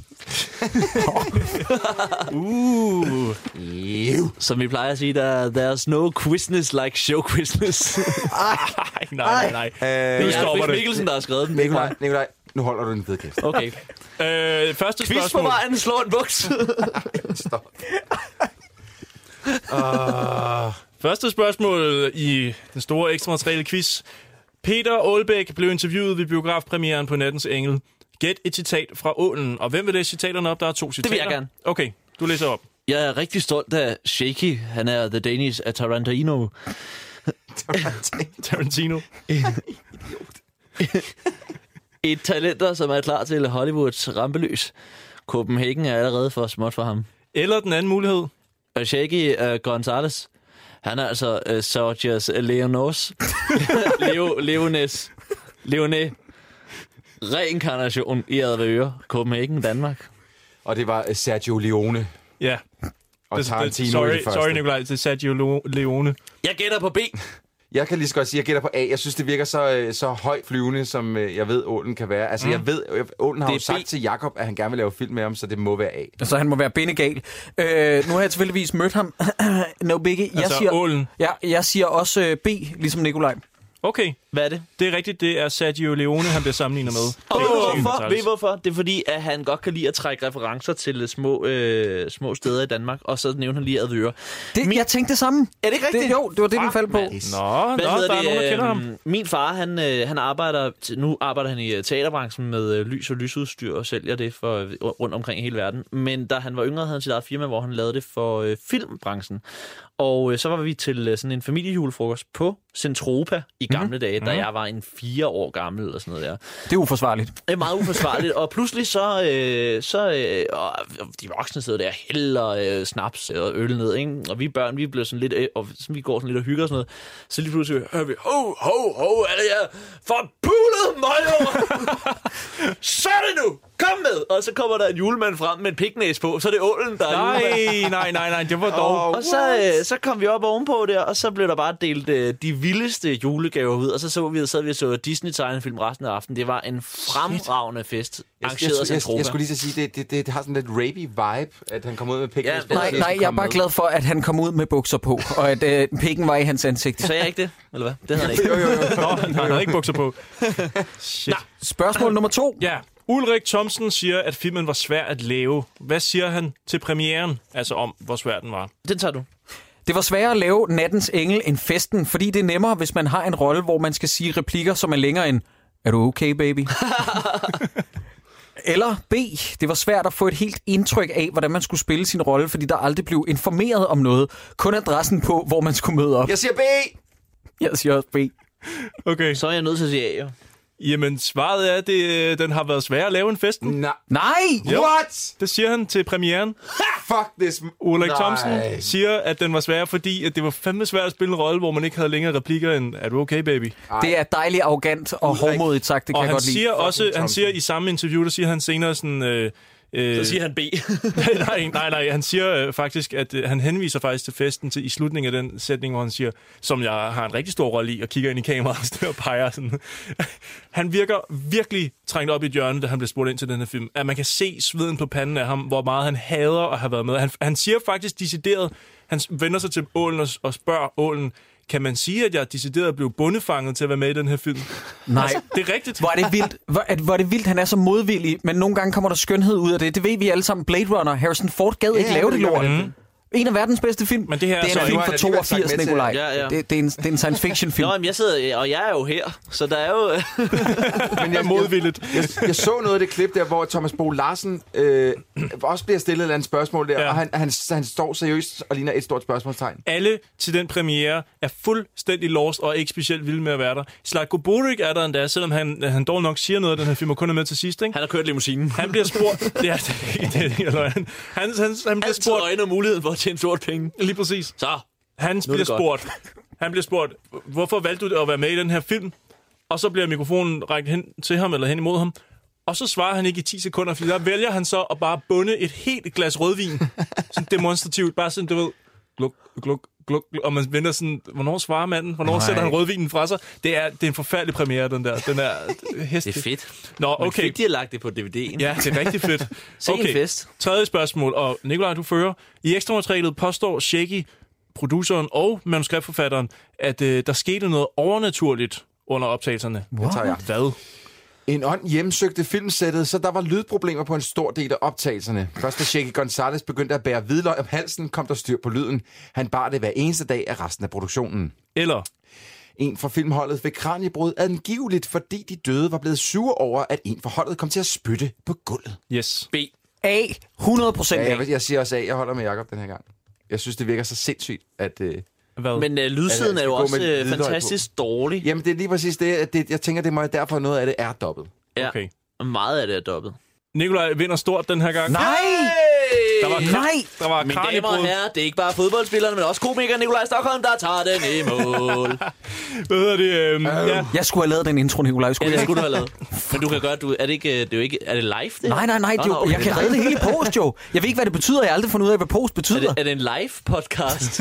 uh. Som vi plejer at sige, der, there's no quizness like show quizness. Ej, nej, nej, nej. det Nu er stopper Chris det. Mikkelsen, der har skrevet den. Nikolaj, Nikolaj, nu holder du den ved kæft. Okay. Øh, første Quiz på spørgsmål. vejen, slå en buks. Uh... Første spørgsmål i den store ekstra materiale quiz. Peter Aalbæk blev interviewet ved biografpremieren på Nattens Engel. Gæt et citat fra Ålen. Og hvem vil læse citaterne op? Der er to citater. vil jeg gerne. Okay, du læser op. Jeg er rigtig stolt af Shaky. Han er The Danish af Tarantino. Tarantino. Et talenter, som er klar til Hollywoods rampelys. Copenhagen er allerede for småt for ham. Eller den anden mulighed. Og Shaky uh, Gonzales. Han er altså uh, Sorgers Leonos. Leo, Leones. Leone. Reinkarnation i Advøre. Copenhagen, Danmark. Og det var øh, Sergio Leone Ja. og Det- det- Tarantino i sorry, det første. sorry, Nikolaj. Det er Sergio Lo- Leone. Jeg gætter på B. Jeg kan lige så godt sige, at jeg gætter på A. Jeg synes, det virker så, øh, så højt flyvende, som øh, jeg ved, Ålen kan være. Altså, mm. jeg ved, øh, Ålen har Det jo er sagt B. til Jakob, at han gerne vil lave film med ham, så det må være A. Så han må være bindegal. Øh, nu har jeg tilfældigvis mødt ham. no biggie. Jeg Altså, siger, Ålen. Ja, jeg siger også øh, B, ligesom Nikolaj. Okay, Hvad er det? det er rigtigt. Det er Sergio Leone, han bliver sammenlignet med. Det er Og ved, Shaky I hvorfor? Gonzalez. ved I hvorfor? Det er fordi, at han godt kan lide at trække referencer til øh, små, øh, små steder i Danmark, og så nævner han lige Advøre. Det, jeg tænkte det samme. Er det ikke rigtigt? Ah, Det, jo, det var det, den faldt på. Nå, nå, Hvad der hedder er det? nogen, der kender ham. Øhm, Min far, han, øh, han arbejder, t- nu arbejder han i øh, teaterbranchen med øh, lys og lysudstyr og sælger det for, øh, rundt omkring i hele verden. Men da han var yngre, havde han sit eget firma, hvor han lavede det for øh, filmbranchen. Og øh, så var vi til øh, sådan en familiejulefrokost på Centropa i Mhm. gamle dage, da jeg var en fire år gammel eller sådan noget der. Det er uforsvarligt. Det er meget uforsvarligt, og pludselig så, øh, så øh, og de voksne sidder der og hælder øh, snaps og øl ned, ikke? og vi børn, vi bliver sådan lidt, øh, og sådan, vi går sådan lidt og hygger og sådan noget, så lige pludselig hører vi, ho, ho, ho, alle jer forbulede møger! så er det nu! Kom med! Og så kommer der en julemand frem med en piknæs på, så er det ålen, der er julemand. Nej, nej, nej, nej, det var dog. Og så, øh, så kom vi op ovenpå der, og så blev der bare delt øh, de vildeste julegaver ud, og så så vi, sad vi og så Disney-tegnefilm resten af aftenen. Det var en fremragende fest, jeg, arrangeret af jeg, jeg, Centropa. jeg skulle lige så sige, det, det, det, det har sådan lidt rapey vibe, at han kommer ud med pik. Ja, Nej, nej, jeg er bare glad for, at han kom ud med bukser på, og at øh, pikken var i hans ansigt. Sagde jeg ikke det? Eller hvad? Det havde jeg ikke. Jo, jo, jo. Nå, han havde ikke bukser på. Shit. Spørgsmål nummer to. Ja. Ulrik Thomsen siger, at filmen var svær at lave. Hvad siger han til premieren? Altså om, hvor svær den var. Den tager du. Det var sværere at lave Nattens Engel end festen, fordi det er nemmere, hvis man har en rolle, hvor man skal sige replikker, som er længere end Er du okay, baby? Eller B. Det var svært at få et helt indtryk af, hvordan man skulle spille sin rolle, fordi der aldrig blev informeret om noget. Kun adressen på, hvor man skulle møde op. Jeg siger B! Jeg siger også B. Okay. Så er jeg nødt til at sige A, jo. Jamen, svaret er, at det, øh, den har været svær at lave en festen. Nej. Nej! What? Det siger han til premieren. Fuck this. Ulrik Nej. Thomsen siger, at den var svær, fordi at det var fandme svært at spille en rolle, hvor man ikke havde længere replikker end, er du okay, baby? Det er dejligt arrogant og hårdmodigt sagt, det kan og jeg han godt lide. siger også, han Thomsen. siger i samme interview, der siger han senere sådan... Øh, øh, Så siger han B. nej, nej, nej, han siger øh, faktisk, at øh, han henviser faktisk til festen til, i slutningen af den sætning, hvor han siger, som jeg har en rigtig stor rolle i, og kigger ind i kameraet sådan, og peger sådan. han virker virkelig trængt op i et hjørne, da han bliver spurgt ind til den her film. At man kan se sveden på panden af ham, hvor meget han hader at have været med. Han, han siger faktisk decideret, han vender sig til ålen og, og spørger ålen, kan man sige, at jeg decideret blev bundefanget til at være med i den her film? Altså, Nej. Altså- det er rigtigt. Hvor er det vildt, hvor, at, hvor er det vildt han er så modvillig, men nogle gange kommer der skønhed ud af det. Det ved vi alle sammen. Blade Runner, Harrison Ford gad Ja, ikke lave det det gør lort. han. En af verdens bedste film. Men det her er det er så- en film Nu har fra han alligevel sagt 82, med til- Nikolaj. Ja, ja. Det, det, er en, det er en science fiction film. Nå, men jeg sidder, og jeg er jo her, så der er jo... øh, Men jeg, modvilligt. Jeg, jeg, jeg så noget af det klip der, hvor Thomas Bo Larsen øh, også bliver stillet et eller andet spørgsmål der, Ja. ja. og han, han, han står seriøst og ligner et stort spørgsmålstegn. Alle til den premiere er fuldstændig lost og er ikke specielt vilde med at være der. Slatko Boric er der endda, selvom han, han dog nok siger noget af den her film, og kun er med til sidst. Ikke? Han har kørt limousinen. Han bliver spurgt... Ja, det er ikke det, er ikke løgn. Han, han, han bliver Altid spurgt... øjne og mulighed for at tjene sort penge. Lige præcis. Så, Han Nu er bliver det godt. spurgt... Han bliver spurgt, hvorfor valgte du at være med i den her film? Og så bliver mikrofonen rækket hen til ham, eller hen imod ham. Og så svarer han ikke i 10 sekunder, fordi der vælger han så at bare bunde et helt glas rødvin. Sådan demonstrativt, bare sådan, du ved, gluk, gluk, gluk, gluk, og man venter sådan, hvornår svarer manden? Hvornår Nej. Nej. sætter han rødvinen fra sig? Det er, det er en forfærdelig premiere, den der. Den er hestig. det er fedt. Nå, Men okay. fedt, de har lagt det på DVD'en. Ja, det er rigtig fedt. Se en fest. Tredje spørgsmål, og Nikolaj, du fører. I ekstramaterialet påstår Shaggy, produceren og manuskriptforfatteren, at øh, der skete noget overnaturligt under optagelserne. Det tager jeg. Hvad? En ånd hjemsøgte filmsættet, så der var lydproblemer på en stor del af optagelserne. Først da Shaky Gonzalez begyndte at bære hvidløg om halsen, kom der styr på lyden. Han bar det hver eneste dag af resten af produktionen. Eller En fra filmholdet fik kranjebrud angiveligt, fordi de døde var blevet sure over, at en fra holdet kom til at spytte på gulvet. Yes. B. A. 100 procent Ja, A. jeg, jeg siger også, at jeg holder med Jacob den her gang. Jeg synes, det virker så sindssygt, at... Øh, Hvad? Men øh, lydsiden Altså, er jo gå også med øh, hvidløg på. fantastisk dårlig. jamen, det er lige præcis det, at det, jeg tænker, det må derfor noget af det er dobbelt. Ja. Okay. Og Meget af det er dobbet. Nikolaj vinder stort den her gang. Nej! Der var, kra- Nej! Der var Mine damer og kraniebrud. herrer, det er ikke bare fodboldspillerne, men også komiker Nikolaj Stockholm, der tager den i mål. Hvad hedder det? Øhm, ja. Jeg skulle have lavet den intro, Nikolaj. Jeg Ja, skulle det skulle du have lavet. Men du kan gøre, du, er det ikke, øh, det er jo ikke, er det live det? Nej, nej, nej. Det er Nå, jo, nå, jeg kan okay. redde det hele i post, jo. Jeg ved ikke, hvad det betyder. Jeg har aldrig fundet ud af, hvad post Er betyder. det, er det en live podcast?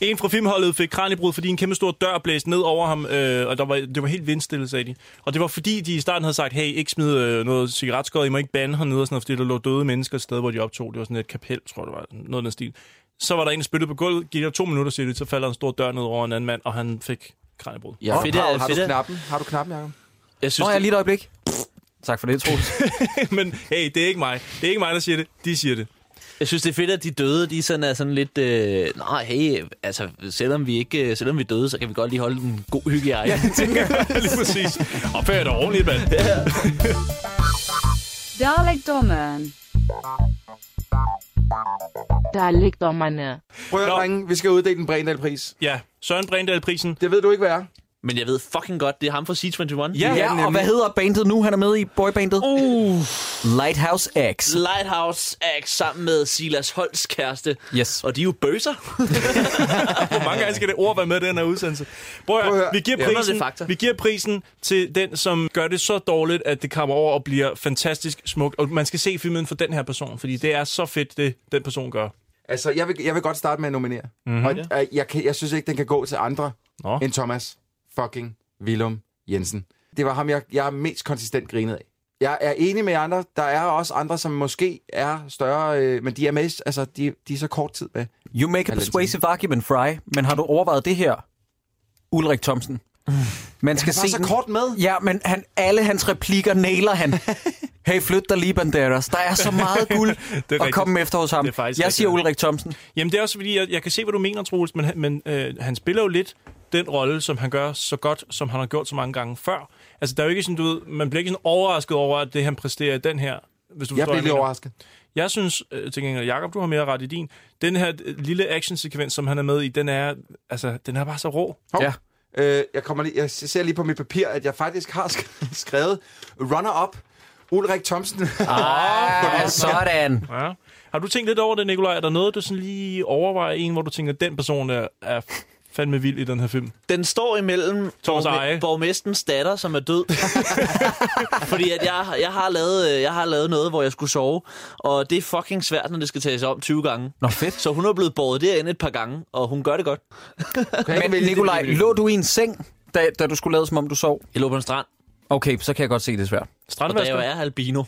En fra filmholdet fik kranjebrud, fordi en kæmpe stor dør blæste ned over ham, øh, og der var, det var helt vindstille, sagde de. Og det var fordi, de i starten havde sagt, hey, ikke smid øh, noget cigaretskod, I må ikke bande hernede, og sådan noget, fordi der lå døde mennesker et sted, hvor de optog. Det var sådan et kapel, tror jeg, det var noget af den stil. Så var der en, der spyttede på gulvet, gik der to minutter, siger de, så falder en stor dør ned over en anden mand, og han fik kranjebrud. Ja, fedt, Paul, øh, har, fedt, du øh. knappen? har du knappen, Jacob? Jeg synes, Nå, jeg det, lige et øjeblik. Tak for det, Troels. Men hey, det er ikke mig. Det er ikke mig, der siger det. De siger det. jeg synes, det er fedt, at de døde, de sådan er sådan lidt... Øh, nej, hey, altså, selvom vi ikke, øh, selvom vi er døde, så kan vi godt lige holde en god hygiejne. Ja. Lige præcis. Og før er ordentligt, mand. Dalekdommen. Dalekdommerne. Prøv Nå. at ringe. Vi skal uddele en Brændal-pris. Ja, Søren Brindahl-prisen. Det ved du ikke, hvad er. Men jeg ved fucking godt, det er ham fra C21. Ja. Ja, og hvad hedder bandet nu, han er med i? Boybandet? Uh, Lighthouse X. Lighthouse Act sammen med Silas Holts kæreste. Yes. Og de er jo bøser. Hvor mange gange skal det ord være med i den her udsendelse? Prøv at, Prøv høre, at høre. vi, giver Ja. Underlig prisen, fakta. vi giver prisen til den, som gør det så dårligt, at det kommer over og bliver fantastisk smukt. Og man skal se filmen for den her person, fordi det er så fedt, det den person gør. Altså, jeg vil, jeg vil godt starte med at nominere. Mm-hmm. Og øh, jeg, kan, jeg synes ikke, den kan gå til andre Nå. end Thomas fucking Willum Jensen. Det var ham, jeg, jeg er mest konsistent grinet af. Jeg er enig med jer andre. Der er også andre, som måske er større, øh, men de er mest, altså, de, de er så kort tid med. You make a persuasive argument, Fry. Men har du overvejet det her, Ulrik Thomsen? Man skal Var se så den. kort med. Ja, men han, alle hans replikker nailer han. Hey, flyt dig lige, Banderas. Der er så meget guld at rigtigt. komme efter hos ham. Det er faktisk Jeg rigtigt. siger Ulrik Thomsen. Jamen, det er også fordi, jeg, jeg kan se, hvad du mener, Troels, men, han- men øh, han spiller jo lidt den rolle, som han gør så godt, som han har gjort så mange gange før. Altså, der er jo ikke sådan, du ved, man bliver ikke sådan overrasket over, at det, han præsterer i den her. Hvis du Jeg forstår, hvad blev lidt mener. overrasket. Jeg synes, øh, til gengæld, Jacob, du har mere ret i din. Den her øh, lille actionsekvens, som han er med i, den er, altså, den er bare så rå. Hov. Ja. Øh, jeg, kommer lige, jeg ser lige på mit papir, at jeg faktisk har sk- skrevet runner-up Ulrik Thomsen. Ah, sådan. Ja. Har du tænkt lidt over det, Nikolaj? Er der noget, du sådan lige overvejer en, hvor du tænker, den person er, er fandme vild i den her film? Den står imellem Thomas borgme- Eje. borgmesterens datter, som er død. Fordi at jeg, jeg, har lavet, øh, jeg har lavet noget, hvor jeg skulle sove, og det er fucking svært, når det skal tages om 20 gange. Nå, fedt. Så hun er blevet båret derinde et par gange, og hun gør det godt. Men Nikolaj, lå du i en seng, da, da du skulle lade som om du sov? Jeg lå på en strand. Okay, så kan jeg godt se det er svært. Og da jeg jo er albino.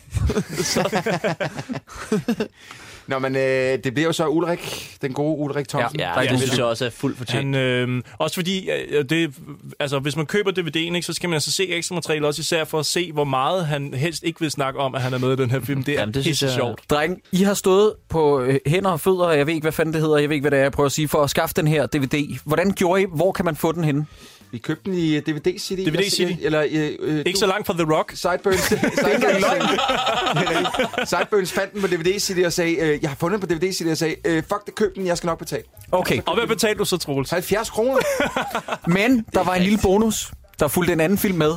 Nå, men øh, det bliver jo så Ulrik, den gode Ulrik Thomsen. Ja, det synes jeg også er fuldt Han, fortjent. øh, også fordi, øh, det, altså, hvis man køber DVD'en, ikke, så skal man altså se ekstra materiale, også især for at se, hvor meget han helst ikke vil snakke om, at han er med i den her film. Det er Jamen, det helt sjovt. Dreng, I har stået på øh, hænder og fødder, og jeg ved ikke, hvad fanden det hedder, jeg ved ikke, hvad det er, jeg prøver at sige, for at skaffe den her DVD. Hvordan gjorde I? Hvor kan man få den henne? Vi købte den i øh, DVD City. DVD City. Eller, øh, øh, Ikke så langt fra The Rock. Sideburns. Sideburns, Sideburns fandt den på DVD City og sagde, øh, jeg har fundet den på DVD City og sagde, øh, fuck det, køb den, jeg skal nok betale. Okay. Og hvad betalte du så, Troels? 70 kroner. Men der var en lille bonus. Der fulgte en anden film med.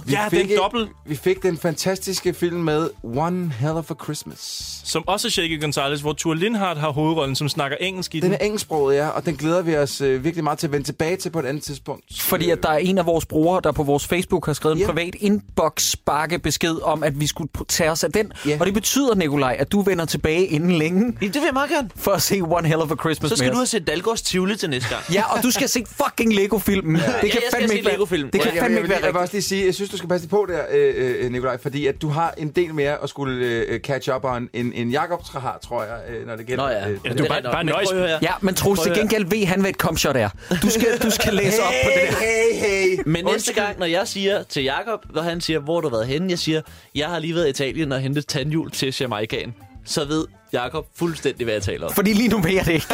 dobbelt. Vi fik den fantastiske film med One Hell of a Christmas. Som også er Shaky Gonzalez, hvor Tour Lindhardt har hovedrollen, som snakker engelsk i den. Den er engelsksproget, ja, og den glæder vi os øh, virkelig meget til at vende tilbage til på et andet tidspunkt. Fordi at der er en af vores brugere, der på vores Facebook har skrevet en privat inbox bakke besked om, at vi skulle p- tage os af den. Og det betyder, Nikolaj, at du vender tilbage inden længe. Jamen, det vil jeg meget gerne. For at se One Hell of a Christmas Så med skal du have os. set Dalgårds Tivoli til næste gang. Ja, og du skal se fucking Lego-filmen. Ja, det jeg kan skal fandme se ikke være, Lego-filmen. det kan Jeg- jeg, fandme jeg, ikke vil- være jeg vil rigtigt. også lige sige, jeg synes, du skal passe lidt på der, øh, øh, Nikolaj, fordi at du har en del mere at skulle øh, catch up on, end, end Jacob har, tror jeg, øh, når det gælder. Nå ja. øh, Ja, du er bare- bare Men nøjes. prøv at høre her. Ja, men Troels, Prøv til at høre. gengæld ved han, hvad et komshot er. Du skal, du skal læse op på det der. hey, hey. Men næste gang, når jeg siger til Jakob, når han siger, hvor har du været henne, jeg siger, jeg har lige været i Italien og hentet tandhjul til Jamaicaen, så ved Jakob fuldstændig, hvad jeg taler om. Fordi lige nu ved jeg det ikke.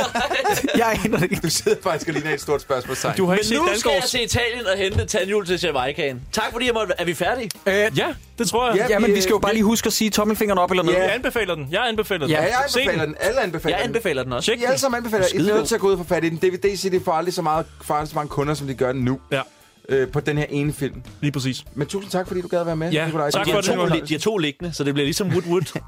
jeg aner det ikke. Du sidder faktisk og ligner et stort spørgsmål. Du har Men ikke set nu skal jeg Dalgaards- til Italien og hente tandhjul til Jamaicaen. Tak fordi jeg måtte... Er vi færdige? Øh, Ja, det tror jeg. ja, men vi skal jo øh, bare lige huske at sige tommelfingeren op eller ned. Jeg anbefaler den. Jeg anbefaler den. Ja, jeg Se anbefaler den. Alle anbefaler Jeg den. anbefaler den også. Tjek I alle sammen anbefaler, I er Skidegod. nødt til at gå ud og få fat i den. DVD City får aldrig så meget fra så mange kunder, som de gør nu. Ja. Øh, på den her ene film. Lige præcis. Men tusind tak, fordi du gad at være med. Ja, Nikolaj. tak Og for de det, har to Nikolaj. li- De de har to liggende, så det bliver ligesom Wood-Wood.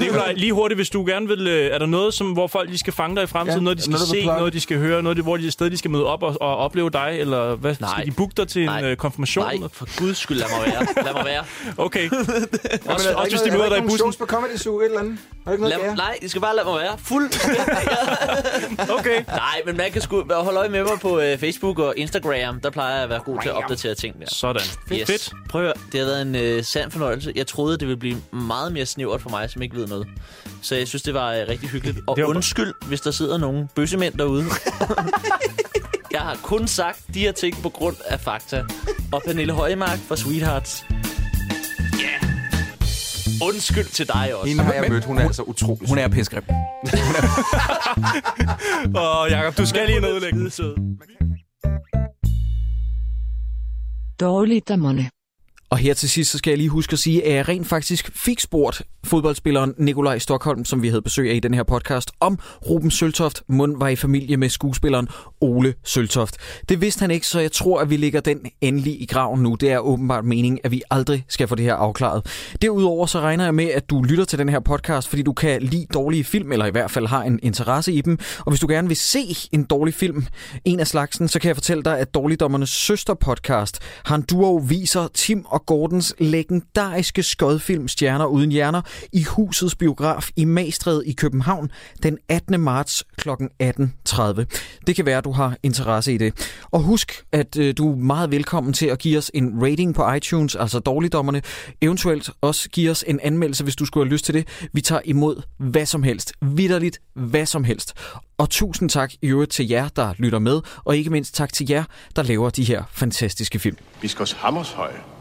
Nikolaj, lige hurtigt, hvis du gerne vil... øh, Er der noget, som, hvor folk lige skal fange dig i fremtiden? Ja, noget, de skal noget, du se, kan plukke. noget, de skal høre, noget, de- hvor de et sted, de skal møde op og, og opleve dig? Eller hvad? Nej. Skal de booke dig til en Nej. øh, konfirmation? Nej, for guds skyld, lad mig være. Lad mig være. Okay. har- også, Jamen, er der også hvis ikke de møder noget- er der dig ikke i nogen bussen. shows på Comedy Zoo, et eller andet? Har du ikke noget at Lad, gøre? nej, I skal bare lade mig være. Fuld. Okay. Nej, men man kan sgu holde øje med mig på øh, Facebook og Instagram. Der plejer jeg at være god til at opdatere ting der. Sådan. Yes. Fedt. Prøv at høre, det har været en øh, sand fornøjelse. Jeg troede, det ville blive meget mere snævert for mig, som ikke ved noget. Så jeg synes, det var øh, rigtig hyggeligt. Og Det var- undskyld, hvis der sidder nogle bøssemænd derude. jeg har kun sagt de her ting på grund af fakta. Og Pernille Højmark fra Sweethearts. Yeah. Undskyld til dig også. Hende har jeg mødt, hun er altså utrolig Hun er pissegrim. Åh, Jacob, du skal lige en udlægning. Dårligdommerne. Og her til sidst, så skal jeg lige huske at sige, at jeg rent faktisk fik spurgt fodboldspilleren Nikolaj Stockholm, som vi havde besøg af i den her podcast, om Ruben Søltoft mund var i familie med skuespilleren Ole Søltoft. Det vidste han ikke, så jeg tror, at vi lægger den endelig i graven nu. Det er åbenbart meningen, at vi aldrig skal få det her afklaret. Derudover så regner jeg med, at du lytter til den her podcast, fordi du kan lide dårlige film, eller i hvert fald har en interesse i dem. Og hvis du gerne vil se en dårlig film, en af slagsen, så kan jeg fortælle dig, at Dårligdommernes søsterpodcast, Han Duo, viser Tim og Gordons legendariske skodfilm Stjerner uden hjerner i husets biograf i Magstred i København den 18. marts kl. 18.30. Det kan være, at du har interesse i det. Og husk, at øh, du er meget velkommen til at give os en rating på iTunes, altså Dårligdommerne. Eventuelt også give os en anmeldelse, hvis du skulle have lyst til det. Vi tager imod hvad som helst. Vitterligt hvad som helst. Og tusind tak i øvrigt til jer, der lytter med, og ikke mindst tak til jer, der laver de her fantastiske film. Biskos Hammershøj